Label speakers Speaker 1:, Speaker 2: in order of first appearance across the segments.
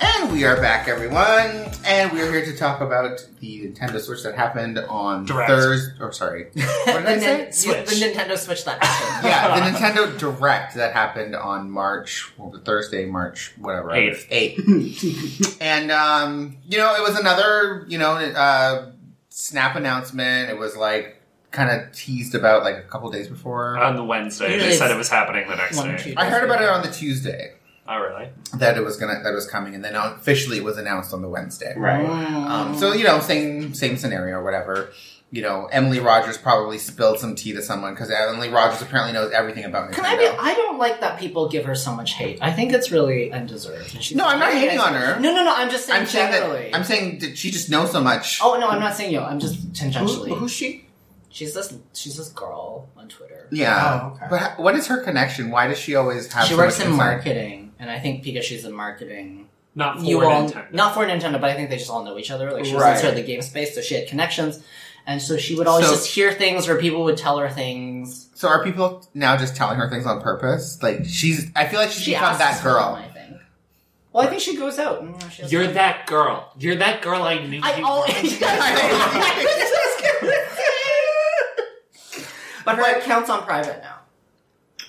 Speaker 1: And we are back, everyone, and we're here to talk about the Nintendo Switch that happened on
Speaker 2: Direct.
Speaker 1: Thursday. Or sorry, what did I say?
Speaker 3: Nin- the Nintendo Switch that happened.
Speaker 1: yeah, the Nintendo Direct that happened on March, well, the Thursday, March, whatever,
Speaker 2: Eighth.
Speaker 1: eighth. and um, you know, it was another, you know, uh, snap announcement. It was like kind of teased about like a couple days before.
Speaker 2: On the Wednesday, they
Speaker 3: Usually
Speaker 2: said
Speaker 3: it's
Speaker 2: it was happening the next
Speaker 3: one or
Speaker 2: day.
Speaker 3: two.
Speaker 1: I heard about it on the Tuesday
Speaker 2: Oh, really?
Speaker 1: that it was gonna that it was coming, and then officially it was announced on the Wednesday.
Speaker 4: Right.
Speaker 1: Um, so you know, same same scenario, whatever. You know, Emily Rogers probably spilled some tea to someone because Emily Rogers apparently knows everything about Nintendo.
Speaker 3: Can I be? I don't like that people give her so much hate. I think it's really undeserved. And she's
Speaker 1: No, I'm not
Speaker 3: very
Speaker 1: hating
Speaker 3: nice-
Speaker 1: on her.
Speaker 3: No, no, no. I'm just saying
Speaker 1: I'm saying
Speaker 3: generally.
Speaker 1: that I'm saying that she just knows so much.
Speaker 3: oh no, I'm not saying you. I'm just tangentially.
Speaker 4: Who, who's she?
Speaker 3: she's this. She's this girl on Twitter.
Speaker 1: Yeah,
Speaker 4: Oh, okay.
Speaker 1: but h- what is her connection? Why does she always have?
Speaker 3: she
Speaker 1: so
Speaker 3: works
Speaker 1: much
Speaker 3: in
Speaker 1: insight?
Speaker 3: marketing, and I think because she's in marketing,
Speaker 2: Not for
Speaker 3: you all
Speaker 2: Nintendo.
Speaker 3: not for Nintendo, but I think they just all know each other. Like she was
Speaker 4: Right.
Speaker 3: in sort of the game space, so she had connections, and so she would always
Speaker 1: So-
Speaker 3: just hear things where people would tell her things.
Speaker 1: So are people now just telling her things on purpose? Like she's, I feel like she's
Speaker 3: She
Speaker 1: become
Speaker 3: asks
Speaker 1: that
Speaker 3: for them,
Speaker 1: girl.
Speaker 3: I think. Well, I think she goes out. And, you know, she has
Speaker 2: You're
Speaker 3: fun.
Speaker 2: that girl. You're that girl I knew.
Speaker 3: I
Speaker 2: you
Speaker 3: always. but her account's on private now.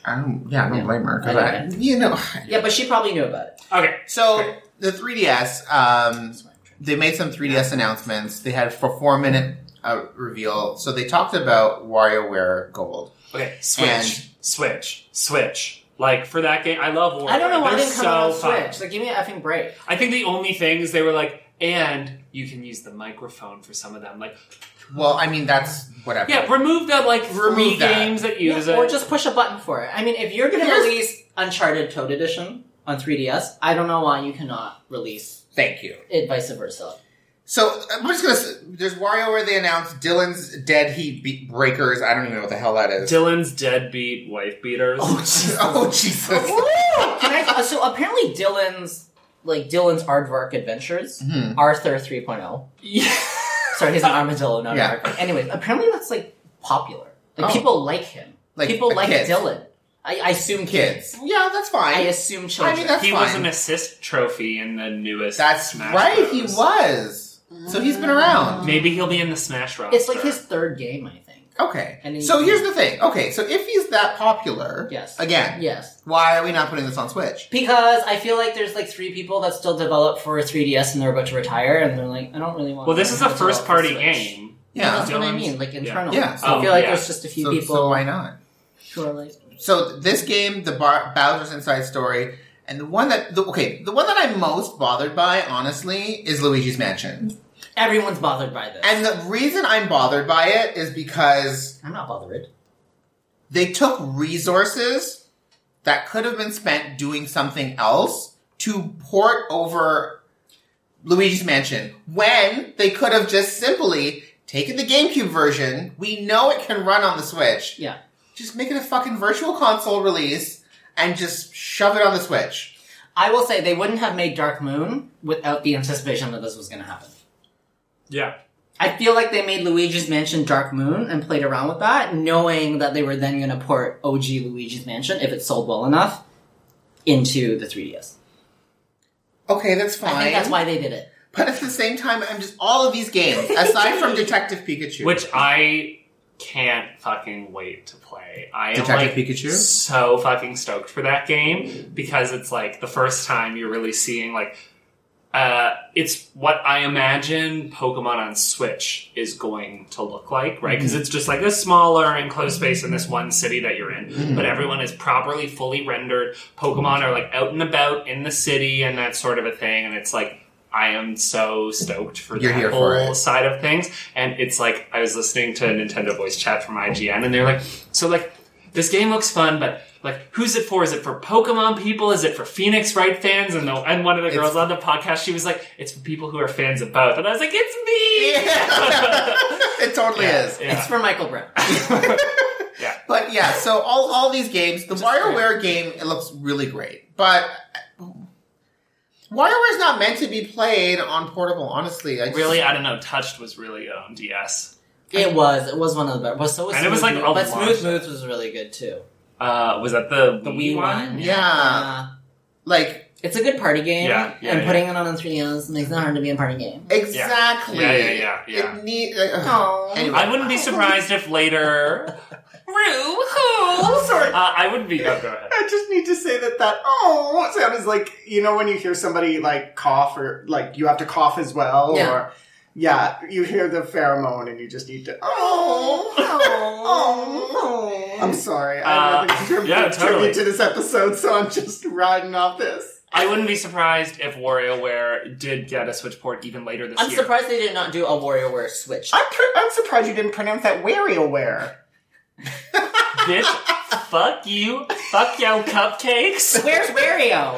Speaker 1: I don't, yeah, I don't
Speaker 3: Yeah.
Speaker 1: blame her 'cause
Speaker 3: I
Speaker 1: I, you know.
Speaker 3: Yeah, but she probably knew about it.
Speaker 2: were. Okay.
Speaker 1: So the 3ds, um, they made some 3DS announcements. They had a four minute uh, reveal. So they talked about WarioWare Gold.
Speaker 2: Okay. Switch.
Speaker 1: And-
Speaker 2: Switch. Switch. Like for that game, I love War.
Speaker 3: I don't know why
Speaker 2: They're
Speaker 3: they didn't come
Speaker 2: so
Speaker 3: out on
Speaker 2: fun.
Speaker 3: Switch. Like, give me an effing break.
Speaker 2: I think the only thing is they were like, and you can use the microphone for some of them. Like,
Speaker 1: Well, I mean, that's whatever.
Speaker 2: yeah, remove the like three
Speaker 1: Remove that.
Speaker 2: games that use
Speaker 3: Yeah,
Speaker 2: it.
Speaker 3: or just push a button for it. I mean, if you're going to
Speaker 1: Here's-
Speaker 3: release Uncharted Toad Edition on 3DS, I don't know why you cannot release
Speaker 1: Thank you.
Speaker 3: it vice versa.
Speaker 1: So I'm just gonna. s- There's WarioWare. They announced Dylan's Dead Heat Be- Breakers. I don't even know what the hell that is.
Speaker 2: Dylan's deadbeat wife beaters.
Speaker 1: oh, Jesus. oh Jesus.
Speaker 3: Can I, so apparently Dylan's, like, Dylan's Aardvark Adventures,
Speaker 1: Mhm.
Speaker 3: Arthur oh, 3.0.
Speaker 2: Yeah.
Speaker 3: Sorry, he's an armadillo, not
Speaker 1: Yeah.
Speaker 3: an aardvark. Anyway, apparently that's, like, popular. Like,
Speaker 1: Oh.
Speaker 3: people like him.
Speaker 1: Like,
Speaker 3: people
Speaker 1: uh,
Speaker 3: like
Speaker 1: kids.
Speaker 3: Dylan. I, I assume
Speaker 1: Kids. Yeah, that's fine.
Speaker 3: I assume children.
Speaker 1: I mean, that's
Speaker 2: he
Speaker 1: fine.
Speaker 2: was an assist trophy in the newest.
Speaker 1: that's
Speaker 2: Smash
Speaker 1: right. He
Speaker 2: Bros. Mm.
Speaker 1: was. So he's been around.
Speaker 2: Maybe he'll be in the Smash roster.
Speaker 3: it's like his third game, I think.
Speaker 1: Okay.
Speaker 3: And he-
Speaker 1: so here's the thing. Okay, so if he's that popular,
Speaker 3: Yes.
Speaker 1: Again,
Speaker 3: Yes.
Speaker 1: why are we not putting this on Switch?
Speaker 3: Because I feel like there's like three people that still develop for 3DS and they're about to retire, and they're like, I don't really want.
Speaker 2: Well, this
Speaker 3: to
Speaker 2: is a
Speaker 3: develop for
Speaker 2: first party
Speaker 3: Switch.
Speaker 2: game.
Speaker 3: Well,
Speaker 1: Yeah.
Speaker 3: that's what I
Speaker 2: Dylan's-
Speaker 3: mean, like internally.
Speaker 1: Yeah.
Speaker 3: So I
Speaker 2: Oh,
Speaker 3: feel like
Speaker 2: yeah.
Speaker 3: there's just a few
Speaker 1: So,
Speaker 3: people
Speaker 1: so why not?
Speaker 3: who are like,
Speaker 1: So this game, the Bar- Bowser's Inside Story, and the one that the, okay, the one that I'm most bothered by, honestly, is Luigi's Mansion.
Speaker 3: everyone's bothered by this.
Speaker 1: And the reason I'm bothered by it is because
Speaker 3: I'm not bothered.
Speaker 1: they took resources that could have been spent doing something else to port over Luigi's Mansion when they could have just simply taken the GameCube version. We know it can run on the Switch.
Speaker 3: Yeah.
Speaker 1: Just make it a fucking virtual console release and just shove it on the Switch.
Speaker 3: I will say they wouldn't have made Dark Moon without the anticipation that this was going to happen.
Speaker 2: Yeah.
Speaker 3: I feel like they made Luigi's Mansion Dark Moon and played around with that, knowing that they were then going to port OG Luigi's Mansion if it sold well enough into the 3DS.
Speaker 1: Okay, that's fine.
Speaker 3: I think that's why they did it.
Speaker 1: But at the same time, I'm just all of these games, aside from Detective Pikachu,
Speaker 2: Which I can't fucking wait to play. I am
Speaker 1: Detective
Speaker 2: like
Speaker 1: Pikachu?
Speaker 2: so fucking stoked for that game because it's like the first time you're really seeing like uh, it's what I imagine Pokemon on Switch is going to look like, right?
Speaker 1: Mm-hmm.
Speaker 2: Because it's just like a smaller enclosed space in this one city that you're in,
Speaker 1: Mm-hmm.
Speaker 2: but everyone is properly fully rendered. Pokemon are like out and about in the city and that sort of a thing, and it's like I am so stoked for
Speaker 1: You're
Speaker 2: that
Speaker 1: here
Speaker 2: whole
Speaker 1: for it.
Speaker 2: side of things. And it's like I was listening to Nintendo voice chat from IGN, and they're like, so like this game looks fun, but like who's it for? Is it for Pokemon people? Is it for Phoenix Wright fans? And the and one of the
Speaker 1: It's-
Speaker 2: girls on the podcast, she was like, it's for people who are fans of both. And I was like, it's me.
Speaker 1: it totally
Speaker 2: Yeah,
Speaker 1: is.
Speaker 2: yeah.
Speaker 3: It's for Michael Brown.
Speaker 1: But yeah, so all all these games, the
Speaker 3: Just
Speaker 1: WarioWare game, it looks really great, but. WarioWare is not meant to be played on portable, honestly. I just-
Speaker 2: really, I don't know. Touched was really um, good on DS.
Speaker 3: It was. It was one of the best. Well, so was
Speaker 2: And it was,
Speaker 3: Smooth
Speaker 2: like,
Speaker 3: Move-
Speaker 2: a
Speaker 3: but
Speaker 2: lot.
Speaker 3: Smooth Moves was really good too.
Speaker 2: Uh, was that the,
Speaker 3: The Wii one,
Speaker 1: Yeah.
Speaker 3: Uh,
Speaker 1: Like,
Speaker 3: It's a good party game,
Speaker 2: Yeah, yeah,
Speaker 3: and
Speaker 2: yeah.
Speaker 3: putting it on on 3DS makes it hard to be a party game.
Speaker 1: Exactly.
Speaker 2: Yeah, yeah, yeah, yeah.
Speaker 1: It need, uh,
Speaker 3: Oh,
Speaker 1: Anyway.
Speaker 2: I wouldn't be surprised if later.
Speaker 3: Rue, who?
Speaker 2: Uh, I wouldn't be. Oh, go ahead.
Speaker 4: I just need to say that that oh sound is like you know when you hear somebody like cough or like you have to cough as well
Speaker 3: Yeah.
Speaker 4: or yeah you hear the pheromone and you just need to
Speaker 3: Oh,
Speaker 4: oh
Speaker 3: oh,
Speaker 4: I'm sorry I
Speaker 2: Uh,
Speaker 4: haven't contributed
Speaker 2: yeah, totally.
Speaker 4: to this episode so I'm just riding off this
Speaker 2: I wouldn't be surprised if WarioWare did get a Switch port even later this
Speaker 3: I'm
Speaker 2: year.
Speaker 3: surprised they did not do a WarioWare Switch.
Speaker 4: I'm, pr- I'm surprised you didn't pronounce that WarioWare
Speaker 2: Bitch, fuck you, fuck yo cupcakes.
Speaker 3: Where's Wario?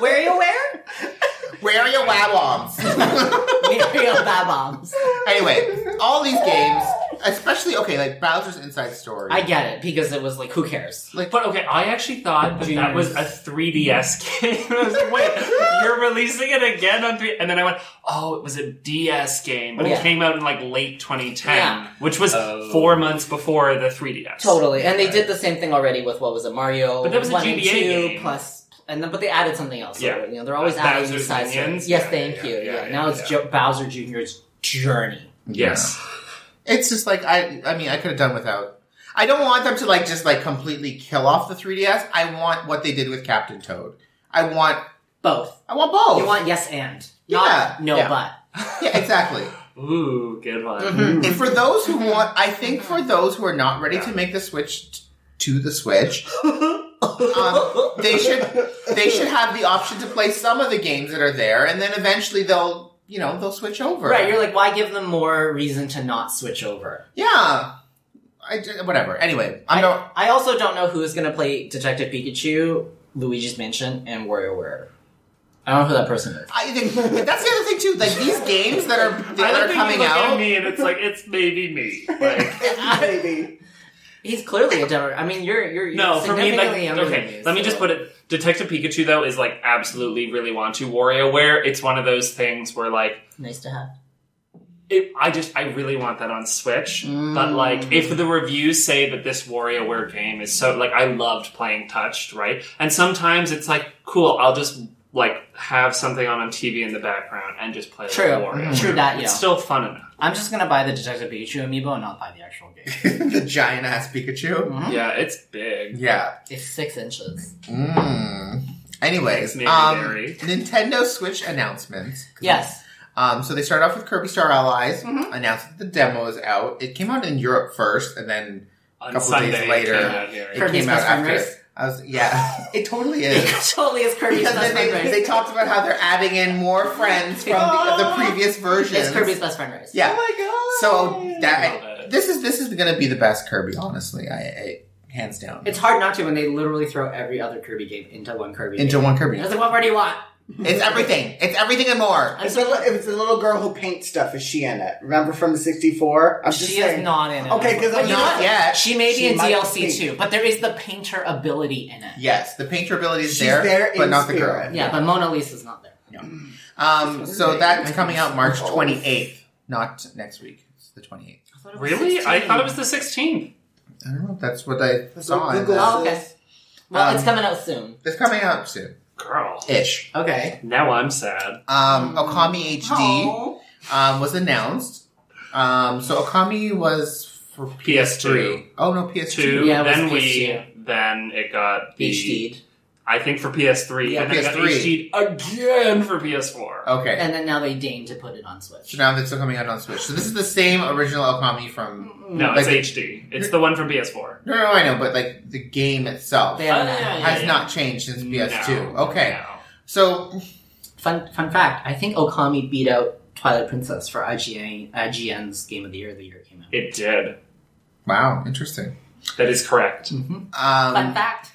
Speaker 3: WarioWare?
Speaker 1: where are your wawoms?
Speaker 3: Wario Baboms.
Speaker 1: anyway, all these games, especially okay, like Bowser's Inside Story.
Speaker 3: I get it because it was like, who cares?
Speaker 2: But okay, I actually thought that, that was a 3DS game. I was like, wait, you're releasing it again on 3 And then I went, oh, it was a DS game. But
Speaker 3: Yeah.
Speaker 2: it came out in like late 2010,
Speaker 3: Yeah.
Speaker 2: which was
Speaker 1: Oh.
Speaker 2: four months before the 3DS.
Speaker 3: Totally. And they did the same thing already with what was it, Mario?
Speaker 2: But that was a
Speaker 3: 1
Speaker 2: GBA
Speaker 3: and 2
Speaker 2: game.
Speaker 3: plus. And then, but they added something else.
Speaker 2: Yeah.
Speaker 3: You know, they're always
Speaker 2: Uh,
Speaker 3: adding new
Speaker 2: Bowser's
Speaker 3: sides. to it.
Speaker 2: Minions?
Speaker 3: Yes,
Speaker 2: Yeah,
Speaker 3: thank
Speaker 2: yeah,
Speaker 3: you.
Speaker 2: yeah,
Speaker 3: Yeah.
Speaker 2: yeah,
Speaker 3: now it's Jo- Bowser Jr.'s journey.
Speaker 2: Yes.
Speaker 1: It's just like I I mean I could have done without. I don't want them to like just like completely kill off the 3DS. I want what they did with Captain Toad. I want
Speaker 3: Both.
Speaker 1: I want both.
Speaker 3: You want yes and.
Speaker 1: Yeah,
Speaker 3: Not no
Speaker 1: yeah.
Speaker 3: but.
Speaker 1: yeah, exactly.
Speaker 2: Ooh, good one.
Speaker 3: Mhm.
Speaker 1: And for those who want, I think for those who are not ready to
Speaker 2: Yeah.
Speaker 1: make the switch t- to the Switch, um, they should they should have the option to play some of the games that are there, and then eventually they'll you know they'll switch over.
Speaker 3: Right, you're like, why give them more reason to not switch over?
Speaker 1: yeah. I j- whatever. Anyway, I'm
Speaker 3: I,
Speaker 1: not.
Speaker 3: I also don't know who is going to play Detective Pikachu, Luigi's Mansion, and WarioWare. I don't know who that person is.
Speaker 1: I think that's the other thing too. Like these games that are
Speaker 2: I
Speaker 1: that
Speaker 2: don't
Speaker 1: are
Speaker 2: think
Speaker 1: coming
Speaker 2: you look
Speaker 1: out.
Speaker 2: at me and it's like, it's maybe me. Like,
Speaker 4: baby
Speaker 3: He's clearly a dumber. I mean, you're you're, you're
Speaker 2: No, for me,
Speaker 3: significantly
Speaker 2: like,
Speaker 3: younger than
Speaker 2: okay,
Speaker 3: me,
Speaker 2: let me
Speaker 3: so-
Speaker 2: just put it. Detective Pikachu, though, is like absolutely really want to WarioWare. It's one of those things where, like,
Speaker 3: Nice to have.
Speaker 2: it, I just, I really want that on Switch.
Speaker 3: Mm.
Speaker 2: But, like, if the reviews say that this WarioWare game is so, like, I loved playing Touched, right? And sometimes it's like, cool, I'll just, like, have something on on TV in the background and just play
Speaker 3: True, Mm-hmm.
Speaker 2: like, WarioWare.
Speaker 3: true that.
Speaker 2: It's
Speaker 3: Yeah,
Speaker 2: still fun enough.
Speaker 3: I'm just gonna buy the Detective Pikachu amiibo and not buy the actual game.
Speaker 1: the giant ass Pikachu.
Speaker 3: Mhm.
Speaker 2: Yeah, it's big.
Speaker 1: Yeah.
Speaker 3: It's six inches.
Speaker 1: Mm. Anyways,
Speaker 2: It's maybe
Speaker 1: um,
Speaker 2: dairy.
Speaker 1: Nintendo Switch announcements.
Speaker 3: Yes,
Speaker 1: Um, so they started off with Kirby Star Allies,
Speaker 3: Mhm.
Speaker 1: announced that the demo is out. It came out in Europe first, and then
Speaker 2: On
Speaker 1: couple
Speaker 2: Sunday,
Speaker 1: days
Speaker 2: it
Speaker 1: later.
Speaker 2: came out here.
Speaker 1: it
Speaker 3: Kirby's
Speaker 1: came out
Speaker 3: Best Friend
Speaker 1: after.
Speaker 3: Race?
Speaker 1: I was yeah, it totally is.
Speaker 3: it totally is Kirby's
Speaker 1: Because then
Speaker 3: best friend
Speaker 1: they,
Speaker 3: race. Oh.
Speaker 1: they talked about how they're adding in more friends from the, the previous version.
Speaker 3: It's Kirby's best friend race.
Speaker 1: Yeah.
Speaker 4: oh my
Speaker 1: So
Speaker 4: god
Speaker 1: that
Speaker 2: Love it.
Speaker 1: this is this is going to be the best Kirby, honestly. I, I hands down.
Speaker 3: it's hard not to when they literally throw every other Kirby game into one Kirby.
Speaker 1: into
Speaker 3: game.
Speaker 1: one Kirby.
Speaker 3: I was like, what more do you want?
Speaker 1: It's everything. It's everything and more.
Speaker 3: I'm
Speaker 4: it's, the li- it's the little girl who paints stuff is she in it remember from the 64 I'm just
Speaker 3: She
Speaker 4: saying
Speaker 3: is not in it.
Speaker 4: Okay, 'cause
Speaker 3: But
Speaker 4: I'm
Speaker 3: you know
Speaker 4: not-
Speaker 3: what?
Speaker 1: Not yet.
Speaker 3: She may be
Speaker 4: She
Speaker 3: in
Speaker 4: might
Speaker 3: DLC
Speaker 4: be.
Speaker 3: too, but there is the painter ability in it.
Speaker 1: Yes, the painter ability is
Speaker 4: She's
Speaker 1: there,
Speaker 4: there
Speaker 1: but
Speaker 4: in
Speaker 1: not the
Speaker 4: spirit.
Speaker 1: girl.
Speaker 3: Yeah, but Mona Lisa's not there.
Speaker 1: Um, so that's
Speaker 4: Right.
Speaker 1: coming out March
Speaker 4: Oh.
Speaker 1: 28th, not next week. It's the 28th.
Speaker 3: I thought it was
Speaker 2: Really? I
Speaker 3: 16.
Speaker 2: thought it was the 16th.
Speaker 1: I don't know. if That's what I
Speaker 4: That's
Speaker 1: saw.
Speaker 4: what
Speaker 1: in
Speaker 4: Google
Speaker 1: the-
Speaker 3: Oh, okay.
Speaker 4: says.
Speaker 3: Well, it's
Speaker 1: Um,
Speaker 3: coming out soon.
Speaker 1: It's coming out soon,
Speaker 2: Girl.
Speaker 1: ish.
Speaker 3: Okay.
Speaker 2: Now I'm sad.
Speaker 1: Um, Okami HD um, was announced. Um, so Okami was for
Speaker 2: PS2.
Speaker 1: PS3. Oh no, PS2.
Speaker 2: Two,
Speaker 3: Yeah, it was
Speaker 2: then we,
Speaker 3: PS2.
Speaker 2: then it got the,
Speaker 3: Beach Deed.
Speaker 2: I think for PS3,
Speaker 3: Yeah,
Speaker 2: and then
Speaker 1: PS3.
Speaker 2: it got HD again for PS4.
Speaker 1: Okay.
Speaker 3: And then now they deign to put it on Switch.
Speaker 1: So now that's still coming out on Switch. So this is the same original Okami from.
Speaker 2: no,
Speaker 1: Like-
Speaker 2: it's HD. It's the one from PS4.
Speaker 1: No, no, I know, but like the game itself
Speaker 3: They have
Speaker 2: Oh, yeah,
Speaker 3: that.
Speaker 2: yeah,
Speaker 1: has not changed since PS2.
Speaker 2: No,
Speaker 1: okay.
Speaker 2: no.
Speaker 1: So
Speaker 3: Fun, fun fact I think Okami beat out Twilight Princess for IGN, IGN's Game of the Year the year it came out.
Speaker 2: It did.
Speaker 1: wow, interesting.
Speaker 2: That is correct.
Speaker 3: Fun
Speaker 1: Um,
Speaker 3: fact.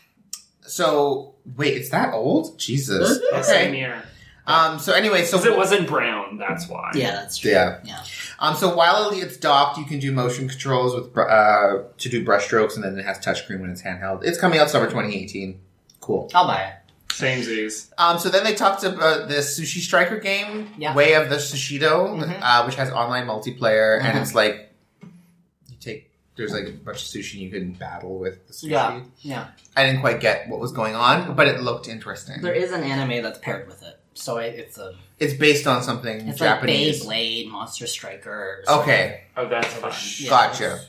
Speaker 1: so wait, it's that old? Jesus.
Speaker 5: Mm-hmm.
Speaker 3: Mhm.
Speaker 2: That Same
Speaker 1: Okay.
Speaker 2: year.
Speaker 1: Um. So anyway, so
Speaker 2: Because it wasn't brown, that's why.
Speaker 3: Yeah, that's true.
Speaker 1: Yeah.
Speaker 3: Yeah.
Speaker 1: Um, so while it's docked, you can do motion controls with br- uh, to do brush strokes, and then it has touchscreen when it's handheld. It's coming out summer 2018. Cool.
Speaker 3: I'll buy it.
Speaker 2: Same Z's.
Speaker 1: Um, so then they talked about the Sushi Striker game,
Speaker 3: Yeah.
Speaker 1: Way of the Sushido,
Speaker 5: Mm-hmm.
Speaker 3: Mhm.
Speaker 1: uh, which has online multiplayer, and
Speaker 3: Mhm.
Speaker 1: it's like you take there's like a bunch of sushi you can battle with the sushi.
Speaker 5: Yeah, yeah.
Speaker 1: I didn't quite get what was going on, but it looked interesting.
Speaker 5: There is an anime that's paired with it, so it, it's a
Speaker 1: It's based on something
Speaker 5: it's
Speaker 1: Japanese.
Speaker 5: like Beyblade, Monster Striker. or something.
Speaker 1: okay,
Speaker 2: Oh, that's fun.
Speaker 5: Yeah.
Speaker 1: gotcha.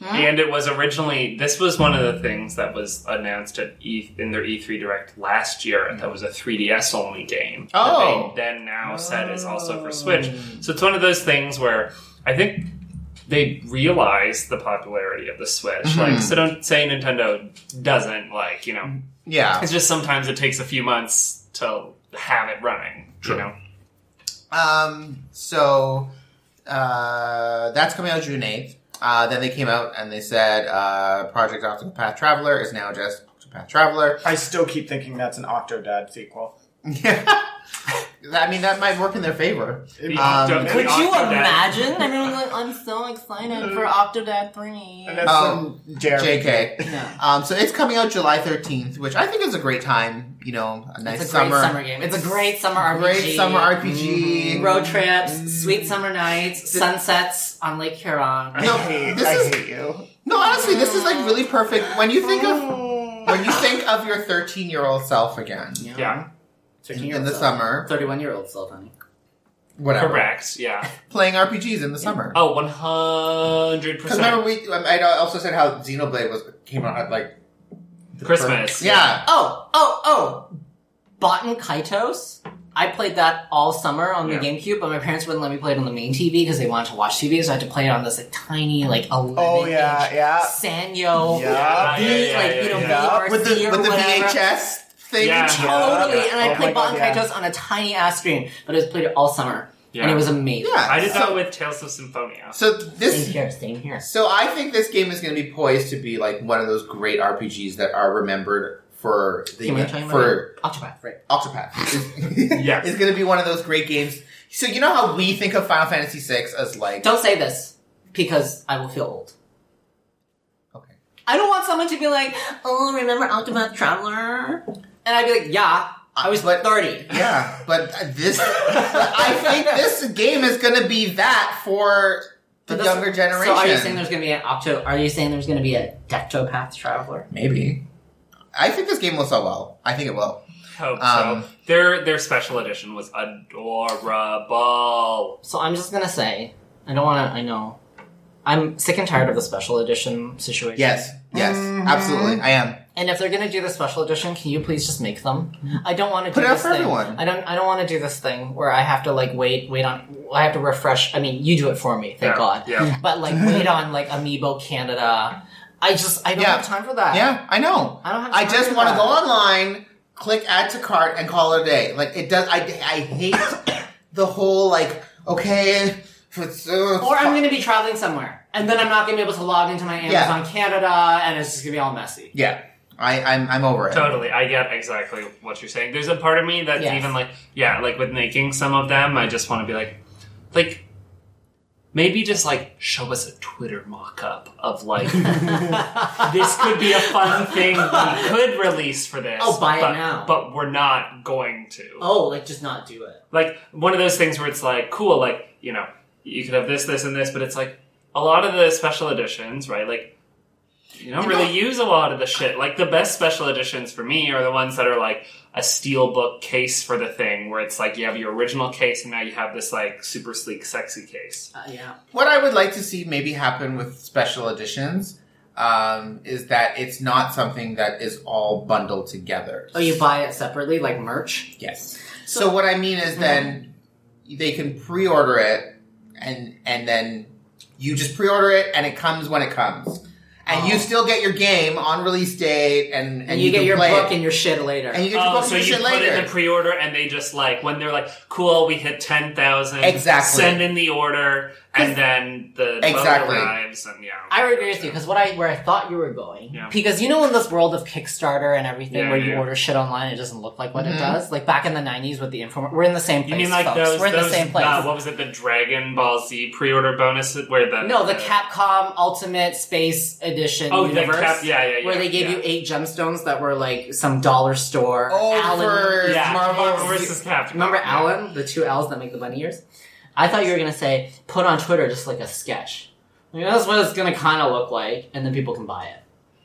Speaker 5: Hmm?
Speaker 2: And it was originally this was one of the things that was announced at E in their E3 Direct last year. That was a 3DS only game. that
Speaker 1: Oh.
Speaker 2: they then now said is also for Switch.
Speaker 5: Oh.
Speaker 2: So it's one of those things where I think they realize the popularity of the Switch.
Speaker 1: Mhm.
Speaker 2: Like, so don't say Nintendo doesn't like you know.
Speaker 1: Yeah.
Speaker 2: It's just sometimes it takes a few months to have it running.
Speaker 1: True.
Speaker 2: You know.
Speaker 1: Um. So uh, that's coming out June eighth. Uh, then they came out and they said uh, Project Optical Path Traveler is now just Path Traveler.
Speaker 4: I still keep thinking that's an Octodad sequel.
Speaker 1: I mean, that might work in their favor.
Speaker 2: The
Speaker 1: Um,
Speaker 2: Octo-
Speaker 5: Could
Speaker 2: the
Speaker 5: you
Speaker 2: Octodad-
Speaker 5: imagine? Everyone's like, I'm so
Speaker 3: Mm-hmm.
Speaker 5: excited for Octodad 3.
Speaker 4: And that's
Speaker 1: Um,
Speaker 5: Oh,
Speaker 4: some dare.
Speaker 1: JK.
Speaker 5: No.
Speaker 1: Um, so it's coming out July 13th, which I think is a great time. You know, a nice
Speaker 5: It's a
Speaker 1: summer,
Speaker 5: great summer game. It's a great summer RPG.
Speaker 1: Great summer RPG.
Speaker 5: Road trips,
Speaker 1: Mm.
Speaker 5: sweet summer nights, sunsets on Lake Huron.
Speaker 4: I
Speaker 1: No,
Speaker 4: hate,
Speaker 1: this
Speaker 4: I
Speaker 1: is-
Speaker 4: hate you.
Speaker 1: No, honestly, this is like really perfect when you think of
Speaker 4: Oh.
Speaker 1: when you think of your 13 year old self again
Speaker 2: Yeah.
Speaker 1: in, in the summer,
Speaker 5: 31 year old self, honey.
Speaker 1: whatever,
Speaker 2: Correct. Yeah.
Speaker 1: playing RPGs in the summer.
Speaker 2: Oh, one hundred
Speaker 1: Because
Speaker 2: percent.
Speaker 1: remember, we um, I also said how Xenoblade was came out at, like the
Speaker 2: Christmas.
Speaker 1: first- Yeah,
Speaker 5: Oh, oh, oh! Botan Kaitos? I played that all summer on the
Speaker 2: Yeah.
Speaker 5: GameCube, but my parents wouldn't let me play it on the main TV because they wanted to watch TV, so I had to play it on this like, tiny, like 11
Speaker 4: Oh yeah,
Speaker 5: inch
Speaker 4: yeah.
Speaker 5: Sanyo.
Speaker 4: Yeah.
Speaker 5: V,
Speaker 2: Yeah, yeah,
Speaker 5: like,
Speaker 2: yeah,
Speaker 5: you know,
Speaker 2: yeah.
Speaker 5: VRC
Speaker 1: with the
Speaker 5: or
Speaker 1: with the
Speaker 5: whatever.
Speaker 1: VHS thing.
Speaker 2: Yeah.
Speaker 5: Totally,
Speaker 4: Yeah.
Speaker 5: and I
Speaker 4: Oh my
Speaker 5: played
Speaker 4: God,
Speaker 5: Botan
Speaker 4: yeah.
Speaker 5: Kaitos on a tiny ass screen, but I was played it all summer,
Speaker 2: Yeah.
Speaker 5: and it was amazing.
Speaker 1: Yeah,
Speaker 2: I did
Speaker 1: so,
Speaker 2: that with Tales of Symphonia.
Speaker 1: So
Speaker 5: Same
Speaker 1: this.
Speaker 5: here, same here.
Speaker 1: So I think this game is going to be poised to be like one of those great RPGs that are remembered for the
Speaker 5: Came out talking
Speaker 1: for
Speaker 5: about Octopath, right?
Speaker 1: Octopath.
Speaker 2: Yes.
Speaker 1: It's going to be one of those great games. So you know how we think of Final Fantasy VI as like
Speaker 5: Don't say this because I will feel old.
Speaker 1: okay.
Speaker 5: I don't want someone to be like, "Oh, remember Octopath Traveler?" And I'd be like, "Yeah, I was
Speaker 1: But-
Speaker 5: thirty.
Speaker 1: Yeah, but this but I think this game is going to be that for the
Speaker 5: But that's-
Speaker 1: younger generation.
Speaker 5: So are you saying there's going to be an Octo? Are you saying there's going to be a Dectopath Traveler?
Speaker 1: maybe? I think this game will sell well. I think it will.
Speaker 2: Hope
Speaker 1: Um,
Speaker 2: so. Their their special edition was adorable.
Speaker 5: So I'm just going to say, I don't want to. I know, I'm sick and tired of the special edition situation.
Speaker 1: Yes. Yes.
Speaker 4: Mhm.
Speaker 1: Absolutely.
Speaker 5: Mm-hmm.
Speaker 1: I am.
Speaker 5: And if they're gonna do the special edition, can you please just make them? I don't want to do
Speaker 1: Put it out
Speaker 5: this
Speaker 1: for
Speaker 5: thing.
Speaker 1: everyone.
Speaker 5: I don't. I don't want to do this thing where I have to like wait, wait on. I have to refresh. I mean, you do it for me, thank
Speaker 2: yeah,
Speaker 5: God.
Speaker 2: Yeah.
Speaker 5: But like wait on like Amiibo Canada. I just I don't
Speaker 1: Yeah.
Speaker 5: have time for that.
Speaker 1: Yeah, I know.
Speaker 5: I don't have.
Speaker 1: I
Speaker 5: time
Speaker 1: just
Speaker 5: for
Speaker 1: want to
Speaker 5: that.
Speaker 1: go online, click add to cart, and call it a day. Like it does. I, I hate the whole like okay. It's, uh,
Speaker 5: Or I'm gonna be traveling somewhere, and then I'm not gonna be able to log into my
Speaker 1: Yeah.
Speaker 5: Amazon Canada, and it's just gonna be all messy.
Speaker 1: yeah. I I'm I'm over it.
Speaker 2: Totally, I get exactly what you're saying. There's a part of me that's
Speaker 5: Yes.
Speaker 2: even like, yeah, like with making some of them, I just want to be like, like, maybe just like show us a Twitter mock-up of like, this could be a fun thing we could release for this.
Speaker 5: Oh, buy it
Speaker 2: but,
Speaker 5: now.
Speaker 2: but we're not going to.
Speaker 5: Oh, like just not do it.
Speaker 2: like one of those things where it's like cool like you know you could have this this and this but it's like a lot of the special editions right like you don't
Speaker 1: You
Speaker 2: really use a lot of the shit like the best special editions for me are the ones that are like a steelbook case for the thing where it's like you have your original case and now you have this like super sleek sexy case
Speaker 5: Uh, yeah.
Speaker 1: What I would like to see maybe happen with special editions um, is that it's not something that is all bundled together.
Speaker 5: Oh, you buy it separately, like merch.
Speaker 1: Yes. So, what I mean is then they can pre-order it and and then you just pre-order it and it comes when it comes. And you
Speaker 5: Oh.
Speaker 1: still get your game on release date and, and
Speaker 5: And, you, get
Speaker 1: can
Speaker 5: your
Speaker 1: play
Speaker 5: book
Speaker 1: it.
Speaker 5: and your shit later.
Speaker 1: and you get your
Speaker 2: Oh,
Speaker 1: book
Speaker 2: so
Speaker 1: and
Speaker 2: you
Speaker 1: your shit
Speaker 2: put
Speaker 1: later.
Speaker 2: in the pre-order, and they just like when they're like, "Cool, we hit ten thousand.
Speaker 1: Exactly.
Speaker 2: Send in the order, and then the boat
Speaker 1: Exactly.
Speaker 2: arrives, and yeah.
Speaker 5: I would agree with you because what I where I thought you were going
Speaker 2: Yeah.
Speaker 5: because you know in this world of Kickstarter and everything
Speaker 2: Yeah,
Speaker 5: where
Speaker 2: yeah,
Speaker 5: you
Speaker 2: yeah.
Speaker 5: order shit online it doesn't look like what
Speaker 1: Mhm.
Speaker 5: it does like back in the nineties with the info we're in the same place
Speaker 2: You mean like
Speaker 5: folks.
Speaker 2: those?
Speaker 5: we're in
Speaker 2: those
Speaker 5: the same place
Speaker 2: Uh, what was it? The Dragon Ball Z pre-order bonus where the
Speaker 5: no the Capcom Ultimate Space Edition
Speaker 2: oh
Speaker 5: universe
Speaker 2: the Cap yeah yeah yeah
Speaker 5: where they gave
Speaker 2: yeah.
Speaker 5: you eight gemstones that were like some dollar store
Speaker 1: Oh,
Speaker 5: Alan
Speaker 1: for-
Speaker 2: yeah
Speaker 1: Marvel
Speaker 2: Marvel versus Capcom.
Speaker 5: remember
Speaker 2: yeah.
Speaker 5: Alan the two L's that make the bunny ears I thought you were gonna say put on Twitter just like a sketch Like, that's what it's gonna kind of look like, and then people can buy it.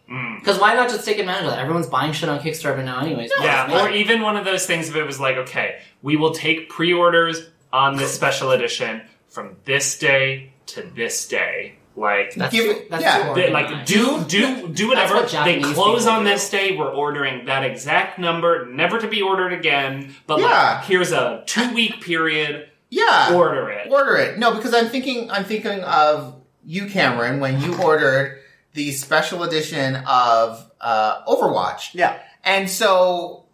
Speaker 2: Mm.
Speaker 5: Because why not just take advantage of that? Everyone's buying shit on Kickstarter now, anyways. Why
Speaker 2: Yeah,
Speaker 5: not?
Speaker 2: or even one of those things if it was like, okay, we will take pre orders on this special edition from this day to this day. Like,
Speaker 5: that's
Speaker 1: Give
Speaker 5: too,
Speaker 1: it-
Speaker 5: that's
Speaker 1: yeah.
Speaker 5: too
Speaker 2: they- like
Speaker 5: organized.
Speaker 2: do do do whatever
Speaker 5: what
Speaker 2: they
Speaker 5: Japanese
Speaker 2: close
Speaker 5: people
Speaker 2: on
Speaker 5: do.
Speaker 2: this day we're ordering that exact number never to be ordered again but
Speaker 1: Yeah.
Speaker 2: like here's a two week period
Speaker 1: Yeah.
Speaker 2: order it
Speaker 1: order it. No, because I'm thinking I'm thinking of you, Cameron, when you ordered the special edition of uh, Overwatch.
Speaker 4: Yeah.
Speaker 1: And so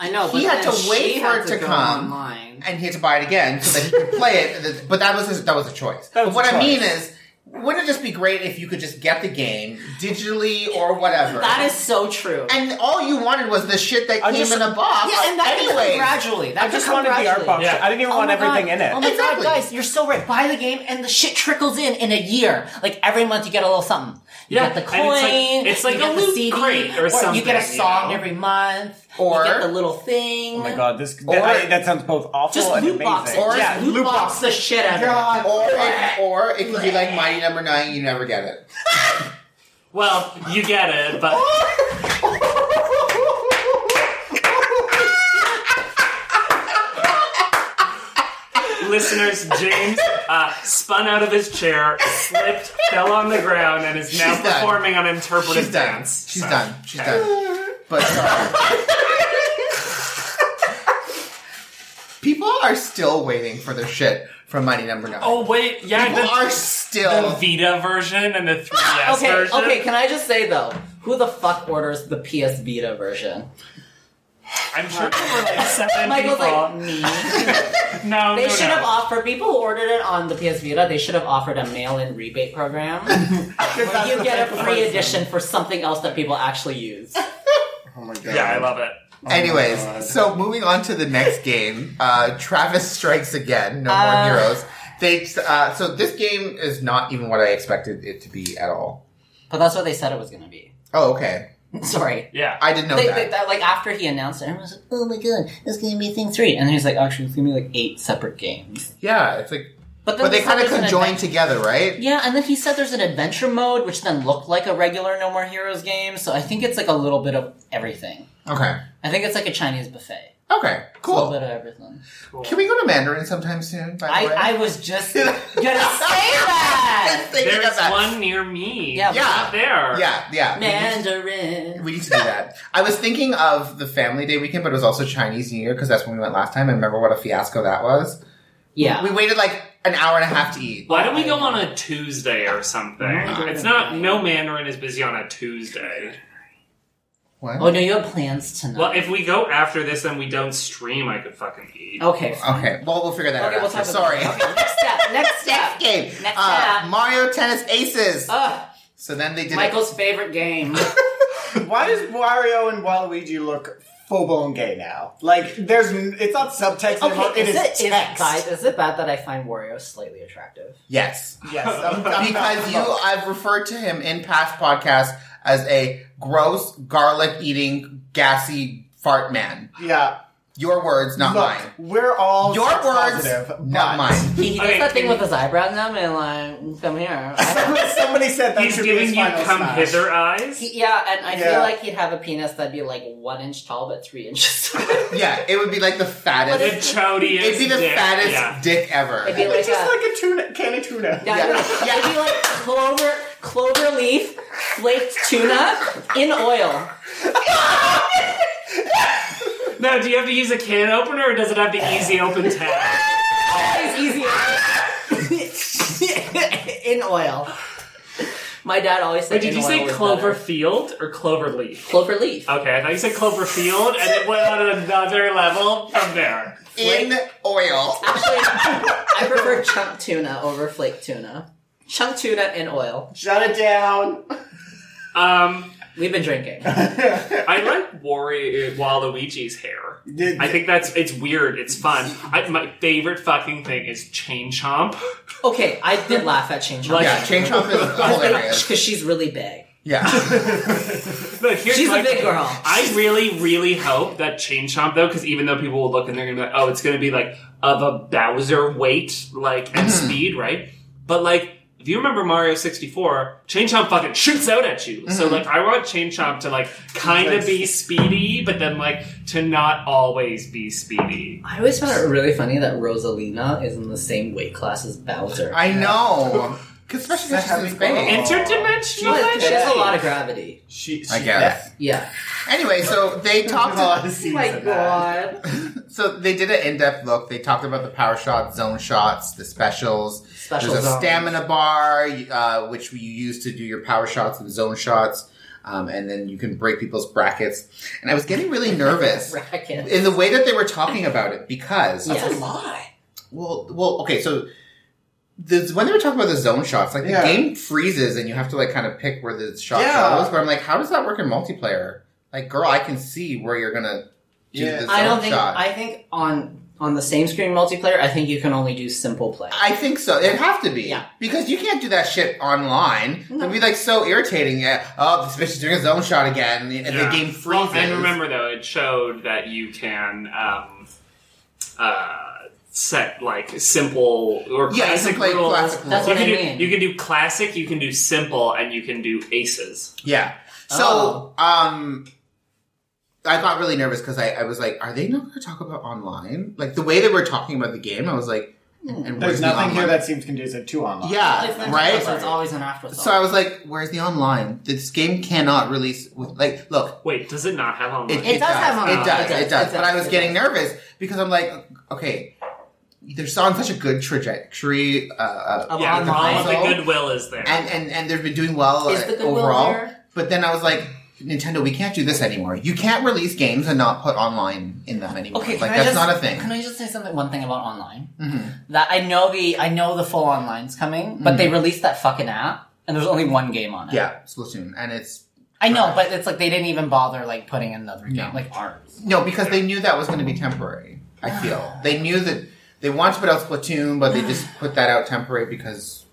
Speaker 5: I know,
Speaker 1: he
Speaker 5: but
Speaker 1: had
Speaker 5: then
Speaker 1: to wait
Speaker 5: she
Speaker 1: for
Speaker 5: had
Speaker 1: it
Speaker 5: to
Speaker 1: to
Speaker 5: go
Speaker 1: come.
Speaker 5: online.
Speaker 1: and he had to buy it again so that he could play it. But that was his, that was a choice.
Speaker 4: That was
Speaker 1: but what
Speaker 4: a
Speaker 1: I
Speaker 4: choice.
Speaker 1: mean is, wouldn't it just be great if you could just get the game digitally or whatever?
Speaker 5: That is so true.
Speaker 1: and all you wanted was the shit that
Speaker 6: I
Speaker 1: came
Speaker 6: just-
Speaker 1: in a box.
Speaker 5: yeah, and that can come
Speaker 1: anyway.
Speaker 5: gradually. That
Speaker 6: I just
Speaker 5: can come
Speaker 6: wanted the art
Speaker 5: gradually.
Speaker 6: box.
Speaker 2: Yeah.
Speaker 6: I didn't even
Speaker 5: Oh
Speaker 6: want
Speaker 5: my
Speaker 6: everything
Speaker 5: God.
Speaker 6: in it.
Speaker 5: Oh my
Speaker 1: Exactly.
Speaker 5: god, guys, you're so right. Buy the game and the shit trickles in in a year. Like every month you get a little something. You
Speaker 2: Yeah,
Speaker 5: get the
Speaker 2: and
Speaker 5: coin.
Speaker 2: it's like- it's like
Speaker 5: you
Speaker 2: a
Speaker 5: get the
Speaker 2: loot
Speaker 5: CD,
Speaker 2: crate or
Speaker 5: You get a
Speaker 2: something, you
Speaker 5: song
Speaker 2: know?
Speaker 5: every month.
Speaker 1: Or-
Speaker 5: you get the little thing.
Speaker 6: Oh my god, this
Speaker 1: Or-
Speaker 6: that, I- that sounds both awful
Speaker 4: Oh,
Speaker 5: Just
Speaker 6: and
Speaker 5: loot
Speaker 6: amazing.
Speaker 5: box. it.
Speaker 1: Or-
Speaker 5: Just
Speaker 1: yeah,
Speaker 5: loot,
Speaker 4: loot
Speaker 5: box,
Speaker 4: box.
Speaker 5: the shit out of it.
Speaker 1: Or it, or it could be like Mighty Number Nine. You never get it.
Speaker 2: well you get it but listeners james uh, spun out of his chair slipped fell on the ground and is now
Speaker 1: She's done.
Speaker 2: performing an interpretive
Speaker 1: She's done.
Speaker 2: dance
Speaker 1: She's
Speaker 2: So,
Speaker 1: done. She's
Speaker 2: okay.
Speaker 1: done. But people are still waiting for their shit from Mighty Number Nine.
Speaker 2: oh wait yeah
Speaker 1: people
Speaker 2: the,
Speaker 1: are
Speaker 2: the
Speaker 1: still.
Speaker 2: vita version and the 3ds
Speaker 5: Okay,
Speaker 2: version
Speaker 5: okay, can I just say though, who the fuck orders the PS Vita version?
Speaker 2: i'm sure there were like seven
Speaker 5: Michael's
Speaker 2: people
Speaker 5: like, me.
Speaker 2: No,
Speaker 5: They
Speaker 2: no,
Speaker 5: should
Speaker 2: no.
Speaker 5: have offered people who ordered it on the PS Vita. They should have offered a mail-in rebate program. where you get a free edition for something else that people actually use.
Speaker 4: Oh my god.
Speaker 2: Yeah, I love it.
Speaker 1: Anyways,
Speaker 4: Oh my God.
Speaker 1: so moving on to the next game, uh, Travis Strikes Again. No
Speaker 5: Uh.
Speaker 1: more heroes. They uh, so this game is not even what I expected it to be at all.
Speaker 5: But that's what they said it was going to be.
Speaker 1: Oh, okay.
Speaker 5: Sorry.
Speaker 2: Yeah.
Speaker 1: I didn't know
Speaker 5: They,
Speaker 1: that.
Speaker 5: they, that, like after he announced it, everyone was like, "Oh my god, it's going to be a thing three. And he's like, "Actually, it's going to be like eight separate games."
Speaker 1: yeah, it's like,
Speaker 5: But then
Speaker 1: but they
Speaker 5: said
Speaker 1: kind of
Speaker 5: there's an
Speaker 1: conjoined
Speaker 5: adven-
Speaker 1: together, right?
Speaker 5: yeah, and then he said there's an adventure mode, which then looked like a regular No More Heroes game. So I think it's like a little bit of everything.
Speaker 1: Okay.
Speaker 5: I think it's like a Chinese buffet.
Speaker 1: Okay.
Speaker 5: It's A little
Speaker 1: Cool.
Speaker 5: bit of everything.
Speaker 1: Can we go to Mandarin sometime soon? By the way,
Speaker 5: I, I was just gonna say that.
Speaker 1: Thinking of
Speaker 2: There's
Speaker 1: that.
Speaker 2: one near me.
Speaker 5: Yeah,
Speaker 2: Yeah,
Speaker 5: but-
Speaker 2: not there.
Speaker 1: Yeah, yeah. We need to-
Speaker 5: Mandarin.
Speaker 1: We need to do that. I was thinking of the Family Day weekend, but it was also Chinese New Year because that's when we went last time. And remember what a fiasco that was?
Speaker 5: Yeah.
Speaker 1: We waited like an hour and a half to eat.
Speaker 2: Why don't we go on a Tuesday or something?
Speaker 5: Mandarin.
Speaker 2: It's not. No Mandarin is busy on a Tuesday.
Speaker 1: What?
Speaker 5: Oh no, you have plans tonight.
Speaker 2: Well, if we go after this and we don't stream, I could fucking eat.
Speaker 5: okay. fine.
Speaker 1: Okay, well, we'll figure that
Speaker 5: Okay,
Speaker 1: out.
Speaker 5: we'll
Speaker 1: after.
Speaker 5: talk about
Speaker 1: Sorry.
Speaker 5: that. Okay, next step. Next
Speaker 1: Next
Speaker 5: step.
Speaker 1: game.
Speaker 5: Next
Speaker 1: uh,
Speaker 5: up.
Speaker 1: Mario Tennis Aces.
Speaker 5: Ugh,
Speaker 1: so then they did.
Speaker 5: Michael's favorite game.
Speaker 4: Why does Wario and Waluigi look full blown gay now? Like, there's n- it's not subtext anymore.
Speaker 5: Okay,
Speaker 4: it
Speaker 5: is
Speaker 4: is,
Speaker 5: it, is,
Speaker 4: text.
Speaker 5: guys, is it bad that I find Wario slightly attractive?
Speaker 1: yes,
Speaker 4: yes, I'm- I'm not-
Speaker 1: because you, I've referred to him in past podcasts as a gross garlic eating gassy fart man.
Speaker 4: Yeah,
Speaker 1: Your words, not
Speaker 4: look,
Speaker 1: mine.
Speaker 4: We're all
Speaker 1: Your
Speaker 4: sex
Speaker 1: words,
Speaker 4: positive, but-
Speaker 1: not mine.
Speaker 5: He, he does
Speaker 2: Okay,
Speaker 5: that thing
Speaker 2: can
Speaker 5: with
Speaker 2: you-
Speaker 5: his eyebrows now and like, come here. I don't-
Speaker 4: Somebody said that
Speaker 2: He's
Speaker 4: should be
Speaker 2: giving
Speaker 4: his
Speaker 2: you
Speaker 4: final
Speaker 2: come
Speaker 4: smash.
Speaker 2: hither eyes.
Speaker 5: He- yeah, and I
Speaker 4: Yeah.
Speaker 5: feel like he'd have a penis that'd be like one inch tall but three inches. wide.
Speaker 1: Yeah, it would be like the fattest.
Speaker 2: the chodiest.
Speaker 1: It'd be the
Speaker 2: dick.
Speaker 1: fattest
Speaker 2: Yeah.
Speaker 1: dick ever.
Speaker 5: It'd be like
Speaker 4: It's just
Speaker 5: a-
Speaker 4: like a tuna, can of tuna.
Speaker 5: Yeah,
Speaker 1: Yeah.
Speaker 5: yeah. It'd be like clover, clover leaf, flaked tuna in oil.
Speaker 2: Now, do you have to use a can opener or does it have the easy open tab?
Speaker 5: That is easier. in oil. My dad always said.
Speaker 2: Wait, did
Speaker 5: in
Speaker 2: you
Speaker 5: oil
Speaker 2: say
Speaker 5: was
Speaker 2: clover
Speaker 5: better.
Speaker 2: field or clover leaf?
Speaker 5: Clover leaf.
Speaker 2: Okay, I thought you said clover field, and it went on another level from there.
Speaker 1: in oil.
Speaker 5: Actually, I prefer chunk tuna over flake tuna. Chunk tuna in oil.
Speaker 4: Shut it down.
Speaker 2: Um,
Speaker 5: We've been drinking.
Speaker 2: I like Wario Waluigi's hair.
Speaker 4: Did-
Speaker 2: I think that's it's weird. It's fun. I, my favorite fucking thing is Chain Chomp.
Speaker 5: Okay, I did laugh at Change.
Speaker 2: Like-
Speaker 1: Yeah, chain chomp is hilarious.
Speaker 5: Because she's really big.
Speaker 1: Yeah,
Speaker 2: But here's
Speaker 5: She's
Speaker 2: my-
Speaker 5: a big girl.
Speaker 2: I really, really hope that Chain Chomp though, because even though people will look and they're gonna be like,
Speaker 5: Mm.
Speaker 2: "Oh, it's gonna be like of a Bowser weight, like and speed, right?" But like If you remember Mario 64, Chain Chomp fucking shoots out at you. So
Speaker 5: Mm-hmm.
Speaker 2: like I want Chain Chomp to like kind of be speedy, but then like to not always be speedy.
Speaker 5: I always found it really funny that Rosalina is in the same weight class as Bowser.
Speaker 1: I know. 'Cause especially because she's in
Speaker 4: Having fun.
Speaker 1: Spain.
Speaker 5: she,
Speaker 2: Interdimensional
Speaker 5: she has a
Speaker 2: legend.
Speaker 5: lot of gravity.
Speaker 6: She, she
Speaker 1: I guess.
Speaker 5: Yeah.
Speaker 1: Anyway, so they talked.
Speaker 4: a lot
Speaker 2: Oh
Speaker 4: of Oh,
Speaker 5: Oh
Speaker 4: scenes of that.
Speaker 1: So they did an in-depth look. They talked about the power shots, zone shots, the specials.
Speaker 5: Special
Speaker 1: There's a
Speaker 5: zone.
Speaker 1: stamina bar, uh, which you use to do your power shots and zone shots, um, and then you can break people's brackets. And I was getting really nervous
Speaker 5: Racket.
Speaker 1: in the way that they were talking about it because
Speaker 5: That's
Speaker 4: That's a lot.
Speaker 1: well, well, okay, so. The, when they were talking about the zone shots, like
Speaker 4: Yeah.
Speaker 1: the game freezes and you have to like kind of pick where the shot
Speaker 4: Yeah.
Speaker 1: goes. But I'm like, how does that work in multiplayer? Like, girl, I can see where you're gonna do
Speaker 4: Yeah.
Speaker 1: the zone
Speaker 5: I don't think.
Speaker 1: shot.
Speaker 5: I think on on the same screen multiplayer, I think you can only do simple play.
Speaker 1: I think so. It'd have to be.
Speaker 5: Yeah.
Speaker 1: Because you can't do that shit online.
Speaker 5: No.
Speaker 1: It'd be like so irritating. Yeah. Oh, this bitch is doing a zone shot again. And the
Speaker 2: Yeah.
Speaker 1: game
Speaker 2: Well,
Speaker 1: freezes.
Speaker 2: and remember though, it showed that you can um, uh, set like simple or
Speaker 1: Yeah, you can
Speaker 2: classic
Speaker 1: play
Speaker 2: rules.
Speaker 1: classic rules.
Speaker 2: you
Speaker 5: That's what
Speaker 2: can
Speaker 5: I
Speaker 2: do,
Speaker 5: mean.
Speaker 2: You can do classic, you can do simple, and you can do aces.
Speaker 1: Yeah. So,
Speaker 5: Oh.
Speaker 1: um, I got really nervous because I, I was like, are they not going to talk about online? Like the way they were talking about the game, I was like,
Speaker 5: Hmm.
Speaker 1: and where's
Speaker 4: There's
Speaker 1: the
Speaker 4: nothing
Speaker 1: online?
Speaker 4: here that seems conducive to online.
Speaker 5: It's
Speaker 1: Yeah,
Speaker 5: not
Speaker 1: right?
Speaker 5: simple, So it's always an afterthought.
Speaker 1: So I was like, where's the online? This game cannot release with, like, look,
Speaker 2: Wait, does it not have online?
Speaker 1: It,
Speaker 5: It
Speaker 1: it
Speaker 5: does
Speaker 1: does.
Speaker 5: have online.
Speaker 1: It does. It
Speaker 5: It does.
Speaker 1: does.
Speaker 5: It
Speaker 1: But
Speaker 5: does.
Speaker 1: I was
Speaker 5: It
Speaker 1: getting
Speaker 5: does.
Speaker 1: nervous because I'm like, okay, they're still on such a good trajectory, uh, uh,
Speaker 5: Of
Speaker 2: yeah,
Speaker 5: online.
Speaker 2: all of the goodwill is there.
Speaker 1: and and and they've been doing well
Speaker 5: Is
Speaker 1: uh,
Speaker 5: the goodwill
Speaker 1: overall.
Speaker 5: there?
Speaker 1: But then I was like, Nintendo, we can't do this anymore. You can't release games and not put online in them anymore.
Speaker 5: Okay, can
Speaker 1: like
Speaker 5: I
Speaker 1: that's
Speaker 5: just-
Speaker 1: not a thing.
Speaker 5: Can I just say something? One thing about online
Speaker 1: Mhm.
Speaker 5: that I know the I know the full online's coming, but they released that fucking app, and there's only one game on it.
Speaker 1: Mm-hmm. Yeah, Splatoon, and it's
Speaker 5: I know, but it's like they didn't even bother like putting another game,
Speaker 1: No.
Speaker 5: like ours.
Speaker 1: no because they knew that was going to be temporary. I feel they knew that they wanted to put out Splatoon, but they just put that out temporary because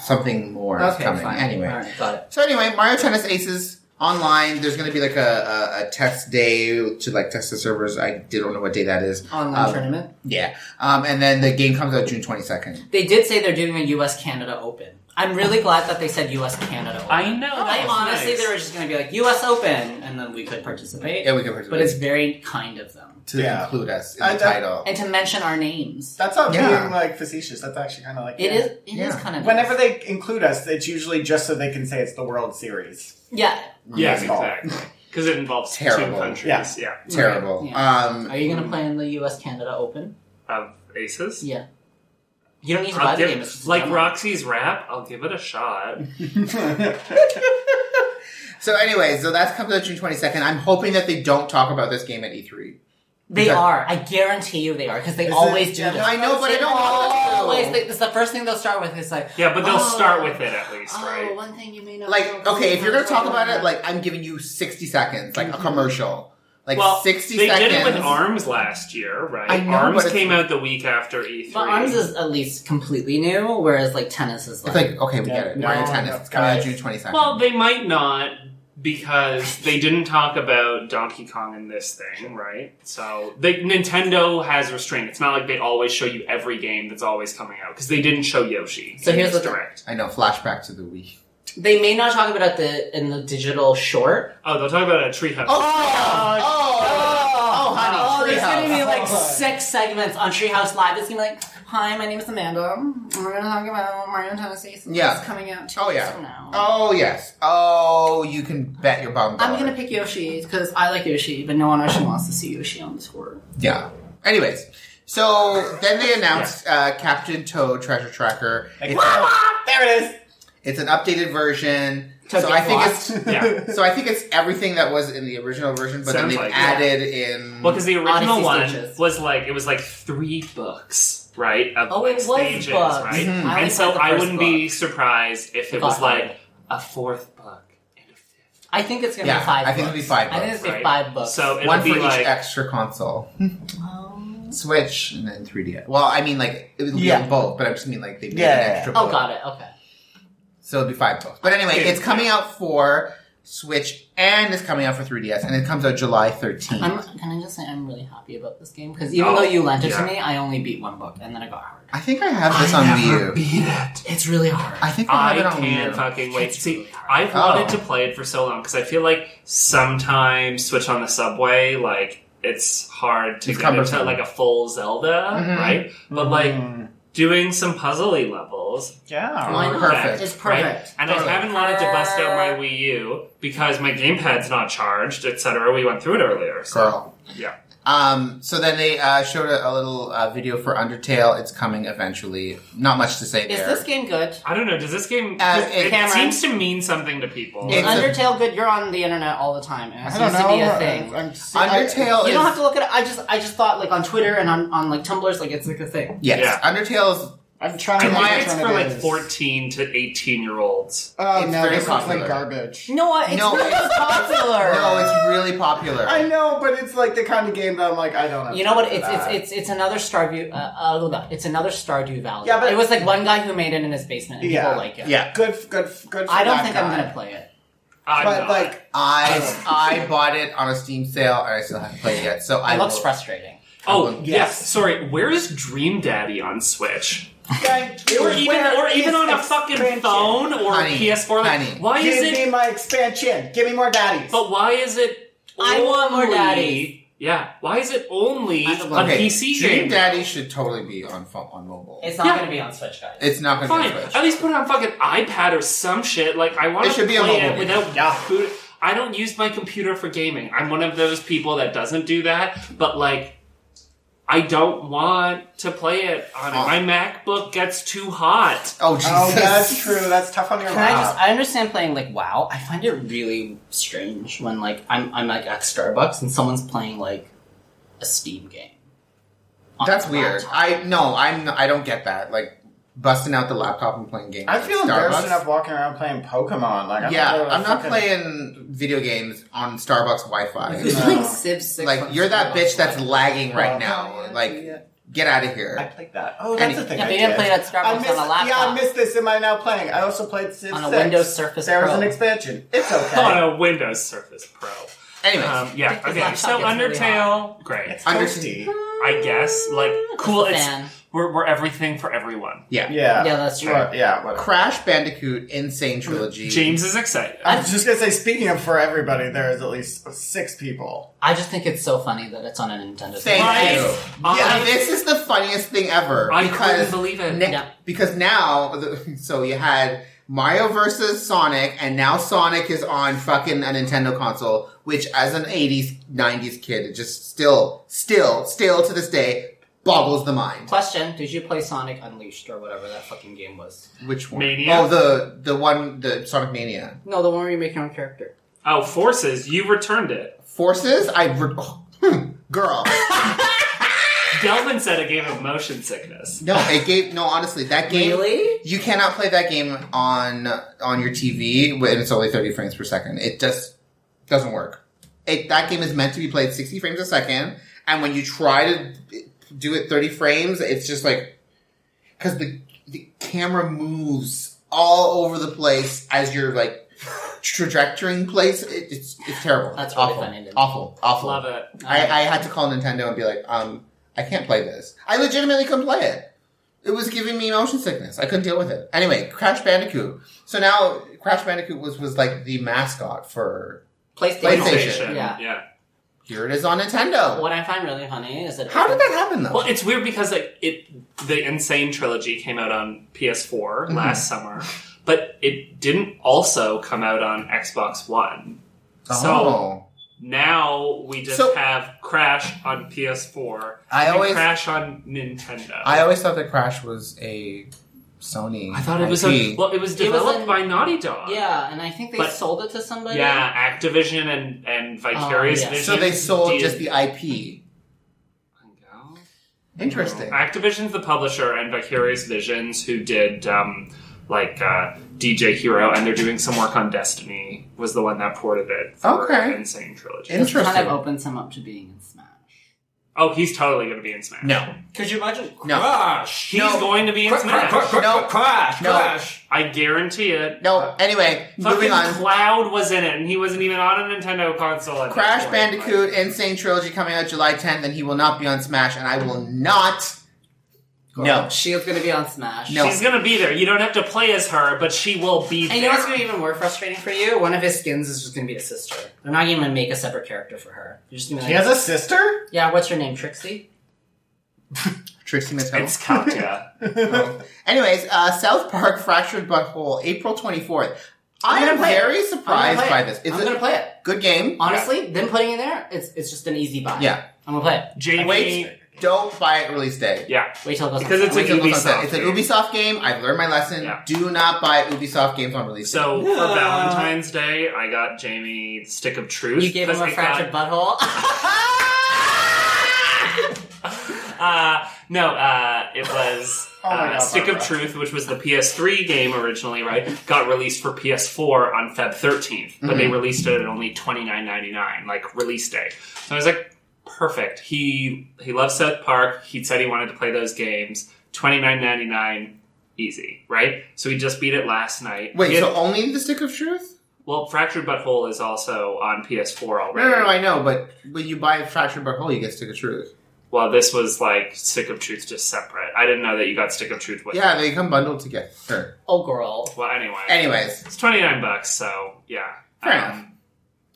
Speaker 1: something more is coming. Anyway,
Speaker 5: All right, got it.
Speaker 1: So anyway, Mario Tennis Aces online. There's going to be like a, a, a test day to like test the servers. I don't know what day that is.
Speaker 5: Online
Speaker 1: Um,
Speaker 5: tournament.
Speaker 1: Yeah, um, and then the game comes out June 22nd.
Speaker 5: They did say they're doing a U.S. Canada Open. I'm really glad that they said U.S. Canada Open.
Speaker 2: I know.
Speaker 5: I
Speaker 2: that's
Speaker 5: honestly,
Speaker 2: nice.
Speaker 5: they were just going to be like U.S. Open, and then we could participate.
Speaker 1: Yeah, we can put
Speaker 5: but it's very kind of them,
Speaker 1: to
Speaker 4: Yeah.
Speaker 1: include us in
Speaker 4: I-
Speaker 1: the
Speaker 4: that-
Speaker 1: title.
Speaker 5: and to mention our names.
Speaker 4: That's not
Speaker 1: Yeah.
Speaker 4: being like facetious. That's actually kind of like
Speaker 5: It is. It is
Speaker 1: Yeah.
Speaker 5: kind of
Speaker 4: Whenever they include us, it's usually just so they can say it's the World Series.
Speaker 5: Yeah.
Speaker 2: yeah,
Speaker 4: Yes, Paul.
Speaker 2: exactly because it involves two
Speaker 1: Terrible.
Speaker 2: countries.
Speaker 4: Yeah.
Speaker 2: yeah.
Speaker 1: Terrible.
Speaker 5: Yeah.
Speaker 1: Um,
Speaker 5: Are you going to play in the U.S. Canada Open?
Speaker 2: of aces.
Speaker 5: Yeah. You don't need to buy
Speaker 2: I'll
Speaker 5: the
Speaker 2: give-
Speaker 5: game. It's just a
Speaker 2: like
Speaker 5: demo.
Speaker 2: Roxy's rap, I'll give it a shot.
Speaker 1: so anyway, so that comes out June 22nd. I'm hoping that they don't talk about this game at E E3.
Speaker 5: They
Speaker 1: Okay.
Speaker 5: are. I guarantee you they are because they
Speaker 4: Is it-
Speaker 5: always do.
Speaker 4: yeah,
Speaker 5: this.
Speaker 1: I know, but I
Speaker 5: They
Speaker 1: don't want
Speaker 5: always.
Speaker 1: them to.
Speaker 5: They, it's the first thing they'll start with. Is like
Speaker 2: Oh. Yeah, but they'll
Speaker 5: oh,
Speaker 2: start with it at least,
Speaker 5: oh,
Speaker 2: right?
Speaker 5: one thing you may not know,
Speaker 1: Like, okay, if you're going to talk about it,
Speaker 5: Yeah.
Speaker 1: like I'm giving you 60 seconds, like a commercial, like
Speaker 2: well,
Speaker 1: 60
Speaker 2: they
Speaker 1: seconds.
Speaker 2: did it with Arms last year, right?
Speaker 1: I know,
Speaker 2: Arms
Speaker 1: but it's-
Speaker 2: came out the week after E E3.
Speaker 5: But arms is at least completely new, whereas like tennis is
Speaker 1: It's
Speaker 5: like,
Speaker 1: like okay, we
Speaker 4: Yeah,
Speaker 1: get it.
Speaker 4: no,
Speaker 1: Mario
Speaker 4: no,
Speaker 1: Tennis it's coming out
Speaker 4: guys.
Speaker 1: June 22nd.
Speaker 2: well, they might not because they didn't talk about Donkey Kong in this thing, right? So they, Nintendo has restraint. It's not like they always show you every game that's always coming out because they didn't show Yoshi.
Speaker 5: So
Speaker 2: in
Speaker 5: here's
Speaker 2: this
Speaker 5: the-
Speaker 2: direct.
Speaker 1: I know. Flashback to the Wii.
Speaker 5: they may not talk about it at the in the digital short.
Speaker 2: Oh, they'll talk about a treehouse.
Speaker 1: oh, oh, honey,
Speaker 5: Oh, there's gonna be
Speaker 1: Treehouse.
Speaker 5: like six segments on Treehouse Live. It's gonna be like, hi, my name is Amanda. We're gonna talk about Mario Tennis Aces
Speaker 1: Yeah.
Speaker 5: coming out two
Speaker 1: Oh,
Speaker 5: weeks
Speaker 1: yeah.
Speaker 5: from now.
Speaker 1: Oh yes. Oh, you can bet your bottom dollar.
Speaker 5: I'm gonna pick Yoshi because I like Yoshi, but no one actually wants to see Yoshi on the score.
Speaker 1: Yeah. Anyways, so then they announced uh, Captain Toad Treasure Tracker.
Speaker 4: Like,
Speaker 1: it's,
Speaker 4: "Ah, there it is.
Speaker 1: it's an updated version.
Speaker 5: Toad
Speaker 1: so
Speaker 5: gets
Speaker 1: I think
Speaker 5: lost.
Speaker 1: it's
Speaker 2: yeah.
Speaker 1: so I think it's everything that was in the original version, but
Speaker 2: Sounds
Speaker 1: then they
Speaker 2: like it.
Speaker 1: added in.
Speaker 2: Well, because the original
Speaker 5: Odyssey
Speaker 2: one
Speaker 5: Stitches.
Speaker 2: was like it was like three books, right? Of
Speaker 5: Oh, it
Speaker 2: like
Speaker 5: was
Speaker 2: stages,
Speaker 5: books.
Speaker 2: right?
Speaker 1: Mhm.
Speaker 5: I
Speaker 2: And
Speaker 5: only
Speaker 2: so
Speaker 5: read the
Speaker 2: I
Speaker 5: first
Speaker 2: wouldn't be
Speaker 5: book.
Speaker 2: surprised if it
Speaker 5: The
Speaker 2: was
Speaker 5: Godfather.
Speaker 2: like a fourth book and a fifth.
Speaker 5: I think it's gonna
Speaker 1: yeah,
Speaker 5: be five.
Speaker 1: I think it'll be
Speaker 5: books.
Speaker 1: five.
Speaker 5: I think
Speaker 1: Books.
Speaker 5: it's gonna be
Speaker 2: right?
Speaker 5: five books.
Speaker 2: So it
Speaker 1: One
Speaker 2: would
Speaker 1: for
Speaker 2: be
Speaker 1: each
Speaker 2: like
Speaker 1: extra console.
Speaker 5: Um,
Speaker 1: Switch and then 3D. Well, I mean, like it would be
Speaker 4: Yeah.
Speaker 1: on both, but I just mean like they made
Speaker 4: Yeah,
Speaker 1: an
Speaker 4: yeah,
Speaker 1: extra.
Speaker 5: oh,
Speaker 1: book.
Speaker 5: got it. Okay.
Speaker 1: So it'll be five books. But anyway,
Speaker 2: Okay.
Speaker 1: it's coming out for Switch, and it's coming out for 3DS, and it comes out July 13th.
Speaker 5: I'm, can I just say I'm really happy about this game because even
Speaker 2: Oh,
Speaker 5: though you lent it
Speaker 2: yeah.
Speaker 5: to me, I only beat one book and then it got hard.
Speaker 1: I think I have this on
Speaker 2: I
Speaker 1: Wii
Speaker 2: never
Speaker 1: U.
Speaker 2: beat it.
Speaker 5: It's really hard.
Speaker 1: I think I have
Speaker 2: I
Speaker 1: it on Wii
Speaker 2: can't
Speaker 1: U.
Speaker 2: fucking wait.
Speaker 5: It's
Speaker 2: See,
Speaker 5: really hard.
Speaker 2: I've wanted
Speaker 1: Oh.
Speaker 2: to play it for so long because I feel like sometimes Switch on the subway, like it's hard to
Speaker 1: It's
Speaker 2: get into
Speaker 1: cumbersome.
Speaker 2: like a full Zelda,
Speaker 1: Mhm.
Speaker 2: right? But like
Speaker 4: Hmm.
Speaker 2: doing some puzzly levels,
Speaker 6: yeah.
Speaker 5: Why not?
Speaker 1: Perfect,
Speaker 5: It's
Speaker 2: right?
Speaker 5: perfect.
Speaker 2: And
Speaker 1: Perfect.
Speaker 2: I haven't wanted to bust out my Wii U because my gamepad's not charged, etc. We went through it earlier, so
Speaker 1: Girl.
Speaker 2: Yeah.
Speaker 1: Um, so then they uh, showed a, a little uh, video for Undertale. It's coming eventually. Not much to say
Speaker 5: Is
Speaker 1: there.
Speaker 5: this game good?
Speaker 2: I don't know. Does this game?
Speaker 1: Uh,
Speaker 2: it
Speaker 1: it-
Speaker 5: Cameron.
Speaker 2: seems to mean something to people.
Speaker 5: Is
Speaker 1: It's a-
Speaker 5: Undertale good? You're on the internet all the time. and It
Speaker 4: I
Speaker 5: seems
Speaker 4: don't know.
Speaker 5: to be a thing.
Speaker 4: I'm just-
Speaker 1: Undertale
Speaker 5: You
Speaker 1: is
Speaker 5: don't have to look at it. I just I just thought like on Twitter and on, on like Tumblr, it's like it's like a thing.
Speaker 1: yes.
Speaker 2: Yeah.
Speaker 1: Undertale is
Speaker 4: I, I'm trying.
Speaker 2: I
Speaker 4: to
Speaker 1: My-
Speaker 2: think
Speaker 4: think
Speaker 2: it's for like 14 to 18 year olds.
Speaker 4: Oh
Speaker 1: It's
Speaker 4: no,
Speaker 1: very
Speaker 4: this is
Speaker 1: popular.
Speaker 4: like garbage.
Speaker 5: No, it's
Speaker 1: No,
Speaker 5: really
Speaker 1: it's-
Speaker 5: popular.
Speaker 1: no, it's really popular.
Speaker 4: I know, but it's like the kind of game that I'm like, I don't. Have
Speaker 5: you know what?
Speaker 4: time
Speaker 5: It's
Speaker 4: for
Speaker 5: it's
Speaker 4: that.
Speaker 5: it's it's another Stardew. Uh, uh, blah, blah. it's another Stardew Valley.
Speaker 4: Yeah, but-
Speaker 5: it was like one guy who made it in his basement, and
Speaker 4: Yeah.
Speaker 5: people like it.
Speaker 1: yeah,
Speaker 4: good, good, good. For
Speaker 5: I don't
Speaker 4: that
Speaker 5: think
Speaker 4: guy.
Speaker 5: I'm gonna play it.
Speaker 2: I'm
Speaker 4: But
Speaker 2: not.
Speaker 4: like,
Speaker 1: I I bought it on a Steam sale and I still haven't played it yet. So I
Speaker 5: It looks
Speaker 1: will-
Speaker 5: frustrating. um,
Speaker 2: oh
Speaker 1: Yes.
Speaker 2: yes. sorry. Where is Dream Daddy on Switch,
Speaker 4: okay,
Speaker 2: or even
Speaker 4: where
Speaker 2: or even
Speaker 4: is
Speaker 2: on a fucking
Speaker 4: expansion?
Speaker 2: phone or
Speaker 1: Honey,
Speaker 2: a PS4? Like,
Speaker 1: honey.
Speaker 2: why
Speaker 4: Give
Speaker 2: is it?
Speaker 4: me my expansion. Give me more daddies.
Speaker 2: But why is it?
Speaker 5: I want more
Speaker 2: only-
Speaker 5: daddies.
Speaker 2: Yeah. Why is it only
Speaker 5: I
Speaker 2: a
Speaker 5: don't want-
Speaker 1: Okay,
Speaker 2: PC
Speaker 1: Dream
Speaker 2: game?
Speaker 1: Daddy should totally be on phone, on mobile. It's,
Speaker 5: It's not
Speaker 2: Yeah.
Speaker 5: gonna be on Switch, guys.
Speaker 1: not going to
Speaker 2: Fine.
Speaker 1: be on
Speaker 2: At
Speaker 1: Switch.
Speaker 2: least put it on fucking iPad or some shit. Like I want
Speaker 1: It
Speaker 2: to
Speaker 1: should be a
Speaker 2: play
Speaker 1: mobile
Speaker 2: it
Speaker 1: game.
Speaker 2: without
Speaker 4: Yeah.
Speaker 2: boot. I don't use my computer for gaming. I'm one of those people that doesn't do that. But like, I don't want to play it on
Speaker 1: Oh.
Speaker 2: my MacBook. Gets too hot.
Speaker 1: Oh Jesus,
Speaker 4: oh, that's true. That's tough on your
Speaker 1: Uh,
Speaker 5: Can I
Speaker 4: mouth.
Speaker 5: just? I understand playing like WoW. I find it really strange when like I'm I'm like at Starbucks and someone's playing like a Steam game. on
Speaker 1: That's
Speaker 5: their
Speaker 1: weird.
Speaker 5: laptop.
Speaker 1: I no, I'm I don't get that. Like busting out the laptop and playing games.
Speaker 4: I
Speaker 1: at
Speaker 4: feel embarrassed
Speaker 1: Starbucks.
Speaker 4: enough walking around playing Pokemon. Like, I'm
Speaker 1: Yeah,
Speaker 4: not
Speaker 1: I'm not
Speaker 4: fucking-
Speaker 1: playing video games on Starbucks
Speaker 5: Who's
Speaker 1: Wi-Fi.
Speaker 4: No.
Speaker 5: playing Civ Six?
Speaker 1: like
Speaker 5: on
Speaker 1: you're that
Speaker 5: Starbucks?
Speaker 1: bitch that's lagging right
Speaker 4: Oh,
Speaker 1: now.
Speaker 4: yeah,
Speaker 1: Like
Speaker 4: yeah.
Speaker 1: get out of
Speaker 4: I
Speaker 1: here.
Speaker 4: played that. Oh, that's
Speaker 1: Any-
Speaker 4: the thing.
Speaker 5: Yeah,
Speaker 4: I
Speaker 5: but you didn't
Speaker 4: did.
Speaker 5: play it at Starbucks
Speaker 4: I missed,
Speaker 5: on a laptop.
Speaker 4: Yeah, I missed this. Am I now playing? I also played Civ
Speaker 5: on a
Speaker 4: 6.
Speaker 5: Windows Surface
Speaker 4: There
Speaker 5: Pro.
Speaker 4: was an expansion. It's okay.
Speaker 2: On a Windows Surface Pro.
Speaker 1: Anyways,
Speaker 2: Um, yeah.
Speaker 5: Because
Speaker 2: Okay.
Speaker 5: laptop
Speaker 2: So
Speaker 5: gets really
Speaker 2: Undertale, great.
Speaker 4: It's
Speaker 1: Understand-
Speaker 4: toasty.
Speaker 2: I guess. Like, cool.
Speaker 5: Fan.
Speaker 2: It's we're, we're everything for everyone.
Speaker 1: yeah.
Speaker 4: Yeah.
Speaker 5: Yeah, that's true.
Speaker 4: Well, yeah. Whatever.
Speaker 1: Crash Bandicoot Insane Trilogy.
Speaker 2: James is excited.
Speaker 4: I was just gonna say. Speaking of for everybody, there is at least six people.
Speaker 5: I just think it's so funny that it's on a Nintendo.
Speaker 1: Thank
Speaker 2: Right.
Speaker 1: you. Yeah,
Speaker 2: I-
Speaker 1: this is the funniest thing ever
Speaker 2: I couldn't
Speaker 1: because
Speaker 2: believe it.
Speaker 1: ne-
Speaker 5: Yeah.
Speaker 1: because now the- so you had Mario versus Sonic and now Sonic is on fucking a Nintendo console which as an 80s 90s kid it just still still still to this day boggles the mind.
Speaker 5: Question: Did you play Sonic Unleashed or whatever that fucking game was?
Speaker 1: Which one?
Speaker 2: Mania?
Speaker 1: Oh, the the one the Sonic Mania.
Speaker 5: No, the one where you make your own character.
Speaker 2: Oh, Forces, you returned it.
Speaker 1: Forces? I re- oh, hmm, girl.
Speaker 2: Delvin said it gave him motion sickness.
Speaker 1: No, it gave no honestly, that game
Speaker 5: Really?
Speaker 1: You cannot play that game on on your TV when it's only 30 frames per second. It just doesn't work. It, that game is meant to be played 60 frames a second, and when you try to do it 30 frames, it's just like because the the camera moves all over the place as you're like trajectorying place. It, it's it's terrible.
Speaker 5: That's really
Speaker 1: awful.
Speaker 5: funny, dude.
Speaker 1: awful. Awful.
Speaker 2: Love it.
Speaker 1: I, I had to call Nintendo and be like, um, I can't play this. I legitimately couldn't play it. It was giving me motion sickness. I couldn't deal with it. Anyway, Crash Bandicoot. So now Crash Bandicoot was was like the mascot for
Speaker 5: PlayStation.
Speaker 1: PlayStation.
Speaker 5: Yeah.
Speaker 1: here it is on Nintendo.
Speaker 5: What I find really funny is that
Speaker 1: How did that happen though?
Speaker 2: Well, it's weird because like it, the Insane trilogy came out on PS4
Speaker 1: Mm-hmm.
Speaker 2: last summer, but it didn't also come out on Xbox One. So
Speaker 1: oh.
Speaker 2: now we just
Speaker 1: So-
Speaker 2: have Crash on PS4
Speaker 1: I
Speaker 2: and
Speaker 1: always-
Speaker 2: Crash on Nintendo.
Speaker 1: I always thought that Crash was a Sony.
Speaker 2: I thought it was
Speaker 1: IP.
Speaker 2: a, well, it was
Speaker 5: It was
Speaker 2: developed
Speaker 5: an-
Speaker 2: by Naughty Dog.
Speaker 5: Yeah, and I think they
Speaker 2: But-
Speaker 5: sold it to somebody.
Speaker 2: Yeah, Activision and and Vicarious
Speaker 5: Oh, yeah.
Speaker 2: Vision.
Speaker 1: so they sold
Speaker 2: did-
Speaker 1: just the IP. Interesting.
Speaker 2: Activision's the publisher, and Vicarious Visions, who did um, like uh, DJ Hero, and they're doing some work on Destiny, was the one that ported it. For
Speaker 1: Okay.
Speaker 2: Insane trilogy.
Speaker 1: Interesting.
Speaker 5: This kind of opens him up to being in Smash.
Speaker 2: Oh, he's totally going to be in Smash.
Speaker 1: No.
Speaker 6: Could you imagine?
Speaker 1: No.
Speaker 6: Crash!
Speaker 2: He's
Speaker 1: No.
Speaker 2: going to be in Smash.
Speaker 1: No.
Speaker 6: Crash!
Speaker 1: No.
Speaker 2: I guarantee it.
Speaker 1: No, anyway,
Speaker 2: Fucking
Speaker 1: moving on.
Speaker 2: Cloud was in it, and he wasn't even on a Nintendo console. At that
Speaker 1: Crash
Speaker 2: point.
Speaker 1: Bandicoot Insane Trilogy coming out July 10th, and he will not be on Smash, and I will not. No.
Speaker 5: Shield's gonna be on Smash.
Speaker 1: No.
Speaker 2: She's gonna be there. You don't have to play as her, but she will be
Speaker 5: And
Speaker 2: there.
Speaker 5: you know what's gonna be even more frustrating for you? One of his skins is just gonna be a sister. They're not even gonna make a separate character for her. You're just gonna be
Speaker 4: He
Speaker 5: like,
Speaker 4: has a sister?
Speaker 5: yeah, what's your name, Trixie?
Speaker 1: Trixie Mattel.
Speaker 2: it's Katya.
Speaker 1: Anyways, uh, South Park Fractured Butthole, April 24th. I
Speaker 5: I'm gonna
Speaker 1: am
Speaker 5: play it.
Speaker 1: very
Speaker 5: I'm
Speaker 1: surprised
Speaker 5: gonna
Speaker 1: by
Speaker 5: play it.
Speaker 1: this. It's
Speaker 5: I'm
Speaker 1: a
Speaker 5: gonna play it.
Speaker 1: good game.
Speaker 5: Honestly, them putting it there, it's it's just an easy buy.
Speaker 1: Yeah.
Speaker 5: I'm gonna play it.
Speaker 2: Jamie.
Speaker 1: Wait, don't buy it release day.
Speaker 2: Yeah,
Speaker 5: Wait till it goes
Speaker 2: because
Speaker 5: on
Speaker 2: it's
Speaker 5: sale.
Speaker 1: Wait
Speaker 2: an
Speaker 1: till it goes on sale.
Speaker 2: Ubisoft.
Speaker 1: It's an
Speaker 2: game.
Speaker 1: Ubisoft game. I've learned my lesson.
Speaker 2: Yeah.
Speaker 1: Do not buy Ubisoft games on release day.
Speaker 2: So
Speaker 6: Yeah.
Speaker 2: for Valentine's Day, I got Jamie the Stick of Truth.
Speaker 5: you gave him
Speaker 2: 'cause
Speaker 5: a
Speaker 2: it
Speaker 5: fractured butthole.
Speaker 2: got- uh, no, uh, it was
Speaker 4: Oh my
Speaker 2: uh,
Speaker 4: God,
Speaker 2: Stick of
Speaker 4: Barbara.
Speaker 2: Truth, which was the PS3 game originally, right? Got released for PS4 on Feb 13th, but
Speaker 4: Mm-hmm.
Speaker 2: they released it at only twenty nine ninety nine, like release day. So I was like, perfect. He he loves South Park. He said he wanted to play those games. Twenty nine ninety nine, easy, right? So he just beat it last night.
Speaker 1: Wait,
Speaker 2: He had-
Speaker 1: so only the Stick of Truth?
Speaker 2: Well, Fractured Butthole is also on PS4
Speaker 1: No,
Speaker 2: already.
Speaker 1: no, no, I know, but when you buy Fractured Butthole, you get Stick of Truth.
Speaker 2: Well, this was like Stick of Truth just separate. I didn't know that you got Stick of Truth with.
Speaker 1: Yeah, they come bundled together. Sure.
Speaker 5: oh girl.
Speaker 2: Well, anyway,
Speaker 1: Anyways,
Speaker 2: it's twenty nine bucks, so yeah. Um,
Speaker 1: Fair enough.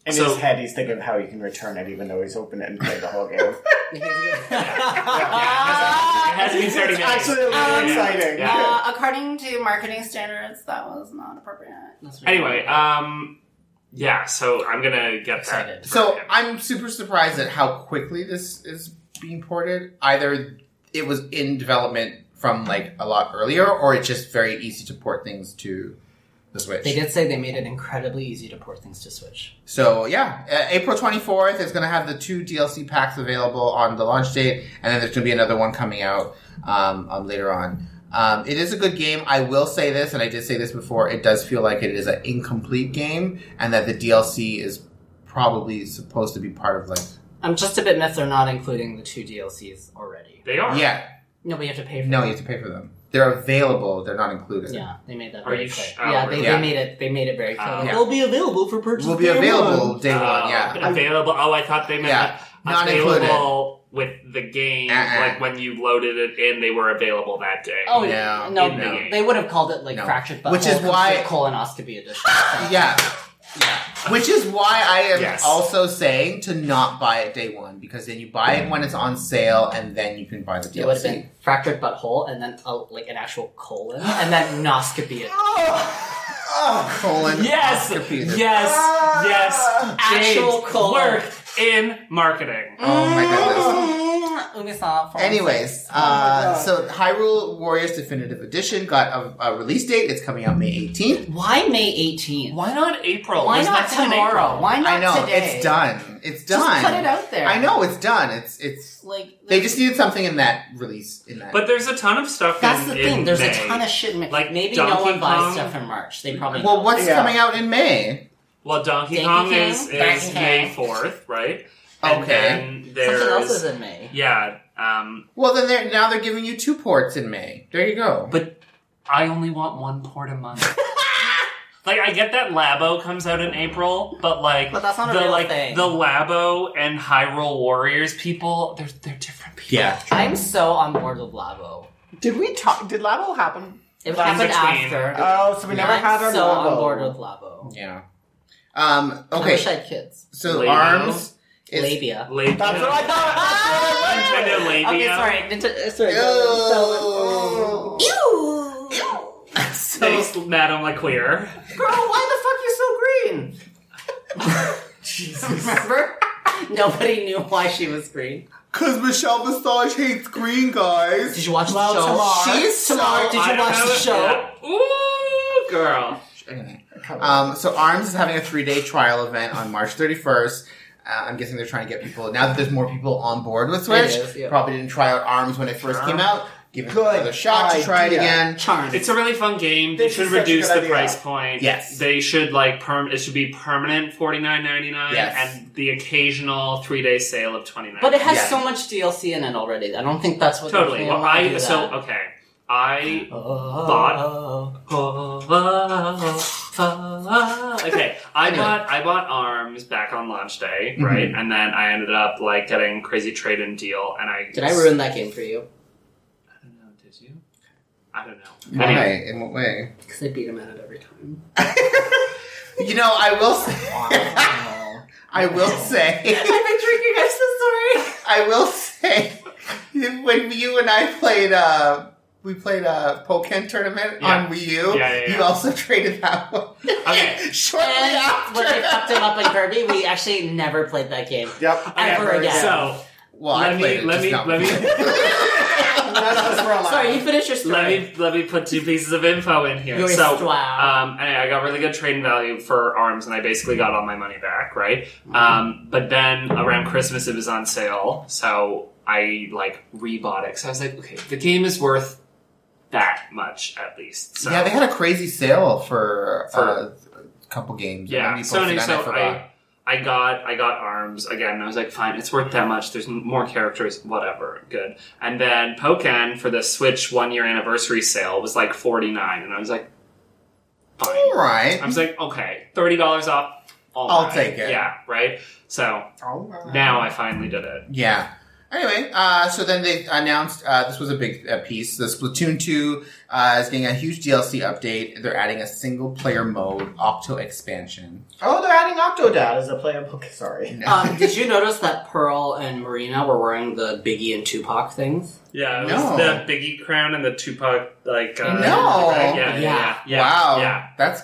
Speaker 4: In
Speaker 2: So-
Speaker 4: his head, he's thinking of how he can return it, even though he's opened it and played the whole game.
Speaker 2: It has been thirty
Speaker 4: It's
Speaker 2: minutes.
Speaker 4: actually really
Speaker 2: Yeah,
Speaker 4: exciting.
Speaker 2: yeah.
Speaker 7: Uh, according to marketing standards, that was not appropriate.
Speaker 5: That's really
Speaker 2: Anyway, um, yeah. So I'm gonna get
Speaker 5: Excited.
Speaker 2: that. for
Speaker 1: so
Speaker 2: him.
Speaker 1: I'm super surprised at how quickly this is being ported. Either it was in development from like a lot earlier, or it's just very easy to port things to the Switch.
Speaker 5: They did say they made it incredibly easy to port things to Switch.
Speaker 1: So yeah, uh, April 24th is going to have the two DLC packs available on the launch date, and then there's going to be another one coming out um, um, later on. Um, it is a good game. I will say this, and I did say this before. It does feel like it is an incomplete game, and that the DLC is probably supposed to be part of like
Speaker 5: I'm just a bit miffed they're not including the two DLCs already.
Speaker 2: they are.
Speaker 1: yeah.
Speaker 5: No, but you have to pay for
Speaker 1: No,
Speaker 5: them.
Speaker 1: you have to pay for them. They're available. They're not included.
Speaker 5: Yeah, they made that
Speaker 2: Are
Speaker 5: very
Speaker 2: you
Speaker 5: clear.
Speaker 2: sh- oh,
Speaker 5: yeah, they,
Speaker 1: really?
Speaker 5: they made it. They made it very clear.
Speaker 2: Uh,
Speaker 5: Like,
Speaker 1: yeah.
Speaker 5: They'll be available for purchase.
Speaker 1: Will be
Speaker 5: day
Speaker 1: available
Speaker 5: one.
Speaker 1: day
Speaker 2: Uh,
Speaker 1: one. Yeah.
Speaker 2: but available. Oh, I thought they meant
Speaker 1: Yeah.
Speaker 2: like,
Speaker 1: Not
Speaker 2: available with the game,
Speaker 1: Uh-uh.
Speaker 2: like when you loaded it in, they were available that day.
Speaker 5: Oh
Speaker 1: No,
Speaker 5: no,
Speaker 2: in the game.
Speaker 5: they would have called it like
Speaker 1: No.
Speaker 5: fractured butthole,
Speaker 1: Which is why-
Speaker 5: complete colonoscopy edition.
Speaker 1: Yeah. Yeah. Which is why I am
Speaker 2: Yes.
Speaker 1: also saying to not buy it day one because then you buy it when it's on sale and then you can buy the
Speaker 5: It would have
Speaker 1: DLC.
Speaker 5: been fractured butthole and then a, like an actual colon and then noscopy. it.
Speaker 4: Oh,
Speaker 1: Colon
Speaker 2: Yes,
Speaker 1: oscopy.
Speaker 2: yes,
Speaker 5: Ah!
Speaker 2: yes.
Speaker 5: Actual
Speaker 2: James
Speaker 5: colon.
Speaker 2: worked in marketing.
Speaker 1: Oh my goodness.
Speaker 5: Mm, Ubisoft.
Speaker 1: Anyways,
Speaker 5: Oh
Speaker 1: uh, so Hyrule Warriors Definitive Edition got a, a release date. It's coming out May 18th.
Speaker 5: why May 18th?
Speaker 2: Why not April?
Speaker 5: Why
Speaker 2: There's
Speaker 5: not
Speaker 2: nothing in
Speaker 5: tomorrow?
Speaker 2: April.
Speaker 5: Why not
Speaker 1: I know
Speaker 5: today?
Speaker 1: it's done. It's
Speaker 5: Just
Speaker 1: done.
Speaker 5: put it out there.
Speaker 1: I know it's done. It's it's
Speaker 5: Like
Speaker 1: they just needed something in that release in that.
Speaker 2: But there's a ton of stuff.
Speaker 5: That's
Speaker 2: in-
Speaker 5: the
Speaker 2: in
Speaker 5: thing. There's
Speaker 2: May.
Speaker 5: a ton of shit. In,
Speaker 2: Like
Speaker 5: like maybe no
Speaker 2: Donkey
Speaker 5: one buys
Speaker 2: Kong.
Speaker 5: stuff in March. They probably
Speaker 1: well, what's
Speaker 4: Yeah.
Speaker 1: coming out in May?
Speaker 2: Well, Donkey
Speaker 5: Donkey
Speaker 2: Kong
Speaker 5: Kong?
Speaker 2: is, is
Speaker 5: Donkey
Speaker 2: May
Speaker 5: Kong.
Speaker 2: fourth, right? And
Speaker 1: Okay.
Speaker 2: then
Speaker 5: something
Speaker 2: there's
Speaker 5: else is in May.
Speaker 2: yeah. Um,
Speaker 1: Well, then they're, now they're giving you two ports in May. There you go.
Speaker 2: but I only want one port a month. like I get that Labo comes out in April, but like
Speaker 5: But that's not a
Speaker 2: the
Speaker 5: real
Speaker 2: like
Speaker 5: thing.
Speaker 2: the Labo and Hyrule Warriors people, they're they're different people.
Speaker 1: Yeah.
Speaker 5: I'm so on board with Lavo.
Speaker 4: Did we talk? Did Labo happen?
Speaker 5: It
Speaker 2: That's
Speaker 5: happened
Speaker 2: between-
Speaker 5: after.
Speaker 4: Oh, so we never
Speaker 5: I'm
Speaker 4: had our
Speaker 5: so
Speaker 4: Labo.
Speaker 5: on board with Lavo.
Speaker 1: Yeah. Um,
Speaker 5: I wish I
Speaker 1: okay,
Speaker 5: had kids.
Speaker 1: so
Speaker 2: Labo.
Speaker 1: arms. is-
Speaker 5: Labia.
Speaker 2: Labo.
Speaker 4: That's what I thought.
Speaker 2: Nintendo Labia.
Speaker 5: Okay, sorry. Nint- uh, sorry.
Speaker 1: Ew.
Speaker 5: So,
Speaker 2: Thanks, Madame LaQueer.
Speaker 5: girl, why the fuck you so green? Jesus. Remember? Nobody knew why she was green.
Speaker 1: Cause Michelle Visage hates green guys.
Speaker 5: Did you watch the
Speaker 4: Well,
Speaker 5: show?
Speaker 4: Tamar.
Speaker 1: She's so-
Speaker 5: Tamar, did
Speaker 2: I
Speaker 5: you
Speaker 2: don't
Speaker 5: watch
Speaker 2: know
Speaker 5: the
Speaker 2: if-
Speaker 5: show?
Speaker 2: yeah. Ooh, girl.
Speaker 1: Anyway, Um, so Arms is having a three-day trial event on March 31st. Uh, I'm guessing they're trying to get people now that there's more people on board with Switch.
Speaker 5: It is, yeah.
Speaker 1: Probably didn't try out Arms when it first
Speaker 2: Sure.
Speaker 1: came out. Give it
Speaker 4: Good
Speaker 1: another shot to try it
Speaker 4: idea.
Speaker 1: again.
Speaker 5: Charm.
Speaker 2: It's a really fun game. They
Speaker 4: This
Speaker 2: should
Speaker 4: is such a
Speaker 2: reduce
Speaker 4: good
Speaker 2: the
Speaker 4: idea.
Speaker 2: price point.
Speaker 1: Yes.
Speaker 2: They should like perm it should be permanent forty nine ninety nine
Speaker 1: Yes.
Speaker 2: and the occasional three day sale of twenty nine.
Speaker 5: but it has
Speaker 1: Yeah.
Speaker 5: so much DLC in it already. I don't think that's what
Speaker 2: totally.
Speaker 5: They
Speaker 2: Well I so okay. I Uh-huh. okay, I
Speaker 1: Anyway.
Speaker 2: bought I bought arms back on launch day, right? And then I ended up like getting crazy trade in deal, and I
Speaker 5: Did I ruin that game for you?
Speaker 2: I don't know. Did you? I don't know.
Speaker 1: Why?
Speaker 2: Anyway,
Speaker 1: In what way?
Speaker 5: Because I beat him at it every time.
Speaker 1: You know, I will say.
Speaker 5: Wow.
Speaker 1: I will say.
Speaker 5: been drinking. I'm so sorry.
Speaker 1: I will say when you and I played uh we played a Pokken tournament
Speaker 2: Yeah.
Speaker 1: on Wii U.
Speaker 2: Yeah, yeah, yeah.
Speaker 1: You also traded that one.
Speaker 2: Okay.
Speaker 1: Shortly
Speaker 5: Eh, And when I fucked
Speaker 1: after.
Speaker 5: him up in Kirby, we actually never played that game.
Speaker 4: Yep.
Speaker 2: Okay,
Speaker 5: Ever again.
Speaker 2: So
Speaker 1: Well,
Speaker 2: Let
Speaker 1: I
Speaker 2: me-
Speaker 1: played it.
Speaker 2: let
Speaker 1: just
Speaker 2: me-
Speaker 1: not
Speaker 2: let me-
Speaker 4: That's us for a
Speaker 5: Sorry, you
Speaker 4: laugh.
Speaker 5: finish your story.
Speaker 2: let me let me put two pieces of info in here.
Speaker 5: Your
Speaker 2: so
Speaker 5: wow.
Speaker 2: um, and I got really good trading value for arms, and I basically got all my money back, right?
Speaker 1: Mm-hmm.
Speaker 2: Um, but then around Christmas, it was on sale, so I like rebought it because I was like, okay, the game is worth that much at least. So,
Speaker 1: Yeah, they had a crazy sale for,
Speaker 2: For-
Speaker 1: uh, a couple games.
Speaker 2: yeah.
Speaker 1: When we
Speaker 2: So,
Speaker 1: posted that,
Speaker 2: anyway, so
Speaker 1: I forgot.
Speaker 2: I, I got I got arms again. And I was like, fine, it's worth that much. There's m- more characters, whatever, good. And then Pokken for the Switch one year anniversary sale was like forty nine, and I was like, fine.
Speaker 1: All right.
Speaker 2: I was like, okay, thirty dollars off. all
Speaker 1: I'll
Speaker 2: right.
Speaker 1: take it.
Speaker 2: Yeah, right. So now I finally did it.
Speaker 1: Yeah. Anyway, uh, so then they announced uh, this was a big uh, piece. The Splatoon 2 uh, is getting a huge DLC update. They're adding a single player mode, Octo expansion.
Speaker 4: Oh, they're adding Octodad as a playable. Okay, sorry.
Speaker 5: um, did you notice that Pearl and Marina were wearing the Biggie and Tupac things?
Speaker 2: Yeah,
Speaker 1: it was No. the
Speaker 2: Biggie crown and the Tupac like.
Speaker 5: uh,
Speaker 1: No. yeah,
Speaker 2: Yeah, yeah,
Speaker 5: yeah,
Speaker 2: yeah.
Speaker 5: yeah,
Speaker 1: wow.
Speaker 2: Yeah. Mm-hmm.
Speaker 1: That's